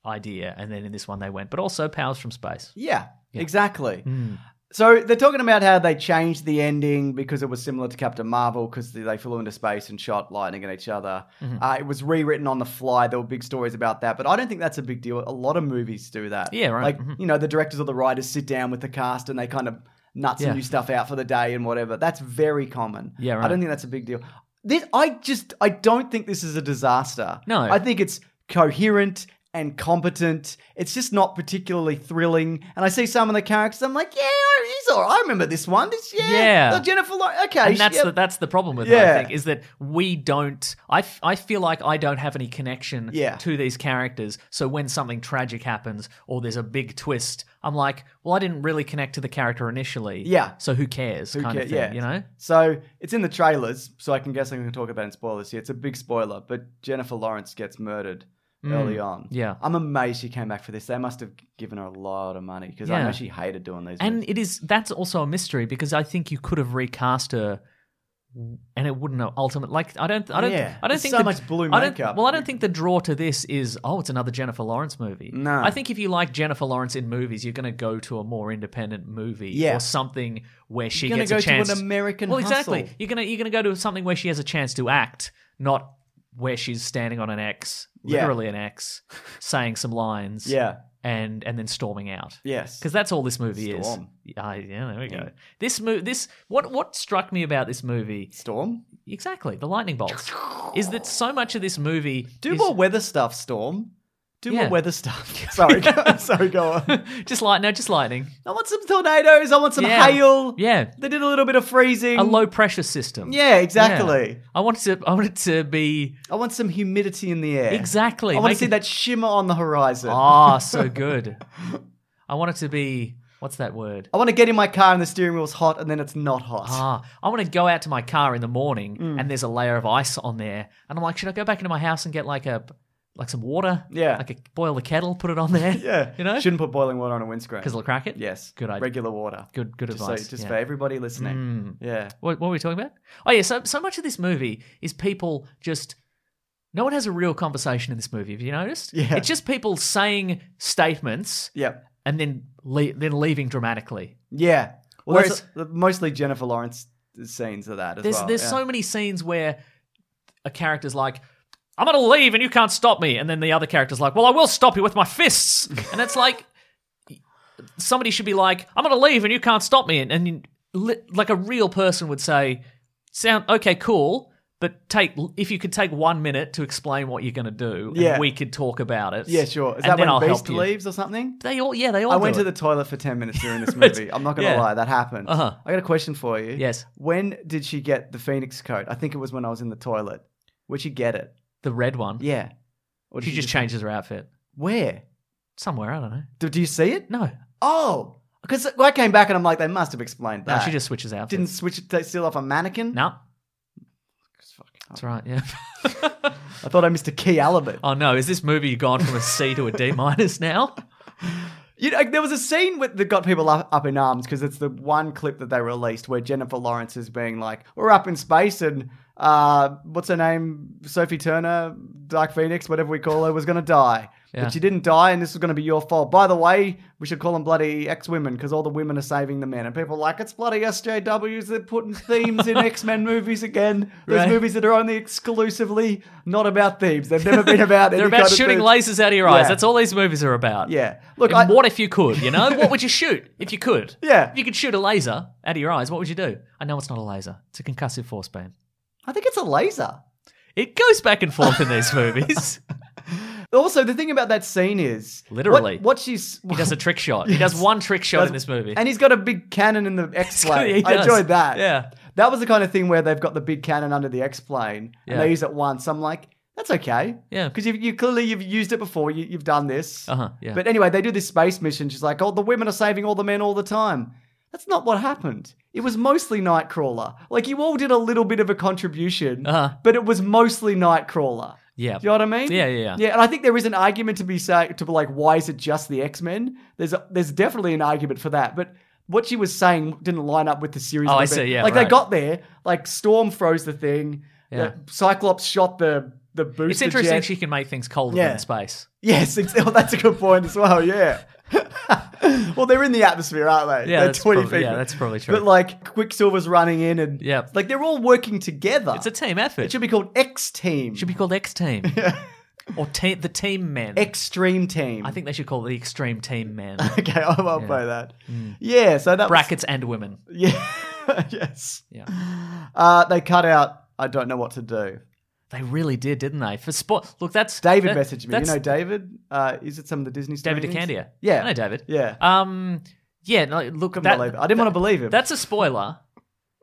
idea, and then in this one they went, but also powers from space.
Yeah, exactly. So they're talking about how they changed the ending because it was similar to Captain Marvel because they flew into space and shot lightning at each other. Uh, it was rewritten on the fly. There were big stories about that, but I don't think that's a big deal. A lot of movies do that.
Yeah, right.
Like
Mhm.
you know, the directors or the writers sit down with the cast and they kind of nut some
Yeah.
new stuff out for the day and whatever. That's very common.
Yeah, right.
I don't think that's a big deal. This, I just, I don't think this is a disaster.
No.
I think it's coherent and competent. It's just not particularly thrilling. And I see some of the characters, I'm like, yeah, he's all right. I remember this one. This, yeah.
Yeah.
Oh, Jennifer Lawrence. Okay.
and that's
yeah.
the, that's the problem with it,
Yeah.
I think, is that we don't. I, f- I feel like I don't have any connection
Yeah.
to these characters. So when something tragic happens or there's a big twist, I'm like, well, I didn't really connect to the character initially.
Yeah.
So who cares?
Who
kind
ca-
of thing.
yeah.
You know.
So it's in the trailers, so I can guess I can talk about it in spoilers here. It's a big spoiler, but Jennifer Lawrence gets murdered early on.
Mm. yeah.
I'm amazed she came back for this. They must have given her a lot of money because I
Yeah.
know she hated doing these.
And
movies.
it is that's also a mystery because I think you could have recast her, and it wouldn't have ultimate. Like I don't, I don't,
Yeah.
I don't
There's
think
so
the-
much blue
I don't-
makeup.
Well, I don't think the draw to this is oh, it's another Jennifer Lawrence movie.
No.
I think if you like Jennifer Lawrence in movies, you're going to go to a more independent movie
Yeah.
or something where she
You're gonna
gets
go
a
to an
chance.
American
well, exactly.
Hustle.
You're gonna you're gonna go to something where she has a chance to act, not where she's standing on an X,
Yeah.
literally an X, saying some lines,
yeah,
and and then storming out.
yes,
Because that's all this movie
Storm.
is. Yeah, I- yeah, there we go. This movie, this what what struck me about this movie
Storm.
exactly the lightning bolts is that so much of this movie
Do
is
more weather stuff, Storm. Do
Yeah.
more weather stuff. [LAUGHS] sorry,
[LAUGHS]
go, sorry, go on.
[LAUGHS] just light no just lightning.
I want some tornadoes. I want some
Yeah.
hail.
Yeah,
They did a little bit of freezing.
a low pressure system.
Yeah, exactly.
Yeah. I wanted to I wanted to be
I want some humidity in the air.
exactly.
I want
make
to see
it-
that shimmer on the horizon.
Ah,
[LAUGHS]
so good. I want it to be what's that word?
I want to get in my car and the steering wheel's hot and then it's not hot.
Ah, I want to go out to my car in the morning
Mm.
and there's a layer of ice on there, and I'm like, should I go back into my house and get like a like some water?
Yeah.
like a, boil the kettle, put it on there.
[LAUGHS] [LAUGHS] yeah.
you [LAUGHS] know,
Shouldn't put boiling water on a windscreen.
because it'll crack it.
Yes.
good idea.
Regular water.
Good, good
Just, so,
advice.
just
yeah. Mm.
for everybody listening. Yeah.
What, what were we talking about? Oh yeah, so so much of this movie is people just. No one has a real conversation in this movie. Have you noticed?
Yeah.
it's just people saying statements
Yep.
and then le- then leaving dramatically.
Yeah. Well,
Whereas-
there's mostly Jennifer Lawrence scenes of that as
There's
well.
there's
yeah.
so many scenes where a character's like, "I'm gonna leave and you can't stop me," and then the other character's like, "Well, I will stop you with my
[LAUGHS]
fists," and it's like somebody should be like, "I'm gonna leave and you can't stop me," and, and you- li- like a real person would say, "Sound okay, cool." But take if you could take one minute to explain what you're going to do, and
Yeah.
we could talk about it.
Yeah, sure. Is
and
that
then
when
I'll
Beast
help you.
leaves or something?
They all, yeah, they all.
I
do
went to
it.
the toilet for 10 minutes during
[LAUGHS]
this movie. I'm not going to
Yeah.
lie, that happened.
Uh-huh.
I got a question for you.
Yes.
When did she get the Phoenix coat? I think it was when I was in the toilet. Where'd she get it?
the red one.
Yeah. Or did
she just changes her outfit
Where?
somewhere. I don't know.
Do, do you see it?
No,
Oh, because I came back and I'm like, they must have explained
no,
that.
she just switches outfits.
didn't switch it, they steal off a mannequin.
No. That's right, yeah. [LAUGHS]
I thought I missed a key element.
oh no, is this movie gone from a C to
[LAUGHS]
a D minus now?
You know, there was a scene with, that got people up, up in arms because it's the one clip that they released where Jennifer Lawrence is being like, "We're up in space," and uh, what's her name, Sophie Turner, Dark Phoenix, whatever we call her, was going to die,
Yeah.
but she didn't die, and this was going to be your fault. By the way, we should call them bloody X women because all the women are saving the men, and people are like it's bloody SJWs. They're putting themes
[LAUGHS]
in X Men movies again. There's
Right.
movies that are only exclusively not about themes. They've never been about.
[LAUGHS] They're
any
about
kind of
shooting
theme.
lasers out of your eyes.
Yeah.
That's all these movies are about.
Yeah, look,
And
I,
what if you could, you know? What
[LAUGHS]
would you shoot if you could?
Yeah.
If you could shoot a laser out of your eyes, what would you do? I know it's not a laser. It's a concussive force beam.
I think it's a laser.
It goes back and forth in these movies.
Also, the thing about that scene is
Literally.
what, what she's [LAUGHS]
He does a trick shot. He does one trick shot in this movie. [LAUGHS]
and he's got a big cannon in the X
He
plane. I
does.
enjoyed that.
Yeah.
that was the kind of thing where they've got the big cannon under the X plane
Yeah.
and they use it once. I'm like, that's okay.
Yeah.
because you, you clearly you've used it before. You, you've done this.
Uh-huh, yeah.
But anyway, they do this space mission. She's like, oh, the women are saving all the men all the time. That's not what happened. It was mostly Nightcrawler. Like you all did a little bit of a contribution,
Uh-huh.
but it was mostly Nightcrawler.
Yeah.
Do you know what I mean?
Yeah, yeah, yeah.
Yeah, and I think there is an argument to be say to be like, why is it just the X Men? There's a, there's definitely an argument for that, but what she was saying didn't line up with the series.
Oh,
of
I
events.
see, yeah,
like they
right.
got there, like Storm froze the thing.
Yeah.
the Cyclops shot the the booster.
It's interesting
jet.
she can make things colder
Yeah.
than space.
Yes, ex- oh, that's a good point as well. Yeah. [LAUGHS] well, they're in the atmosphere, aren't they?
Yeah,
they're
that's probably- yeah, that's probably true.
But like Quicksilver's running in, and
Yep.
like they're all working together.
It's a team effort.
It should be called X Team.
should be called
[LAUGHS]
X Team. Or te- the Team Men.
Extreme Team.
I think they should call it the Extreme Team Men. [LAUGHS]
Okay, [LAUGHS] I'll, I'll play that.
Mm.
Yeah. So that
Brackets and women.
Was, [LAUGHS] yeah. [LAUGHS] yes.
Yeah.
Uh, they cut out. I don't know what to do.
They really did, didn't they? For sport. Look, that's
David
that-
messaged me. You
that's
know David? Uh, is it some of the Disney
David
streamings?
DeCandia.
Yeah.
I know David.
Yeah.
Um. Yeah. No. Look,
Couldn't
that,
believe it. I didn't want to believe him.
that's a spoiler,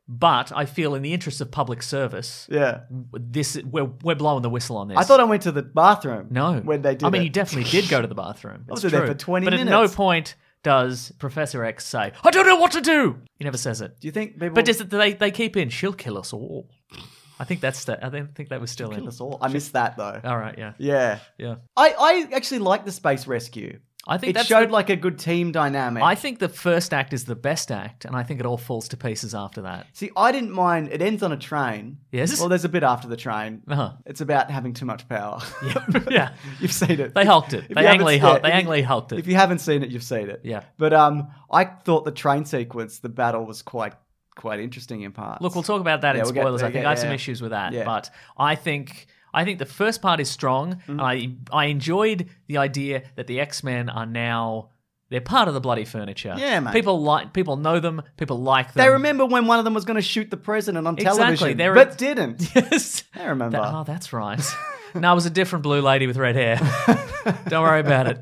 but I feel in the interest of public service,
yeah.
this we're we're blowing the whistle on this.
I thought I went to the bathroom.
No.
When they did
I mean,
it.
you definitely did go to the bathroom.
I was
It's
there
true.
for 20
But at no
minutes.
point does Professor X say, I don't know what to do. He never says it.
Do you think people?
But does it, they, they keep in, she'll kill us all. I think that's the, I don't think that was still in.
Kill us all. I missed that though.
All right, yeah.
Yeah,
Yeah.
I, I actually like the space rescue.
I think
It
that's
showed
the-
like a good team dynamic.
I think the first act is the best act, and I think it all falls to pieces after that.
see. I didn't mind. It ends on a train.
Yes.
Well, there's a bit after the train.
Uh-huh. [LAUGHS]
It's about having too much power.
yeah.
[LAUGHS] you've seen it.
They hulked it.
If
They
you haven't-
angrily
yeah,
hulked. They
if you-
angrily hulked it.
If you haven't seen it, you've seen it.
Yeah.
But um, I thought the train sequence, the battle was quite quite interesting in parts.
Look, we'll talk about that
Yeah,
in
we'll get-
spoilers. I
we'll
think
get-
I have some
yeah.
issues with that,
Yeah.
but I think I think the first part is strong.
Mm-hmm.
I I enjoyed the idea that the X Men are now they're part of the bloody furniture.
Yeah, mate.
People like people know them. People like them.
They remember when one of them was going to shoot the president on
Exactly,
television,
they're-
but
[LAUGHS]
didn't.
[LAUGHS] Yes.
I remember.
That- oh, that's right. [LAUGHS] no, it was a different blue lady with red hair. [LAUGHS] Don't worry about it.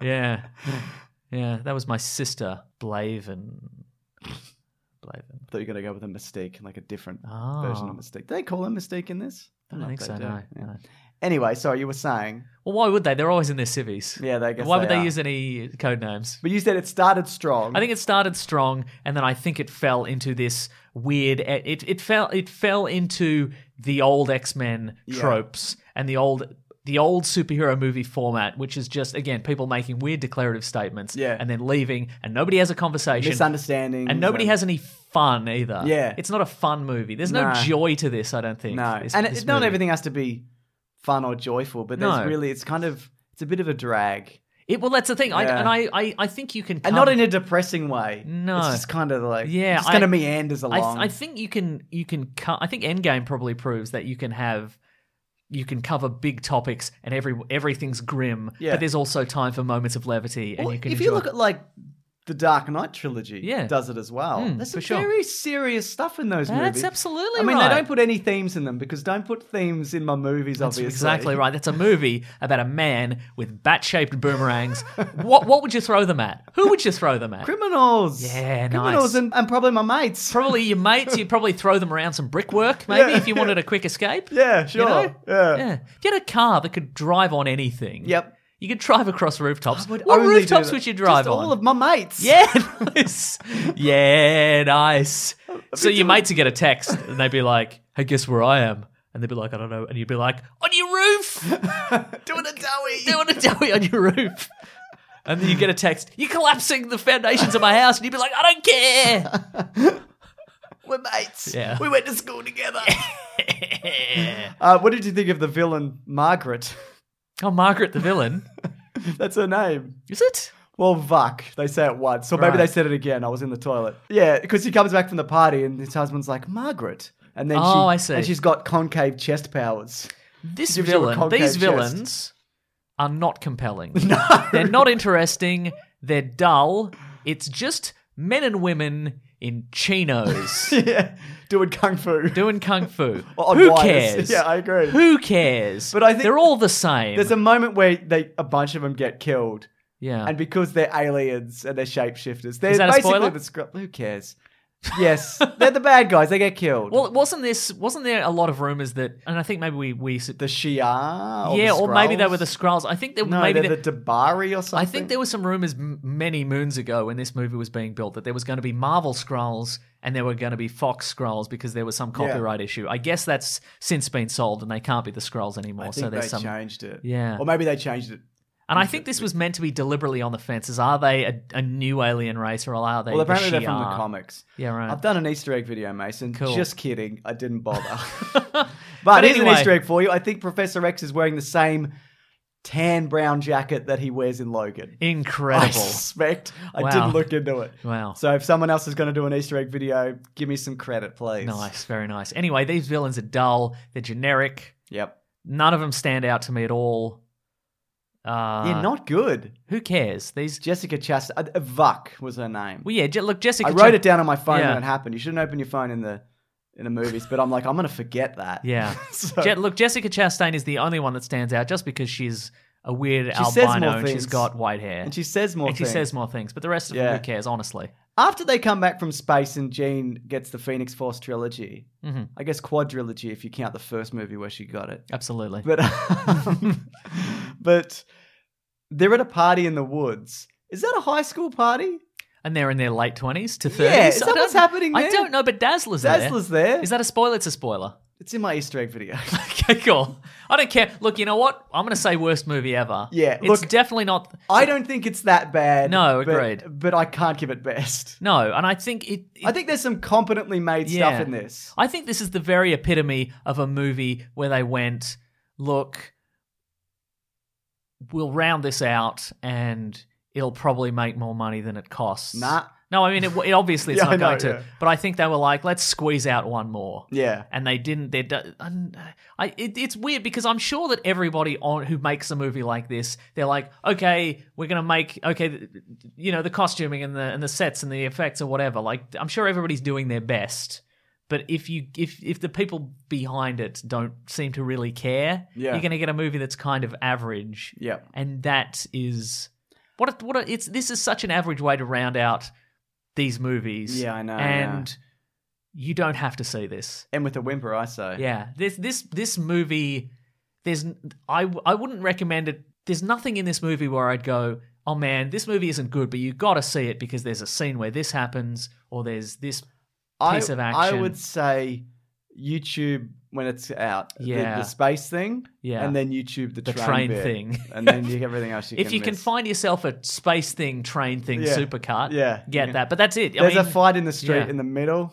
Yeah, yeah. That was my sister, Blaven. Blaven.
thought you were going to go with a Mystique, like a different
Oh.
version of Mystique. Do they call her Mystique in this?
I don't think so.
do.
No,
Yeah.
no.
Anyway, sorry, you were saying.
Well, why would they? They're always in their civvies.
Yeah, they- I guess
Why
they
would they
are.
use any code names?
But you said it started strong.
I think it started strong, and then I think it fell into this weird. e, It it fell it fell into the old X Men
Yeah.
tropes and the old the old superhero movie format, which is just again people making weird declarative statements,
Yeah.
and then leaving, and nobody has a conversation,
misunderstanding.
and nobody has any fun either.
Yeah.
it's not a fun movie. There's no,
No.
joy to this. I don't think.
No,
This,
and
this
it, not
movie.
everything has to be fun or joyful, but there's
No.
really it's kind of it's a bit of a drag,
It, well, that's the thing. I,
Yeah.
and I, I I think you can
and
come-
not in a depressing way.
No.
it's just kind of like
Yeah,
it's
I-
kind of meanders
I, th-
along.
I think you can you can co- I think Endgame probably proves that you can have you can cover big topics and every everything's grim,
Yeah.
but there's also time for moments of levity and
Well,
you can
if
enjoy
you look at like the Dark Knight trilogy,
Yeah.
does it as well.
Mm,
There's
for
some
sure.
very serious stuff in those
That's
movies.
absolutely
I mean,
right.
they don't put any themes in them because don't put themes in my movies.
That's
obviously,
exactly right. That's a movie about a man with
[LAUGHS]
bat-shaped boomerangs. what what would you throw them at? Who would you throw them at?
Criminals.
Yeah,
Criminals
nice.
and, and probably my mates.
Probably your mates. You'd probably throw them around some brickwork, maybe,
Yeah,
if you wanted a quick escape.
yeah, sure.
You know?
Yeah.
If you had a car that could drive on anything,
Yep.
you could drive across rooftops.
I would
What
only do
rooftops
that.
would you drive
Just
on?
All of my mates.
[LAUGHS] Yeah, nice. yeah, nice. So your mates would get a text and they'd be like, hey, guess where I am? And they'd be like, I don't know. And you'd be like, on your roof.
[LAUGHS] doing a dowie.
[LAUGHS] Doing a dowie on your roof. And then you get a text, you're collapsing the foundations of my house. And you'd be like, I don't care.
[LAUGHS] We're mates.
Yeah. [LAUGHS]
We went to school together. uh, what did you think of the villain Margaret? [LAUGHS]
oh, Margaret the villain.
That's her name.
Is it?
Well, Vuck. They say it once, or maybe
Right.
they said it again. I was in the toilet. Yeah, because he comes back from the party and his husband's like Margaret, and then
Oh,
she,
I see.
and she's got concave chest powers. [LAUGHS] Gives
This
you a
villain,
concave
these
chest.
villains are
[LAUGHS]
not compelling. They're not interesting. They're dull. It's just men and women in chinos.
[LAUGHS] yeah, doing kung fu.
doing kung fu.
Or on
Who
wires.
cares?
Yeah, I agree.
Who cares?
But I think-
they're all the same.
There's a moment where they a bunch of them get killed,
yeah.
and because they're aliens and they're shapeshifters, they're
that a
basically
spoiler?
the scrub. Who cares?
[LAUGHS]
Yes, they're the bad guys. They get killed.
Well, wasn't this wasn't there a lot of rumors that, and I think maybe we we s-
the Shia. Or
yeah,
the
or maybe they
Skrulls?
were the Skrulls. I think that
No,
maybe
they're
that-
the Dabari or something.
I think there were some rumors m- many moons ago when this movie was being built that there was going to be Marvel Skrulls and there were going to be Fox Skrulls because there was some copyright issue. I guess that's since been solved and they can't be the Skrulls anymore.
I
so
think
there's
they
some,
changed it.
Yeah.
or maybe they changed it.
and I think this was meant to be deliberately on the fences. Are they a, a new alien race or are they?
Well,
the
apparently they're from the
Shi'ar?
comics.
Yeah, right. [LAUGHS]
I've done an Easter egg video, Mason.
Cool.
Just kidding. I didn't
[LAUGHS]
bother. [LAUGHS] but,
But
here's
anyway.
an Easter egg for you. I think Professor X is wearing the same tan brown jacket that he wears in Logan. I
Incredible.
suspect. I
Wow.
didn't look into it.
Wow.
So if someone else is going to do an Easter egg video, give me some credit, please.
Nice, very nice. Anyway, these villains are dull. They're generic.
Yep.
None of them stand out to me at all. Uh,
yeah, not good.
who cares? These.
Jessica Chastain. Uh, Vuck was her name.
Well, yeah. Je- look, Jessica.
I wrote
Chas-
it down on my phone
Yeah.
when it happened. You shouldn't open your phone in the in the movies, but I'm like, I'm going to forget that.
Yeah.
[LAUGHS] So-
Je- look, Jessica Chastain is the only one that stands out just because she's a weird
She
albino
says more
and she's
things.
got white hair.
And she says more
And she
things.
says more things. But the rest of
Yeah.
them, who cares, honestly?
After they come back from space and Jean gets the Phoenix Force trilogy,
Mhm.
I guess quadrilogy if you count the first movie where she got it.
Absolutely.
But um, [LAUGHS] but they're at a party in the woods. Is that a high school party?
and they're in their late 20s to 30s.
Yeah, is that
I don't-
what's happening
I
there?
don't know, but Dazzler's,
Dazzler's there.
there. Is that a spoiler? It's a spoiler. [LAUGHS]
It's in my Easter egg video. [LAUGHS]
Okay, cool. I don't care. Look, you know what? I'm going to say worst movie ever.
Yeah,
it's
look-
definitely not.
I don't think it's that bad.
No,
but-
agreed.
But, I can't give it best.
No, and I think it. it-
I think there's some competently made
yeah.
stuff in this.
I think this is the very epitome of a movie where they went, look, we'll round this out, and it'll probably make more money than it costs.
Nah.
No, I mean it, it obviously
[LAUGHS]
it's
Yeah,
not
I know,
going to.
yeah.
But I think they were like, let's squeeze out one more.
Yeah.
and they didn't. They, do- and uh, I, it, it's weird because I'm sure that everybody on who makes a movie like this, they're like, okay, we're gonna make okay, th- you know, the costuming and the and the sets and the effects or whatever. Like, I'm sure everybody's doing their best. But if you if if the people behind it don't seem to really care,
Yeah.
you're going to get a movie that's kind of average.
Yeah.
and that is what a, what a, it's. This is such an average way to round out these movies.
Yeah, I know,
And you don't have to see this.
And with a whimper, I say.
Yeah, this this this movie, there's n- I I wouldn't recommend it. There's nothing in this movie where I'd go, oh man, this movie isn't good, but you got to see it because there's a scene where this happens or there's this. piece
I,
of
I
action.
would say YouTube when it's out. the-
Yeah.
The, space thing.
Yeah.
And then YouTube the,
The train
train, bit.
thing.
and then
[LAUGHS]
you, everything else you
if
can
you can
miss.
find yourself a space thing, train thing,
Yeah.
supercut,
Yeah.
get
Yeah.
that. But that's it. I
There's a
mean,
fight in the street
yeah.
in the middle.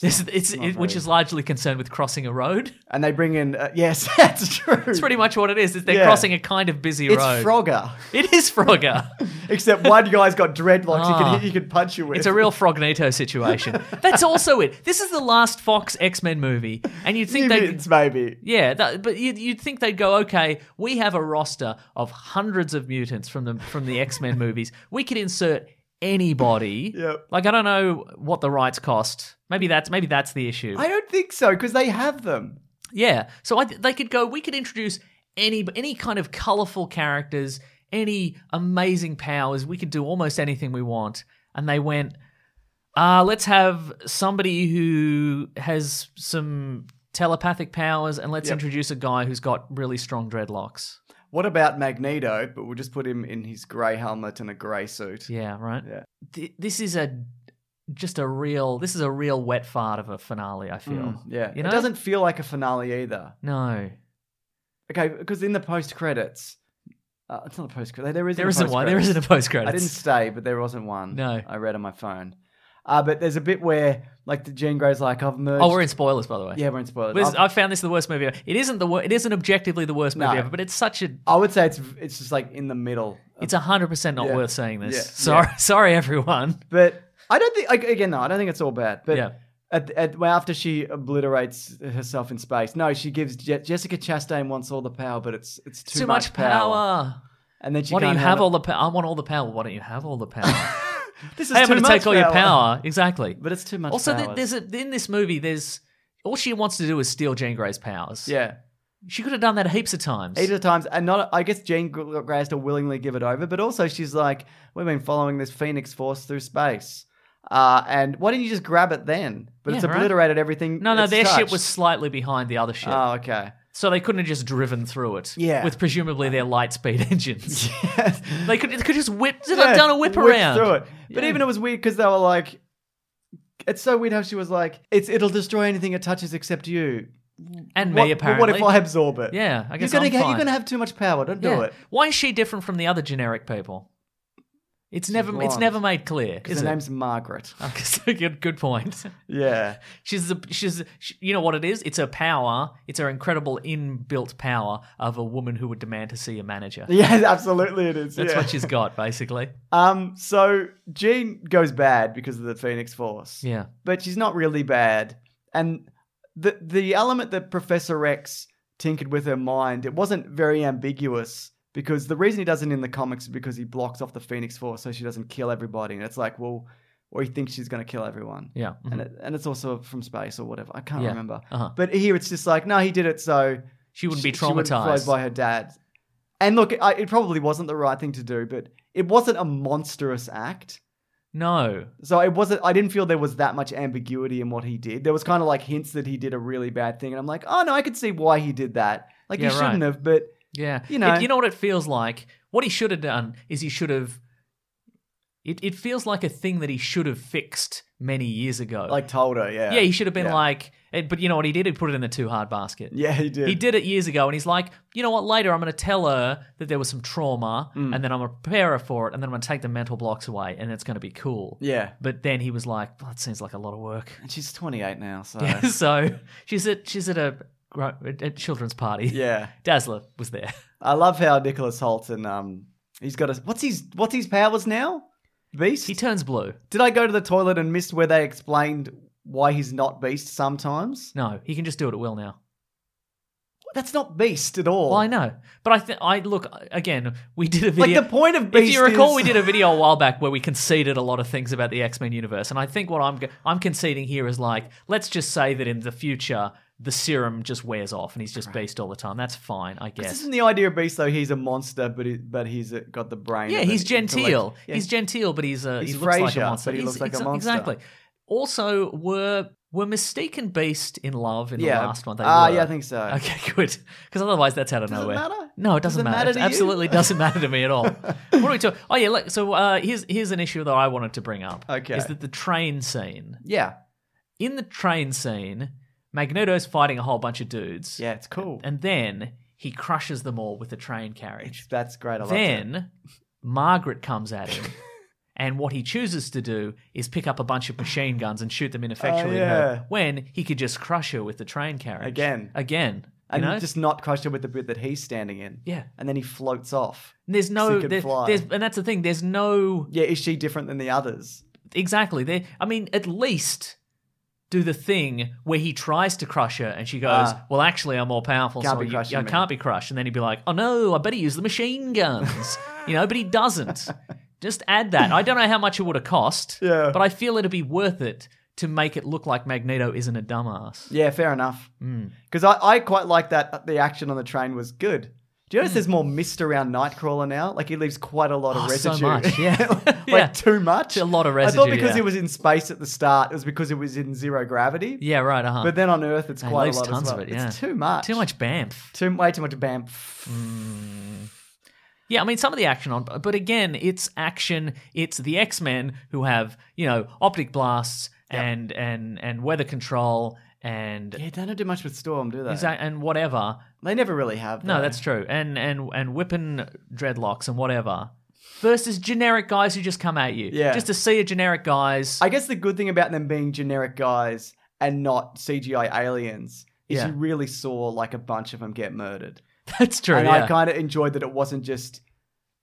This, it's,
not
it- which
very-
is largely concerned with crossing a road. [LAUGHS]
And they bring in. Uh, [LAUGHS] yes, that's true.
That's pretty much what it is. Is they're
Yeah.
crossing a kind of busy
It's
road.
Frogger.
it is Frogger.
Except one guy's got dreadlocks he,
Ah.
can, he can punch you with.
It's a
[LAUGHS]
real Frognito situation. That's also it. This is the last Fox X Men movie, and you'd think they,
Mutants, maybe.
yeah, that, but you'd, you'd think they'd go, okay, we have a roster of hundreds of mutants from the from the X Men movies. We could insert anybody.
Yep.
Like I don't know what the rights cost. Maybe that's maybe that's the issue.
I don't think so because they have them.
Yeah. So I, they could go. We could introduce any any kind of colorful characters, any amazing powers. We could do almost anything we want. And they went, uh, let's have somebody who has some telepathic powers, and let's
Yep.
introduce a guy who's got really strong dreadlocks.
What about Magneto? But we'll just put him in his grey helmet and a grey suit.
Yeah. Right.
Yeah.
Th- this is a just a real. This is a real wet fart of a finale. I feel.
Mm, yeah.
You know?
It doesn't feel like a finale either.
No.
Okay, because in the post credits, uh, it's not a post credit. There isn't.
There
a
isn't one. There
post-credits.
isn't a post
I
credit.
didn't stay, but there wasn't one.
No.
I read on my phone. Uh, but there's a bit where like the Jean Grey's like I've merged.
Oh, we're in spoilers, by the way.
Yeah, we're in spoilers.
This,
I've-
I found this the worst movie ever. It isn't the wor- it isn't objectively the worst movie
No.
ever, but it's such a
I would say it's it's just like in the middle.
it's hundred percent not
Yeah.
worth saying this.
Yeah.
Sorry, [LAUGHS] sorry everyone.
But I don't think like, again. No, I don't think it's all bad. But
Yeah.
at, at well, after she obliterates herself in space, no, she gives Je- Jessica Chastain wants all the power, but it's it's too,
Too, much, power.
And then she
Why don't
can't
you have
handle-
all the power? I want all the power. Why don't you have all
[LAUGHS]
the power? hey,
This is too
I'm going to
much
take all your power. Exactly.
But it's too much.
also, th-
powers.
there's a, in this movie, there's all she wants to do is steal Jean Grey's powers.
yeah.
she could have done that heaps of times.
Eight of the times, and not. I guess Jane Gr- Grey has to willingly give it over, but also she's like, "We've been following this Phoenix Force through space. Uh, and why didn't you just grab it then? But it's
Yeah, right.
obliterated everything.
No, no,
it's
their ship
touched.
was slightly behind the other ship.
Oh, okay.
[LAUGHS] So they couldn't have just driven through it.
Yeah.
With presumably their light speed [LAUGHS] engines. They could they could just whip
[LAUGHS]
just
Yeah,
have done a whip
whipped
around.
through it. But
Yeah.
even it was weird because they were like, it's so weird how she was like, it's it'll destroy anything it touches except you.
And
What-
me
but
apparently.
What if I absorb it?
Yeah, I guess
you're gonna
I'm
ha- you're
fine.
gonna have too much power. Don't
Yeah.
do it.
Why is she different from the other generic people? It's never it's
blonde.
never made clear.
His
Is it?
name's Margaret.
[LAUGHS]
[LAUGHS]
Okay, so good, good point.
Yeah.
She's the she's she, you know what it is? It's her power. It's her incredible inbuilt power of a woman who would demand to see a
[LAUGHS]
manager.
Yeah, absolutely it is.
That's
yeah.
what she's got basically.
Um, so Jean goes bad because of the Phoenix Force.
Yeah.
But she's not really bad. And the the element that Professor Rex tinkered with her mind, it wasn't very ambiguous because the reason he doesn't in the comics is because he blocks off the Phoenix Force so she doesn't kill everybody. And it's like, well, or he thinks she's going to kill everyone.
Yeah. mhm.
And, it, and it's also from space or whatever. I can't
Yeah.
remember.
Uh-huh.
But here it's just like, no, he did it so
She wouldn't be
she- she wouldn't be
traumatized.
Played by her dad. And look, I, it probably wasn't the right thing to do, but it wasn't a monstrous act.
no.
So it wasn't. I didn't feel there was that much ambiguity in what he did. There was kind of like hints that he did a really bad thing, and I'm like, oh no, I could see why he did that. Like
Yeah,
he
right.
shouldn't have, but
Yeah.
You know.
It- you know what it feels like? What he should have done is he should have it, it feels like a thing that he should have fixed many years ago.
like told her, yeah,
Uh, Yeah, he should have been
Yeah.
like eh, but you know what he did? He put it in the too hard basket.
yeah, he did.
He did it years ago, and he's like, you know what? Later, I'm going to tell her that there was some trauma,
Mm.
and then I'm going to prepare her for it, and then I'm going to take the mental blocks away, and it's going to be cool.
Yeah,
But then he was like, well, that seems like a lot of work.
and she's 28 now, so
[LAUGHS] Yeah, so she's at she's at a gro- at a children's party.
yeah.
Dazzler was there.
I love how Nicholas Holt and um, he's got a what's his what's his powers now? Beast.
He turns blue.
Did I go to the toilet and miss where they explained why he's not Beast sometimes?
No, he can just do it at will now.
That's not Beast at all.
Well, I know, but I think I look again. We did a
Oh. Like
video.
the point of Beast.
if you
is-
recall, we did a video a while back where we conceded a lot of things about the X Men universe, and I think what I'm I'm conceding here is like, let's just say that in the future the serum just wears off and he's just beast all the time. That's fine, I
[LAUGHS] This
guess.
isn't the idea of Beast though. He's a monster, but he, but he's uh, got the brain.
Yeah,
of an
he's genteel.
intellect. Yeah.
He's genteel, but he's a
He's
he looks like
Frasier,
a monster.
but he looks like a monster.
Exactly. Also, were were Mystique and Beast in love in
Yeah.
the last one? They
Ah,
were.
yeah, I think so.
Okay, [LAUGHS] good. Because otherwise, that's out of
Does it
nowhere.
matter?
No, it
Does
doesn't
it
matter.
matter
It
to you?
absolutely doesn't matter to me
[LAUGHS]
at all. what are we talking? Oh yeah, look, so uh, here's here's an issue that I wanted to bring up.
Okay.
is that the train scene?
Yeah,
In the train scene, Magneto's fighting a whole bunch of dudes.
yeah, it's cool.
and then he crushes them all with the train carriage.
That's great. I love that.
Then Margaret comes at him. [LAUGHS] And what he chooses to do is pick up a bunch of machine guns and shoot them ineffectually at
Oh, yeah.
her when he could just crush her with the train carriage.
Again.
Again. You
and
know?
just not crushed him with the bit that he's standing in.
Yeah.
and then he floats off.
And There's
So
no,
he could
there-
fly.
there's, and that's the thing. There's no
Yeah, is she different than the others?
exactly there. I mean, at least do the thing where he tries to crush her, and she goes,
Ah.
"Well, actually, I'm more powerful,
Can't
so
be
you,
crushing
I
me."
can't be crushed." And then he'd be like, "Oh no, I better use the
[LAUGHS]
machine guns," you know. But he doesn't. Just add that. I don't know how much it would have cost,
Yeah.
but I feel it'd be worth it to make it look like Magneto isn't a dumbass.
Yeah, fair enough.
Hmm.
Because I, I quite like that uh, the action on the train was good. Do you notice there's more mist around Nightcrawler now? Like he leaves quite a lot of
Hmm. Oh, so
residue. [LAUGHS]
much, yeah. [LAUGHS]
like
Yeah.
too much.
A lot of
I
residue,
thought because
yeah.
it was in space at the start, it was because it was in zero gravity.
Yeah, right. Uh huh.
But then on Earth, it's
It
quite
leaves
a lot
tons
as
of
well.
it, yeah.
It's too much.
too much Mm. bamf.
Too way too much bam.
Yeah, I mean some of the action on, but again, it's action. It's the X Men who have you know optic blasts and and and weather control and
Yeah, they don't do much with Storm, do they?
exa- and whatever.
They never really have.
No,
though.
that's true. And and and whipping dreadlocks and whatever. Versus generic guys who just come at you.
Yeah.
Just to see a generic guys.
I guess the good thing about them being generic guys and not CGI aliens is
Yeah.
you really saw like a bunch of them get murdered.
[LAUGHS] that's true.
and
yeah.
I kind of enjoyed that it wasn't just.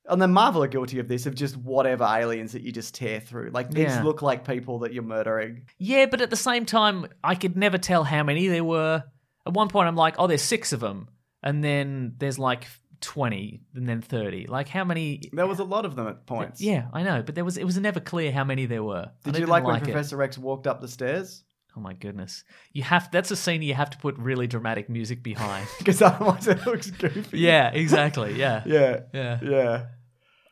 And then Marvel are guilty of this of just whatever aliens that you just tear through. Like these
Yeah.
look like people that you're murdering.
Yeah, but at the same time, I could never tell how many there were. At one point, I'm like, oh, there's six of them, and then there's like twenty, and then thirty. Like, how many?
There was a lot of them at points.
Yeah, I know, but there was it was never clear how many there were. I
Did you
didn't
like, when
it.
Professor Rex walked up the stairs? [LAUGHS]
Oh my goodness, you have that's a scene you have to put really dramatic music
[LAUGHS]
behind.
Because otherwise it looks goofy. [LAUGHS]
yeah, exactly. Yeah.
Yeah.
Yeah.
Yeah.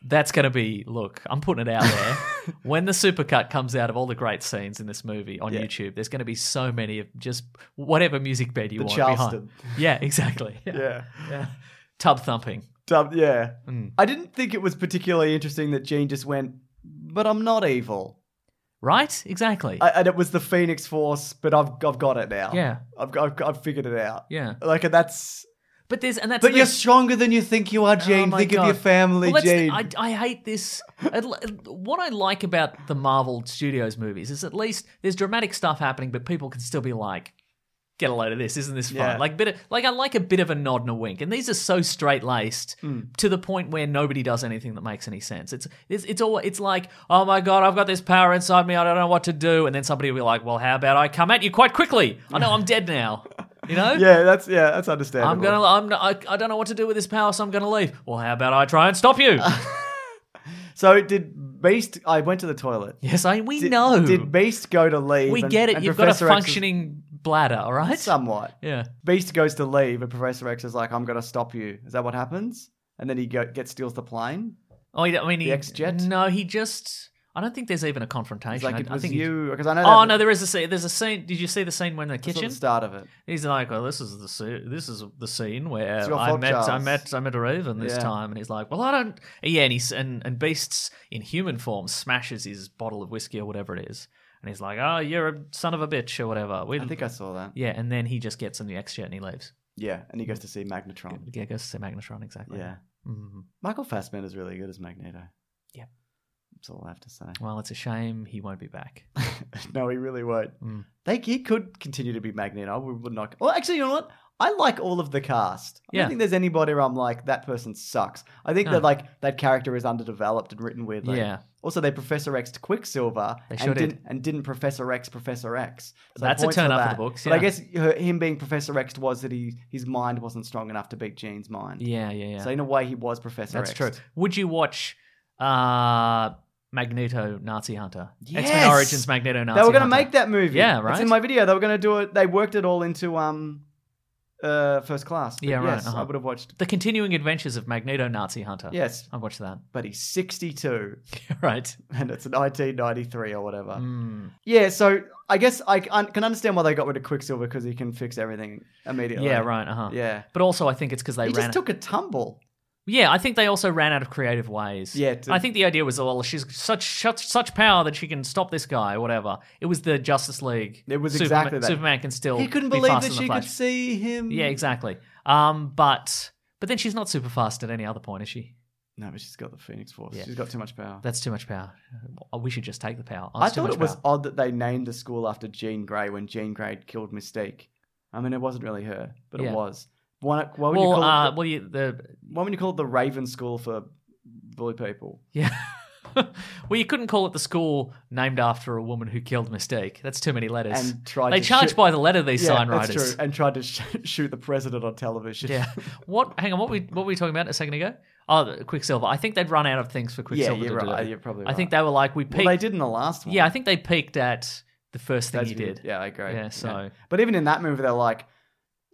That's going to be, look, I'm putting it out
[LAUGHS]
there. when the supercut comes out of all the great scenes in this movie on YouTube, there's going to be so many of just whatever music bed you
The
want
Charleston.
behind. Yeah, exactly. Yeah.
[LAUGHS] Yeah.
Tub thumping.
Dub- yeah.
Hmm.
I didn't think it was particularly interesting that Jean just went, but I'm not evil.
Right? Exactly.
I, and it was the Phoenix Force, but I've, I've got it now.
Yeah.
I've, I've, I've figured it out.
Yeah.
Like, that's.
but there's, and that's
But
the
you're
thing.
stronger than you think you are,
Oh
Jane.
my
think
God.
of your family,
Well, that's the-
Jane.
I, I hate this. At le- what I like about the Marvel Studios movies is at least there's dramatic stuff happening, but people can still be like, "Get a load of this! Isn't this fun?"
Yeah.
Like bit, of, like I like a bit of a nod and a wink, and these are so straight laced
Hmm.
to the point where nobody does anything that makes any sense. It's it's it's all it's like, "Oh my god, I've got this power inside me. I don't know what to do," and then somebody will be like, "Well, how about I come at you quite quickly? I know I'm dead now." You
[LAUGHS]
know?
yeah, that's yeah, that's understandable.
I'm gonna. I'm. Not, I, I don't know what to do with this power, so I'm gonna leave. Well, how about I try and stop you?
Uh, So did Beast? I went to the toilet.
[LAUGHS] yes, I. We
Did,
know.
Did Beast go to leave?
we
and-
get it.
and
You've got a
Professor X is-
functioning bladder, all right?
somewhat.
yeah.
Beast goes to leave, and Professor X is like, "I'm gonna stop you." Is that what happens? And then he go, gets steals the plane.
Oh, he- I mean, he,
The X-Jet?
No, he just. I don't think there's even a confrontation.
It's like
I,
it
I
was
think he-
you because I know.
Oh
that-
no, there is a scene. There's a scene. Did you see the scene when in the
that's not
kitchen?
the start of it.
He's like, "Well, this is the se- this is the scene where
It's your
I
fault,
met I
Charles.
met I met a raven this
Yeah.
time," and he's like, "Well, I don't." Yeah, and he's and, and Beasts in human form smashes his bottle of whiskey or whatever it is, and he's like, "Oh, you're a son of a bitch or whatever." We,
I think I saw that.
yeah, and then he just gets in the X jet and he leaves.
Yeah, and he goes to see Magnetron.
Yeah, goes to Magnetron exactly.
Yeah,
Mhm.
Michael Fassbender's really good as Magneto.
Yeah.
that's all I have to say.
Well, it's a shame he won't be back.
[LAUGHS] no, he really won't.
Mm.
They he could continue to be Magneto. We would not. Well, actually, you know what? I like all of the cast. I
Yeah.
don't think there's anybody where I'm like that person sucks. I think
No.
that like that character is underdeveloped and written weirdly.
Yeah.
Also, they Professor X to Quicksilver
They
and
sure did.
didn't and didn't Professor X Professor X. So
That's a
points for
turn up for
that.
the books,
But I
yeah.
guess her, him being Professor X was that he his mind wasn't strong enough to beat Jean's mind.
Yeah, yeah, yeah.
So in a way, he was Professor
That's
X.
true. Would you watch uh, Magneto Nazi Hunter? X Men
Yes!
Origins Magneto Nazi.
They were
going to
make that movie.
Yeah,
It's
right.
in my video. They were going to do it. They worked it all into um, uh, first class. But
Yeah, right,
Yes,
uh-huh.
I would have watched.
the continuing adventures of Magneto Nazi Hunter.
Yes,
I watched that.
but he's sixty-two,
[LAUGHS] right.
and it's 1993 or whatever.
Mm.
Yeah, so I guess I c- un- can understand why they got rid of Quicksilver because he can fix everything immediately.
Yeah, right. Uh huh.
Yeah,
But also, I think it's because they
he
ran.
just took a tumble.
yeah, I think they also ran out of creative ways.
Yeah, to-
I think the idea was, oh, well, she's such such such power that she can stop this guy or whatever. It was the Justice League.
It was
Superman,
exactly that.
Superman can still.
He couldn't
be
believe
faster
that
than the
she could
Flash.
see him.
Yeah, exactly. Um, but but then she's not super fast at any other point, is she?
No, but she's got the Phoenix Force.
Yeah.
She's got too much power.
That's too much power. Uh, We should just take the power. Oh,
I
it's too
thought
much
it was
power.
odd that they named the school after Jean Grey when Jean Grey killed Mystique. I mean, it wasn't really her, but
Yeah.
it was. Why, why would you
well,
call
uh,
it the,
well, you, the
why would you call it the Raven School for blue people?
yeah. [LAUGHS] well, you couldn't call it the school named after a woman who killed Mistake. That's too many letters.
And tried
they
to
charge
shoot-
by the letter these sign
that's [LAUGHS]
writers.
true. And tried to sh- shoot the president on television. [LAUGHS]
Yeah. What? Hang on. What we what were we talking about a second ago? Oh, the Quicksilver. I think they'd run out of things for Quicksilver
you're
to do.
right. You're probably
I think
right.
they were like we
Well,
peaked.
they did in the last one.
Yeah, I think they peaked at the first thing
That's
you
weird.
did.
Yeah, I agree.
Yeah, so-
But even in that movie, they're like,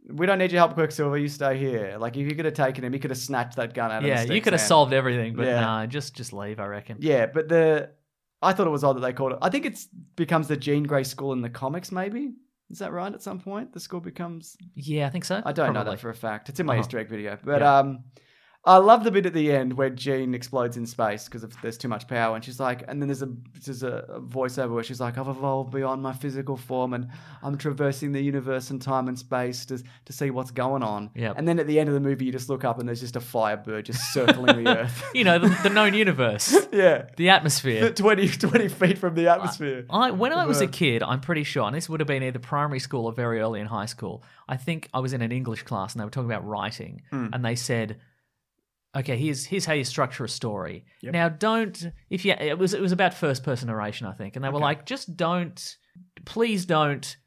"We don't need your help, Quicksilver. You stay here." Like, if you could have taken him, he could have snatched that gun out of.
Yeah,
Mystique's
you could have
hand.
solved everything, but
Yeah.
nah, just just leave. I reckon.
Yeah, but the I thought it was odd that they called it. I think it's becomes the Jean Grey School in the comics. Maybe is that right? At some point, the school becomes.
Yeah, I think so.
I don't know
Probably.
that for a fact. It's in my
Uh-huh.
Easter egg video, but
Yeah.
um, I love the bit at the end where Jean explodes in space because there's too much power, and she's like, and then there's a there's a a voiceover where she's like, I've evolved beyond my physical form, and I'm traversing the universe and time and space to to see what's going on.
Yep.
And then at the end of the movie, you just look up and there's just a firebird just circling
[LAUGHS]
the earth. [LAUGHS]
you know, the, the known universe,
Yeah. [LAUGHS]
the atmosphere.
20, 20 feet from the atmosphere.
I, when I was a
Yeah.
kid, I'm pretty sure, and this would have been either primary school or very early in high school. I think I was in an English class and they were talking about writing, and they said, "Okay, here's here's how you structure a story. Now, don't if you it was it was about first person narration, I think, and they were like, just don't, please don't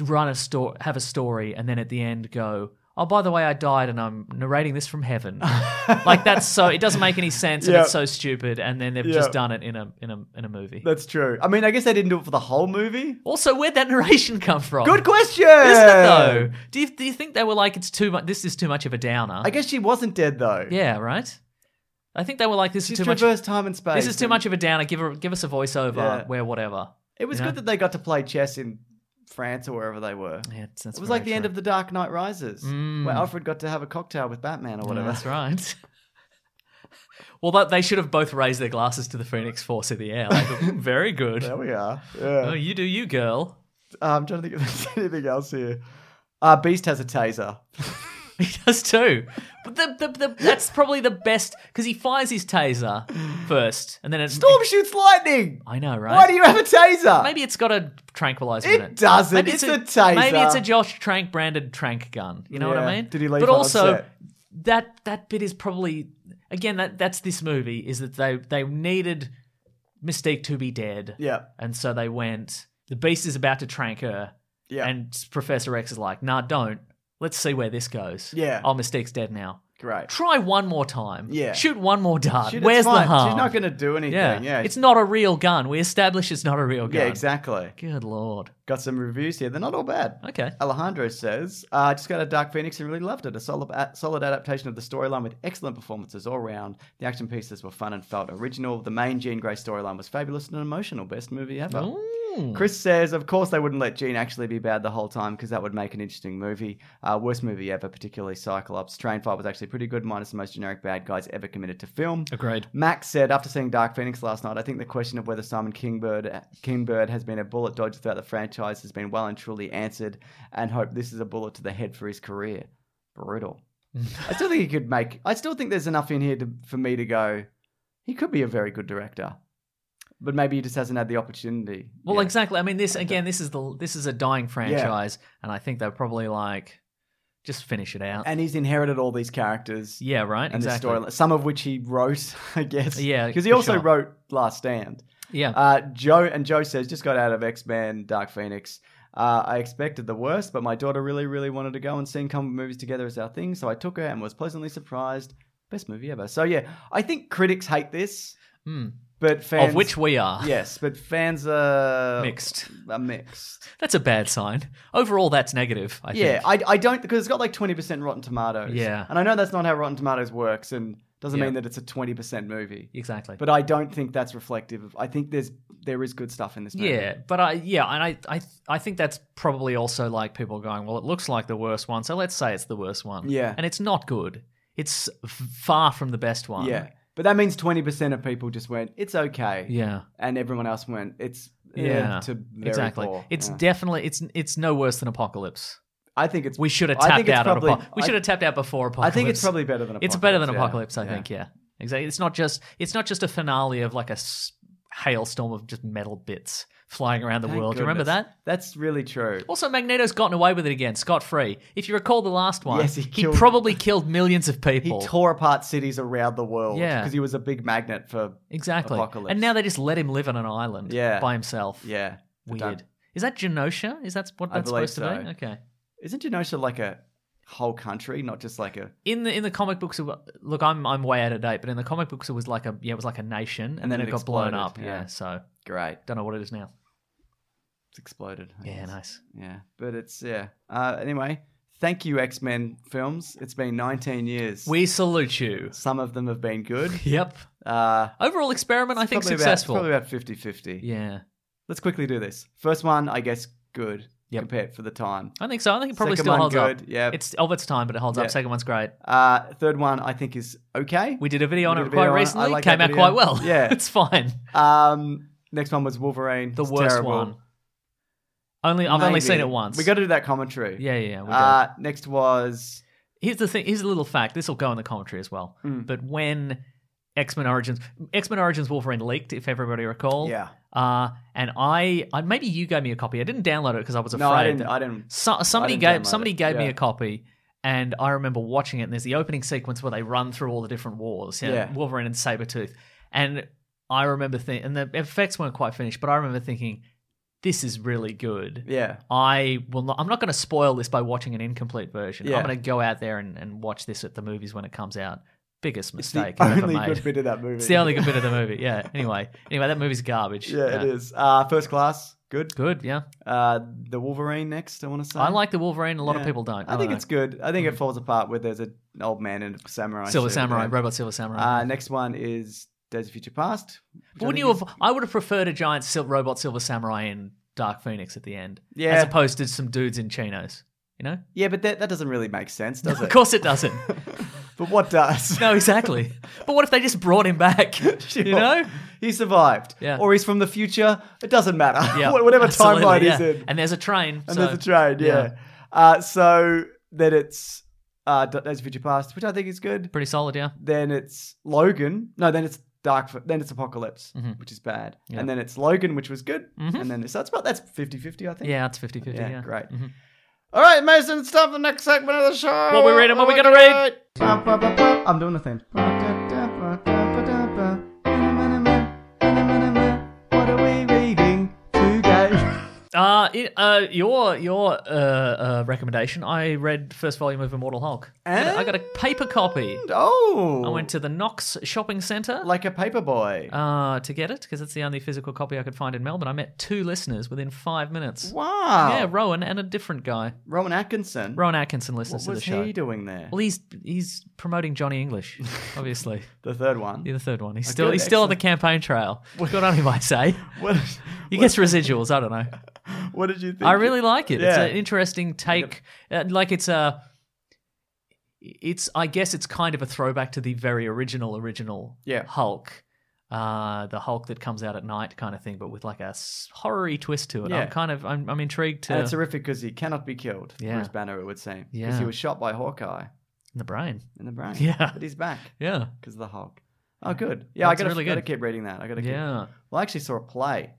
run a story, have a story, and then at the end go." Oh, by the way, I died, and I'm narrating this from heaven. like that's so it doesn't make any sense, and
Yeah.
it's so stupid. And then they've
Yeah.
just done it in a in a in a movie.
That's true. I mean, I guess they didn't do it for the whole movie.
Also, where'd that [LAUGHS] narration come from?
Good question.
Isn't it though? Do you, do you think they were like, it's too much? This is too much of a downer.
I guess she wasn't dead though.
yeah, right. I think they were like, "This is
She's
too much.
traversed time and space.
This is too
and-
much of a downer. Give her, give us a voiceover.
Yeah.
Where whatever."
It was
you
good
know?
that they got to play chess in France or wherever they were.
Yeah, it's- that's
it was like
very
the end
true.
of The Dark Knight Rises,
Mm.
where Alfred got to have a cocktail with Batman or
Yeah,
whatever.
that's right. [LAUGHS] well, that, they should have both raised their glasses to the Phoenix Force in the air.
[LAUGHS]
Like, very
[LAUGHS]
good.
There we are.
Oh,
Yeah.
you do you, girl. [LAUGHS]
Uh, I'm trying to think if there's [LAUGHS] anything else here. Uh, Beast has a taser.
He does too. But the, the, the, that's probably the best because he fires
[LAUGHS]
his taser first, and then it's
Storm shoots lightning.
I know, right?
Why do you have a taser?
Maybe it's got a tranquilizer
It
in it.
doesn't.
Maybe
It's a taser.
Maybe it's a Josh Trank branded Trank gun. You know what
Yeah.
I mean?
Did he leave
But
on
also,
set?
that that bit is probably again that that's this movie is that they they needed Mystique to be dead.
Yeah.
And so they went. The Beast is about to trank her,
Yeah.
and Professor X is like, "Nah, don't. Let's see where this goes."
Yeah.
Oh, Mystique's dead now.
Great.
Try one more time.
Yeah.
Shoot one more dart.
Shit, it's
Where's the
fine.
harm?
She's not going to do anything. Yeah.
It's not a real gun. We establish it's not a real gun.
Yeah, exactly.
Good lord.
Got some reviews here. They're not all bad.
Okay.
Alejandro says, uh, I just got a Dark Phoenix and really loved it. A solid, a solid adaptation of the storyline with excellent performances all round. The action pieces were fun and felt original. The main Jean Grey storyline was fabulous and emotional. Best movie ever. Chris says, of course they wouldn't let Jean actually be bad the whole time because that would make an interesting movie. Uh, worst movie ever, particularly Cyclops. Train Fight was actually pretty good, minus the most generic bad guys ever committed to film.
Agreed.
Max said, after seeing Dark Phoenix last night, I think the question of whether Simon Kingbird, Kingbird has been a bullet dodger throughout the franchise has been well and truly answered, and hope this is a bullet to the head for his career. Brutal. I still think he could make. I still think there's enough in here to, for me to go. He could be a very good director, but maybe he just hasn't had the opportunity.
Well,
yet.
exactly. I mean, this again. This is the this is a dying franchise, and I think they're probably like, just finish it out.
And he's inherited all these characters.
yeah, right.
And
exactly.
the storyline, some of which he wrote, [LAUGHS] I guess.
Yeah,
because he
for
also
sure.
wrote Last Stand.
Yeah.
Uh, Joe and Joe says just got out of X Men Dark Phoenix. Uh, I expected the worst, but my daughter really, really wanted to go and seeing comic movies together is our thing, so I took her and was pleasantly surprised. Best movie ever. So yeah, I think critics hate this,
Hmm.
but fans
of which we are
yes, but fans are
mixed.
Are mixed.
That's a bad sign. Overall, that's negative. I
yeah,
think.
I, I don't because it's got like twenty percent Rotten Tomatoes.
Yeah.
and I know that's not how Rotten Tomatoes works, and doesn't
Yeah.
mean that it's a twenty percent movie.
exactly.
But I don't think that's reflective. of I think there's there is good stuff in this. movie.
Yeah, but I yeah, and I I I think that's probably also like people going, well, it looks like the worst one, so let's say it's the worst one.
Yeah.
and it's not good. It's f- far from the best one.
Yeah. But that means 20% of people just went, it's okay.
yeah,
And everyone else went, it's eh,
yeah.
to very
exactly.
poor.
It's
Yeah.
definitely it's it's no worse than Apocalypse.
I think it's.
We should have
I
tapped
think it's
out on
probably-
Apocalypse. We
I-
should have tapped out before
I
Apocalypse.
think it's probably better than Apocalypse.
It's better than
yeah.
Apocalypse, I think. Yeah, exactly. It's not just it's not just a finale of like a s- hailstorm of just metal bits flying around the
Thank
world. Do you remember
goodness.
that?
That's really true.
Also, Magneto's gotten away with it again, scot free. If you recall the last one,
Yes, he killed-
probably killed millions of
He
people.
tore apart cities around the world
Yeah.
because he was a big magnet for.
exactly.
Apocalypse.
And now they just let him live on an island
Yeah.
by himself.
Yeah. I don't-
Weird. Is that Genosha? Is that what
I
that's
believe
supposed to be?
so.
Okay.
Isn't Genosha like a whole country, not just like a.
In the in the comic books, it wa- look, I'm I'm way out of date, but in the comic books, it was like a yeah, it was like a nation, and, then,
then
it,
it
got blown
exploded,
up. Yeah.
yeah.
so
Great.
don't know what it is now.
It's exploded. I
Yeah,
guess.
nice.
Yeah. But it's, yeah. Uh, anyway, thank you, X Men films. It's been 19 years.
We salute you.
Some of them have been
[LAUGHS]
good.
Yep.
Uh,
Overall experiment, I think
probably
successful.
About, probably about 50 50.
yeah,
Let's quickly do this. First one, I guess, good
Yep.
compared for the time.
I think so. I think it probably
Second
still
one,
holds
good.
up.
Yeah.
it's of its time, but it holds
Yeah.
up. Second one's great.
Uh, third one, I think, is okay.
We did a video
We
on
did a
it
video
quite
on it. I
recently.
like
Came
that
out
video.
quite well.
Yeah.
[LAUGHS] it's fine.
Um, next one was Wolverine.
The
It's
worst
terrible.
one. Only I've only
Maybe.
seen it once.
We got to do that commentary.
Yeah, yeah. yeah, We got
Uh, next was.
here's the thing. Here's a little fact. This will go in the commentary as well.
Hmm.
But when X Men Origins, X Men Origins Wolverine leaked, if everybody recall.
Yeah.
Uh, and I, I maybe you gave me a copy. I didn't download it because I was afraid.
No, I didn't.
that-
I didn't.
So, somebody
didn't download
gave somebody
it.
gave me
Yeah.
a copy, and I remember watching it. And there's the opening sequence where they run through all the different wars, you know,
Yeah.
Wolverine and Sabretooth. And I remember thinking, and the effects weren't quite finished, but I remember thinking, this is really good.
Yeah.
I will not. I'm not going to spoil this by watching an incomplete version.
Yeah.
I'm going to go out there and, and watch this at the movies when it comes out. biggest
the
mistake I've ever
only
made.
good bit of that movie.
It's the only good bit of the movie. Yeah. Anyway, anyway, that movie's garbage.
Yeah, it is. Uh, first class, good.
Good. Yeah.
Uh, the Wolverine next. I want to say.
I like the Wolverine. A lot of
Yeah.
people don't.
I, think it's good. I think it falls apart where there's an old man and a samurai.
mm. Silver
suit.
Samurai,
Yeah.
Robot Silver Samurai.
Uh, next one is Days of Future Past. which
But
I
wouldn't
think
you
is-
have? I would have preferred a giant sil- robot Silver Samurai in Dark Phoenix at the end,
Yeah.
as opposed to some dudes in chinos. You know?
Yeah, but that, that doesn't really make sense, does
Of
it?
course it doesn't.
But what does?
[LAUGHS] no, exactly. But what if they just brought him back?
[LAUGHS] Sure.
You know?
[LAUGHS] he survived.
Yeah.
Or he's from the future. It doesn't matter. [LAUGHS]
Yeah,
Wha- Whatever
absolutely,
timeline
yeah.
he's in.
And there's a train.
And
so-
there's a trade, yeah. Uh, so then it's uh, D- Days of Future Past, which I think is good.
Pretty solid, yeah.
Then it's Logan. No, then it's Dark. Ph- Then it's Apocalypse,
Mm-hmm.
which is bad. And then it's Logan, which was good. And then so that's about that's 50-50, I think.
Yeah, it's 50 50.
Yeah,
Yeah, Mm-hmm.
great. All right, Mason, it's time for the next segment of the show.
What we reading? What we gonna read?
I'm doing the thing. What are we reading today?
Uh, it, uh, your your uh, uh, recommendation, I read first volume of Immortal Hulk. I got a- I got a paper copy.
Oh,
I went to the Knox shopping centre.
like a paper boy.
uh, to get it because it's the only physical copy I could find in Melbourne. I met two listeners within five minutes.
wow.
Yeah, Rowan and a different guy.
Rowan Atkinson.
Rowan Atkinson listens
what
to the
was
show.
he doing there?
Well, he's he's promoting Johnny
[LAUGHS]
English, obviously.
the third one.
Yeah, the third one. He's still
good,
he's still on the campaign trail.
[LAUGHS]
Good on him, I say.
What,
He
[LAUGHS]
gets residuals. I don't know.
what did you think?
I really like it.
Yeah.
It's an interesting take. Uh, like it's a, it's I guess it's kind of a throwback to the very original original
Yeah.
Hulk, uh, the Hulk that comes out at night kind of thing, but with like a s- horror-y twist to it.
Yeah.
I'm kind of I'm, I'm intrigued to
And it's horrific because Uh, he cannot be killed.
Yeah.
Bruce Banner, it would seem. Because
Yeah.
he was shot by Hawkeye
the brain.
in the brain.
Yeah.
But he's back.
Yeah,
because of the Hulk. Oh, good. Yeah, I
That's
gotta,
really
gotta
good.
keep reading that. I gotta keep.
yeah.
Well, I actually saw a play.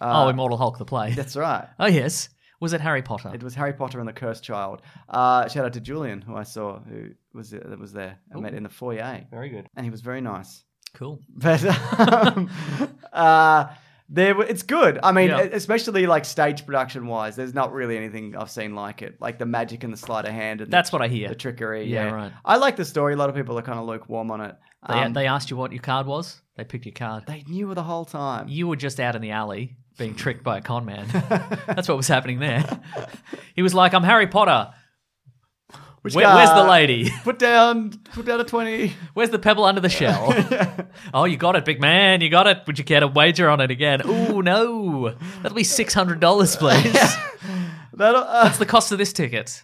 Uh,
oh, [LAUGHS] Immortal Hulk
[LAUGHS]
the play.
That's right.
Oh yes, was it Harry Potter?
It was Harry Potter and the Cursed Child. Uh, shout out to Julian, who I saw, who was that was there. I met in the foyer. Very good. And he was very nice. [LAUGHS]
cool.
But um, uh, there, were- it's good. I mean, e-,
Yeah.
especially like stage production wise, there's not really anything I've seen like it. Like the magic and the sleight of hand and
That's
the,
what I hear.
the trickery.
Yeah, right.
I like the story. A lot of people are kind of lukewarm on it.
They,
Um,
they asked you what your card was. They picked your card.
they knew the whole time.
you were just out in the alley being tricked by a
[LAUGHS]
con man. That's what was happening there. He was like, "I'm Harry Potter.
Which
Where- where's the
guy?
lady? [LAUGHS]
Put down, put down a twenty.
Where's the pebble under the shell?
[LAUGHS]
[LAUGHS] Oh, you got it, big man. You got it. Would you care to wager on
[LAUGHS]
it again? Ooh, no. That'll be six hundred dollars, please.
That uh,
That's the cost of this ticket.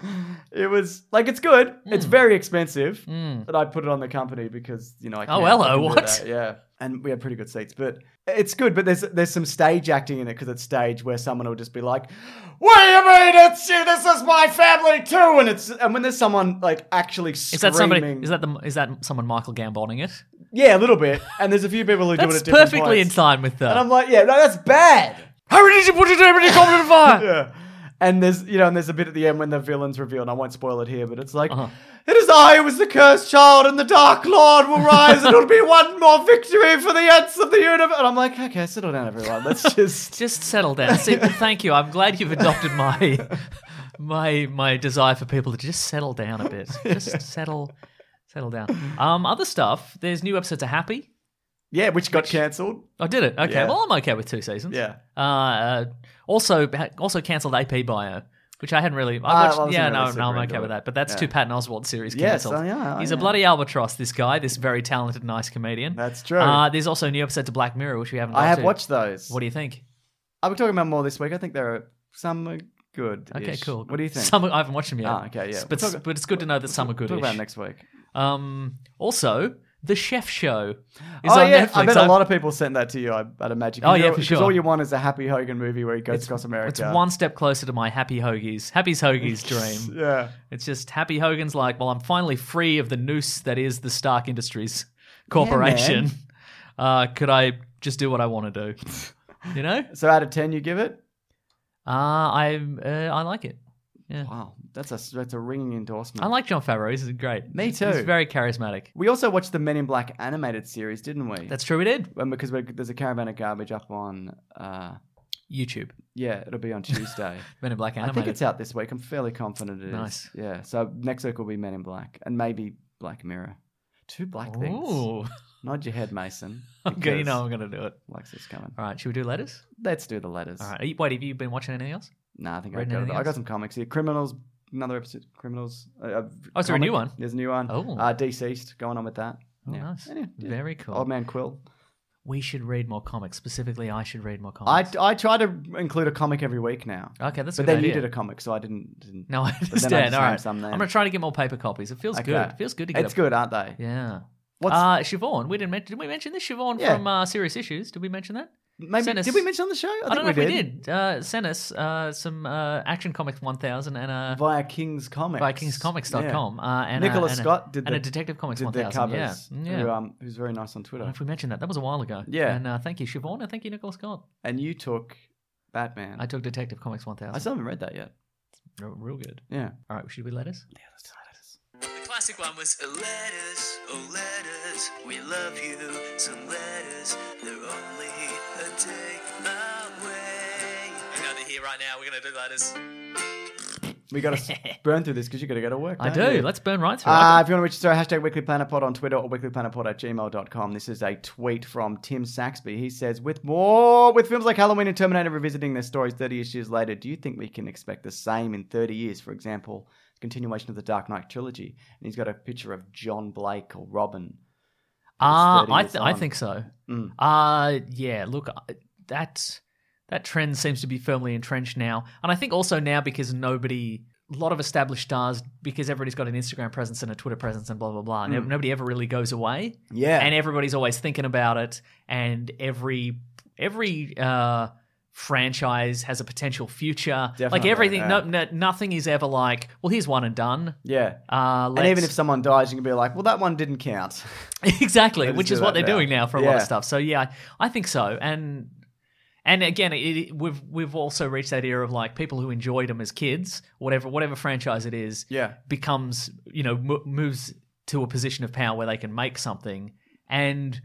it was like it's good.
Hmm.
It's very expensive, but I put it on the company because you know I. Can't,
Oh, hello,
I can do
what?
that, Yeah, and we had pretty good seats, but it's good. But there's there's some stage acting in it because it's stage where someone will just be like, "What do you mean it's you? This is my family too!" And it's and when there's someone like actually screaming,
Is that somebody? Is that the? Is that someone Michael Gamboning it?
yeah, a little bit. And there's a few people who do it
That's
at different
perfectly in
points.
time with
And I'm
the.
like, yeah, no, that's bad.
How did you put it over the comet
[LAUGHS]
fire?
yeah. And there's you know, and there's a bit at the end when the villain's revealed. and I won't spoil it here, but it's like,
Uh-huh.
it is I who is the cursed child, and the Dark Lord will rise, and it'll be one more victory for the ants of the universe. And I'm like, okay, settle down, everyone.
[LAUGHS]
Let's just [LAUGHS]
Just settle down. See, thank you. I'm glad you've adopted my my my desire for people to just settle down a bit.
[LAUGHS]
Just settle settle down. Um, other stuff. There's new episodes of Happy.
yeah, which got cancelled.
I did it. Okay.
Yeah.
Well, I'm okay with two seasons.
Yeah.
Uh, uh also also cancelled AP Bio. Which I hadn't really. I
I
watched,
wasn't
yeah,
really
no,
super
no, I'm
into
okay with
it.
that. But that's
Yeah.
two Patton Oswald series
Yes,
cancelled.
oh, yeah, oh,
He's
yeah.
a bloody albatross. This guy, this very talented, nice comedian.
That's true.
Uh, there's also new episodes of Black Mirror, which we haven't.
I
got
have
to.
watched those.
What do you think?
I'll be talking about more this week. I think there are some are good.
Okay, cool.
What do you think?
Some I haven't watched them yet.
Ah, okay, yeah.
But,
We'll talk-
but it's good to know that some are good.
Talk about it next week.
Um, also, the Chef Show is
oh
on
yeah,
Netflix.
I bet a
I've-
lot of people sent that to you. I, I'd imagine.
Oh, yeah,
You're-
for
'cause
sure.
All you want is a Happy Hogan movie where he goes across America.
It's one step closer to my Happy Hoagies, Happy's Hoagies
[LAUGHS]
dream.
Yeah.
It's just Happy Hogan's like, well, I'm finally free of the noose that is the Stark Industries corporation. uh, could I just do what I want to do?
[LAUGHS]
You know,
So out of ten, you give it?
uh, I uh, I like it.
Wow, that's a that's a ringing endorsement.
I like John Favreau. He's great.
Me
He's
too.
very charismatic.
We also watched the Men in Black animated series, didn't we?
That's true. We did
um, because we're, there's a caravan of garbage up on. Uh,
YouTube.
yeah, it'll
[LAUGHS]
be on Tuesday.
Men in Black
I
animated.
think it's out this week. I'm fairly confident it is.
Nice.
Yeah. So next week will be Men in Black and maybe Black Mirror. Two black things.
Ooh. [LAUGHS]
Nod your head, Mason.
Okay, you
because
know I'm going to do it.
Lexi's coming.
All right, should we do letters?
Let's do the letters.
All right. Are you- Wait, have you been watching anything else?
Nah, I think I
Reading
got it.
anything
I got
else?
some comics here. Criminals, another episode. Criminals. Uh, uh,
Oh, is there a
comic.
new one?
There's a new one.
Oh.
uh, deceased. Going on with that.
Oh,
Yeah.
nice.
Yeah, yeah.
Very cool.
Old man Quill.
We should read more comics. Specifically, I should read more
I,
comics.
I try to include a comic every week now.
okay, that's a
but
good
then you
idea.
did a comic, so I didn't. didn't
[LAUGHS] No, I
then I
understand.
just
All right.
named some
I'm
then.
going to try to get more paper copies. It feels
Okay.
good. It feels good to get
It's
a-
good, aren't they?
Yeah.
What's
uh, Siobhan, we didn't mention. Did we mention this Siobhan
Yeah.
from uh, Serious Issues? Did we mention that?
maybe?
send us-
Did we mention on the show? I,
I,
think
don't know
we
if we did. Uh, sent us uh, some uh, Action Comics 1000 and uh,
via King's Comics.
by kingscomics.com. Uh, and uh,
Nicholas
and a-
Scott did
and
the-
a Detective Comics
did their
1000.
covers.
Yeah, yeah.
Who, um, who's very nice on
I don't know
Twitter.
if we mentioned that. That was a while ago.
Yeah.
And uh, thank you, Siobhan, and thank you, Nicholas Scott.
And you took Batman.
I took Detective Comics 1000.
I still haven't read that yet.
Re- Real good.
Yeah.
All right, should we let us?
The classic one was letters, oh letters, we love you. Some letters, they're only a day away. I know they're here right now. We're gonna do letters.
We got
[LAUGHS]
to burn through this because you got to go to work.
I
don't
do.
you?
Let's burn right through.
Uh,
it.
if you want to reach us, sorry, hashtag weeklyplanetpod on Twitter or weeklyplanetpod at gmail.com. This is a tweet from Tim Saxby. He says, with more, with films like Halloween and Terminator revisiting their stories 30-ish years later, do you think we can expect the same in 30 years? For example, continuation of the Dark Knight trilogy. And he's got a picture of John Blake or Robin.
Ah,
30
I,
years
th- I
on.
think so.
Mm.
Uh yeah. Look, I- that that trend seems to be firmly entrenched now, and I think also now because nobody, a lot of established stars, because everybody's got an Instagram presence and a Twitter presence and blah blah blah. no- Nobody ever really goes away,
Mm. Yeah.
and everybody's always thinking about it, and every every. uh franchise has a potential future like
Definitely,
everything
yeah.
no, no, nothing is ever like well here's one and done
yeah.
uh
And even
let's-
if someone dies, you can be like, well, that one didn't
[LAUGHS]
count.
exactly,
Let's
which
do
is
that
what they're
now.
doing now for a lot of
Yeah.
stuff. So yeah, I, I think so. And and again, it, it- we've we've also reached that era of like people who enjoyed them as kids, whatever whatever franchise it is,
Yeah.
becomes you know mo- moves to a position of power where they can make something and.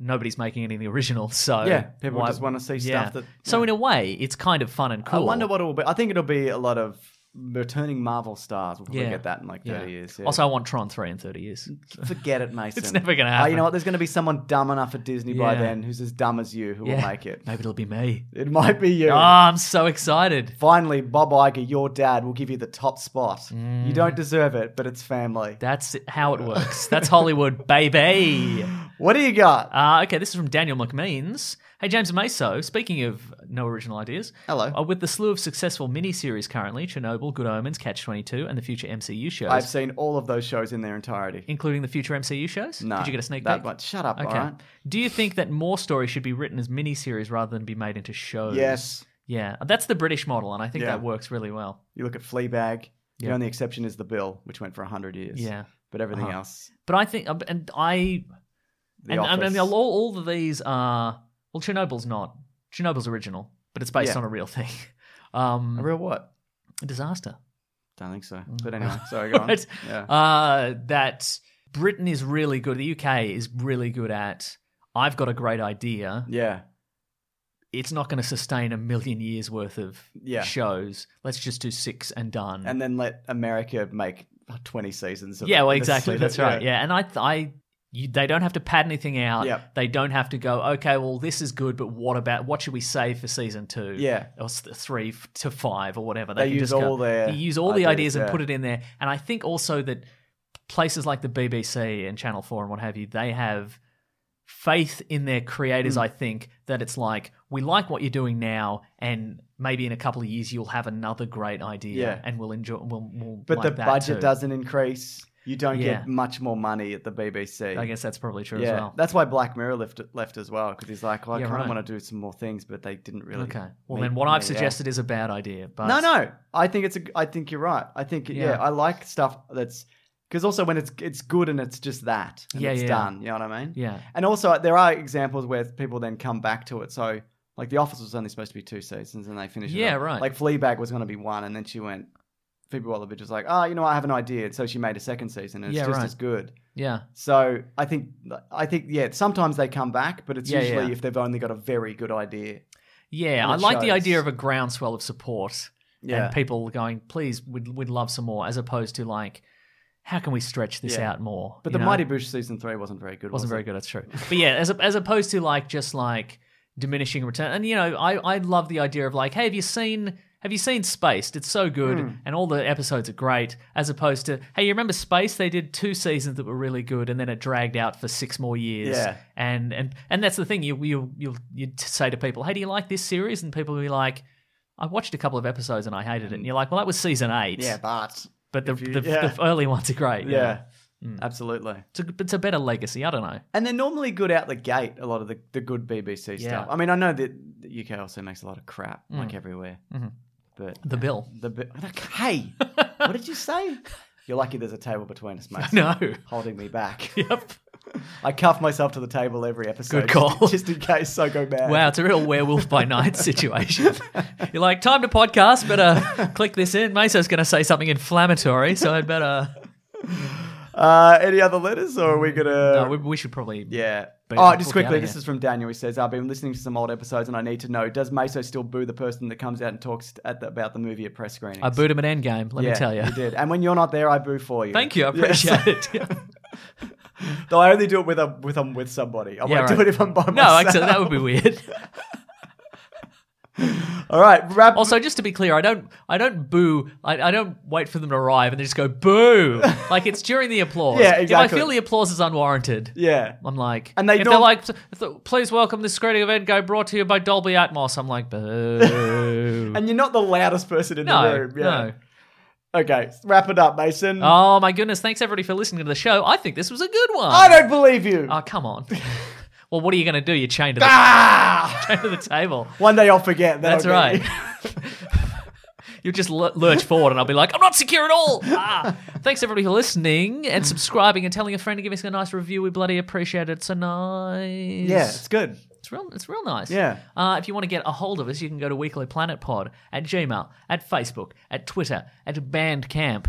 Nobody's making anything original, so
Yeah, people just wanna see stuff that-
So in a way, it's kind of fun and cool.
I wonder what it will be. I think it'll be a lot of returning Marvel stars. We'll probably
Yeah.
get that in like 30
Yeah.
years. yeah.
Also, I want Tron three in thirty years.
Forget it, Mason.
It's never gonna
Oh, you
happen.
know what? There's going to be someone dumb enough at Disney by
Yeah.
then who's as dumb as you who will make it.
Maybe it'll be me.
It might be you.
Oh, I'm so excited.
Finally, Bob Iger, your dad, will give you the top spot.
Mm.
You don't deserve it, but it's family.
That's how it works. That's Hollywood, [LAUGHS] baby.
What do you got?
Uh, okay, this is from Daniel McMeans. Hey, James Maso, speaking of no original ideas.
Hello.
Uh, with the slew of successful miniseries currently Chernobyl, Good Omens, Catch 22, and the future MCU shows,
I've seen all of those shows in their entirety.
including the future MCU shows?
No.
Did you get a sneak
that
peek?
One. Shut up, all
Okay.
right?
Do you think that more stories should be written as miniseries rather than be made into shows?
Yes.
Yeah, that's the British model, and I think
Yeah.
that works really well.
You look at Fleabag.
Yeah.
The only exception is The Bill, which went for 100 years.
Yeah.
But everything
Uh-huh.
else,
But I think, and I
The
and, and,
Office.
and all, all of these are well, Chernobyl's not Chernobyl's original, but it's based
Yeah.
on a real thing. [LAUGHS] Um,
A real what?
a disaster.
Don't think so. But anyway, sorry,
[LAUGHS]
go on.
Right?
Yeah.
Mm. uh, that Britain is really good. The UK is really good at. I've got a great idea.
yeah.
It's not going to sustain a million years worth of
Yeah.
shows. Let's just do six and done.
And then let America make 20 seasons of
Mm-hmm. yeah,
it. [LAUGHS]
well,
Let's
exactly.
see
That's
that-
right. Yeah, and I, I, you, they don't have to pad anything out.
Yep.
They don't have to go. Okay, well, this is good, but what about what should we save for season two?
Yeah.
or s- three f- to five or whatever.
They
can
use
just go-
all their
they use all the
ideas,
ideas and
yeah.
put it in there. And I think also that places like the BBC and Channel Four and what have you, they have faith in their creators.
Hmm.
I think that it's like we like what you're doing now, and maybe in a couple of years you'll have another great idea,
Yeah.
and we'll enjoy. We'll, we'll
But
like
the
that
budget
too.
doesn't increase. You don't
Yeah.
get much more money at the BBC.
I guess that's probably true
yeah,
as well.
that's why Black Mirror left left as well because he's like, oh, I
Yeah,
kind of
right.
want to do some more things, but they didn't really.
Okay. Well,
meet
then what
me,
I've
yeah.
suggested is a bad idea. But
No, no, I think it's a. I think you're right. I think yeah,
Yeah.
I like stuff that's because also when it's it's good and it's just that and
Yeah,
it's
yeah.
done. You know what I mean?
Yeah.
And also there are examples where people then come back to it. So like The Office was only supposed to be two seasons and they finished. it
Yeah,
up.
right.
Like Fleabag was going to be one, and then she went. Phoebe Waller-Bridge was like, oh, you know, I have an idea, and so she made a second season, and it's
Yeah,
just
right.
as good.
Yeah.
So I think I think yeah. Sometimes they come back, but it's
Yeah,
usually
yeah.
if they've only got a very good idea.
Yeah.
And
I
it
like the
shows.
idea of a groundswell of support
Yeah.
and people going, please, we'd, we'd love some more, as opposed to like, how can we stretch this
Yeah.
out more?
But the
you know?
Mighty Boosh season three wasn't very good.
wasn't
was
very
it?
good. That's true. But yeah, as as opposed to like just like diminishing return. And you know, I I love the idea of like, hey, have you seen have you seen Spaced? It's so good,
Hmm.
and all the episodes are great. As opposed to, hey, you remember Space? They did two seasons that were really good, and then it dragged out for six more years.
Yeah.
and and and that's the thing. You you you you say to people, hey, do you like this series? And people will be like. I watched a couple of episodes and I hated it. And you're like, well, that was season eight.
Hmm. Yeah, but
but the,
if you-
the,
yeah.
the early ones are great.
yeah,
Hmm.
absolutely.
It's, a, it's a better legacy. I don't know.
And they're normally good out the gate. A lot of the, the good BBC
Yeah. Mm.
stuff. I mean, I know that the UK also makes a lot of crap, like everywhere. But
Mm-hmm. The bill. [LAUGHS]
the bi- hey, what did you say? You're lucky there's a table between us, mate.
[LAUGHS] No.
holding me
[LAUGHS]
back.
Yep.
I cuff myself to the table every episode.
Good
[LAUGHS]
call.
Just, just in case I go mad.
Wow, it's a real werewolf by night situation. You're like, time to podcast, better click this in. Meso's going to say something inflammatory, so I'd better.
Uh, any other letters, or are we gonna?
Mm, No, uh, we, we should probably.
Yeah.
But
Oh,
we'll
just
be out
quickly,
of
this
here.
is from Daniel. He says, I've been listening to some old episodes and I need to know, does Meso still boo the person that comes out and talks at the, about the movie at press screenings?
I booed him at Endgame, let
yeah,
me tell you.
You did. And when you're not there, I boo for you.
Thank you, I
Yeah, so-
appreciate
[LAUGHS]
it.
Though I only do it with a, with I'm with somebody. I
Yeah,
won't do
right.
it if I'm by
no,
myself.
actually, that would be weird.
[LAUGHS] All right, wrap.
Also, just to be clear, I don't, I don't boo. I, I don't wait for them to arrive and they just go boo. Like it's during the applause.
[LAUGHS] Yeah,
If I
exactly.
feel the applause is unwarranted,
yeah.
I'm like,
And they
if
don't-
they're like, if they- please welcome the screening of Endgame brought to you by Dolby Atmos. I'm like, boo.
[LAUGHS] And you're not the loudest person in the
no,
room. Yeah.
no.
Okay, wrap it up, Mason.
Oh my goodness! Thanks everybody for listening to the show. I think this was a good one.
I don't believe you.
Oh come on. [LAUGHS] well, what are you going to do? You're chained to the,
ah!
[LAUGHS] chained to the table.
One day I'll forget. That'll
That's
get
right. [LAUGHS]
me.
You'll just lur- lurch forward, and I'll be like, "I'm not secure at all." Ah. Thanks everybody for listening and subscribing and telling a friend and giving us a nice review. We bloody appreciate it. So nice.
Yeah, it's good.
It's real. It's real nice.
Yeah.
Uh, if you want to get a hold of us, you can go to Weekly Planet Pod at Gmail, at Facebook, at Twitter, at Bandcamp.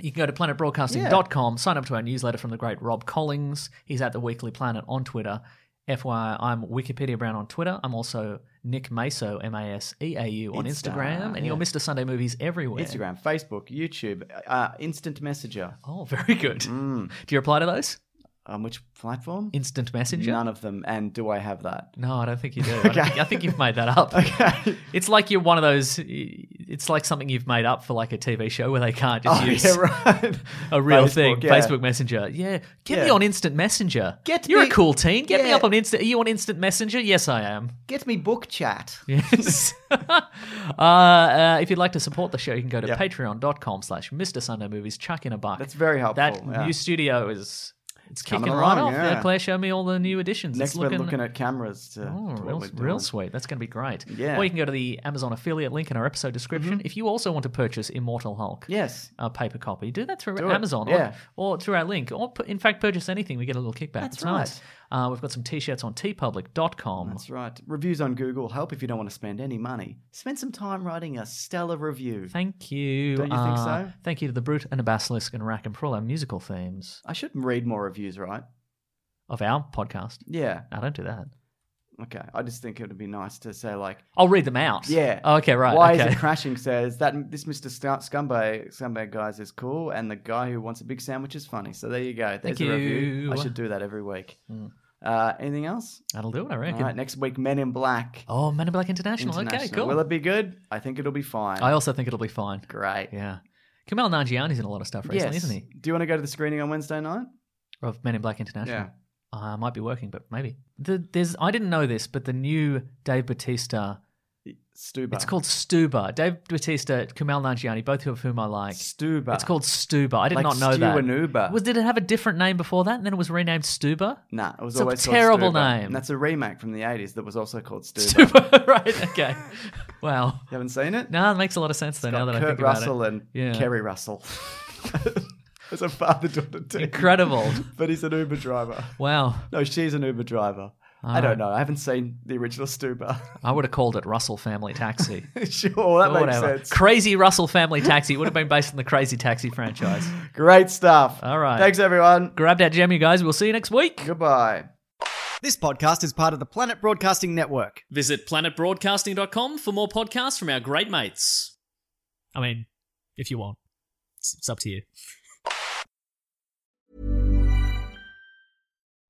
You can go to planetbroadcasting.com, sign up to our newsletter from the great Rob Collings. He's at the Weekly Planet on Twitter. FYI, I'm Wikipedia Brown on Twitter. I'm also Nick Maso, M A S E A U, on
Insta,
Instagram. And you're Mr. Sunday Movies everywhere.
Instagram, Facebook, YouTube, uh, Instant Messenger.
Oh, [LAUGHS] very good.
Mm.
Do you reply to those?
On which platform?
Instant Messenger?
None of them. And do I have that?
No, I don't think you do. I, don't think, I think you've made that
[LAUGHS]
up.
Okay.
It's like you're one of those. It's like something you've made up for like a TV show where they can't just
Oh,
use
[LAUGHS] yeah, right.
a real
Facebook,
thing.
yeah.
Facebook Messenger. Yeah, get me
Yeah.
on Instant Messenger.
Get
you're
me-
a cool teen. Get me
Yeah.
up on Instant. Are you on Instant Messenger? Yes, I am. [LAUGHS]
Get me book chat.
Yes. [LAUGHS] uh, uh, if you'd like to support the show, you can go to
Yep.
patreon.com slash Mr. Sunday Movies. Chuck in a buck.
That's very helpful.
That
yeah.
new studio is it's
Coming
kicking
along,
right off.
yeah.
Claire showed me all the new additions.
Next,
it's
we're looking at cameras. To,
Oh,
to what
real,
we're doing.
real sweet. That's going to be great.
Yeah. Mm-hmm.
Or you can go to the Amazon affiliate link in our episode description. If you also want to purchase Immortal Hulk,
Yes.
a paper copy, do that through
Do it.
Amazon or-
Yeah.
or, through our link. Or, pu- in fact, purchase anything. We get a little kickback.
That's
it's nice. Uh, we've got some t shirts on tpublic.com.
That's right. Reviews on Google help if you don't want to spend any money. Spend some time writing a stellar review.
Thank you. Uh,
Don't you think so?
Thank you to The Brute and the Basilisk and Rack and Prawl, our musical themes
I should read more reviews, right?
of our podcast.
Yeah.
I don't do that.
Okay. I just think it would be nice to say
[LAUGHS]
like,
I'll read them out.
yeah.
Oh, okay, right.
Why
okay.
is it crashing? Says that this Mr. Sc- Scumbag Scumbag guys is cool, and the guy who wants a big sandwich is funny. So there you go. There's
Thank
a review.
you.
I should do that every week. Uh, anything else?
That'll do it, I
All
reckon.
right. Next week, Men in Black.
Oh, Men in Black International. Okay,
International.
cool.
Will it be good? I think it'll be fine.
I also think it'll be fine.
Great.
Yeah. Kamal Nanjiani's in a lot of stuff recently,
Yes.
isn't he?
Do you want to go to the screening on Wednesday night?
Of Men in Black International. Uh,
Yeah.
I might be working, but maybe. The, there's I didn't know this, but the new Dave Batista,
Stuba.
it's called Stuba. Dave Batista, Kamal Nanjiani, both of whom I like.
Stuba.
It's called Stuba. I did
Like
not know
Stew
that.
and Uber.
Was did it have a different name before that, and then it was
[LAUGHS]
renamed Stuba?
Nah, it was
It's a
always called
terrible
Stuba.
name.
And that's a remake from the 80s that was also called Stuba.
Stuba, [LAUGHS] right? Okay. wow.
You haven't seen it?
No, that makes a lot of sense though. Now that
Kurt
I think about
Russell
it,
and
Yeah.
Kerry Russell. [LAUGHS] It's a father daughter team.
incredible.
But he's an Uber driver.
wow.
No, she's an Uber driver. I don't
Ah.
know. I haven't seen the original [LAUGHS] Stuba.
I would have called it Russell Family Taxi.
sure, that
or
makes
whatever.
sense.
Crazy Russell Family Taxi would have been based on the Crazy Taxi franchise.
Great stuff.
All right.
Thanks, everyone.
Grab that gem, you guys. We'll see you next week.
Goodbye.
This podcast is part of the Planet Broadcasting Network.
Visit planetbroadcasting.com for more podcasts from our great mates.
I mean, if you want, it's, it's up to you.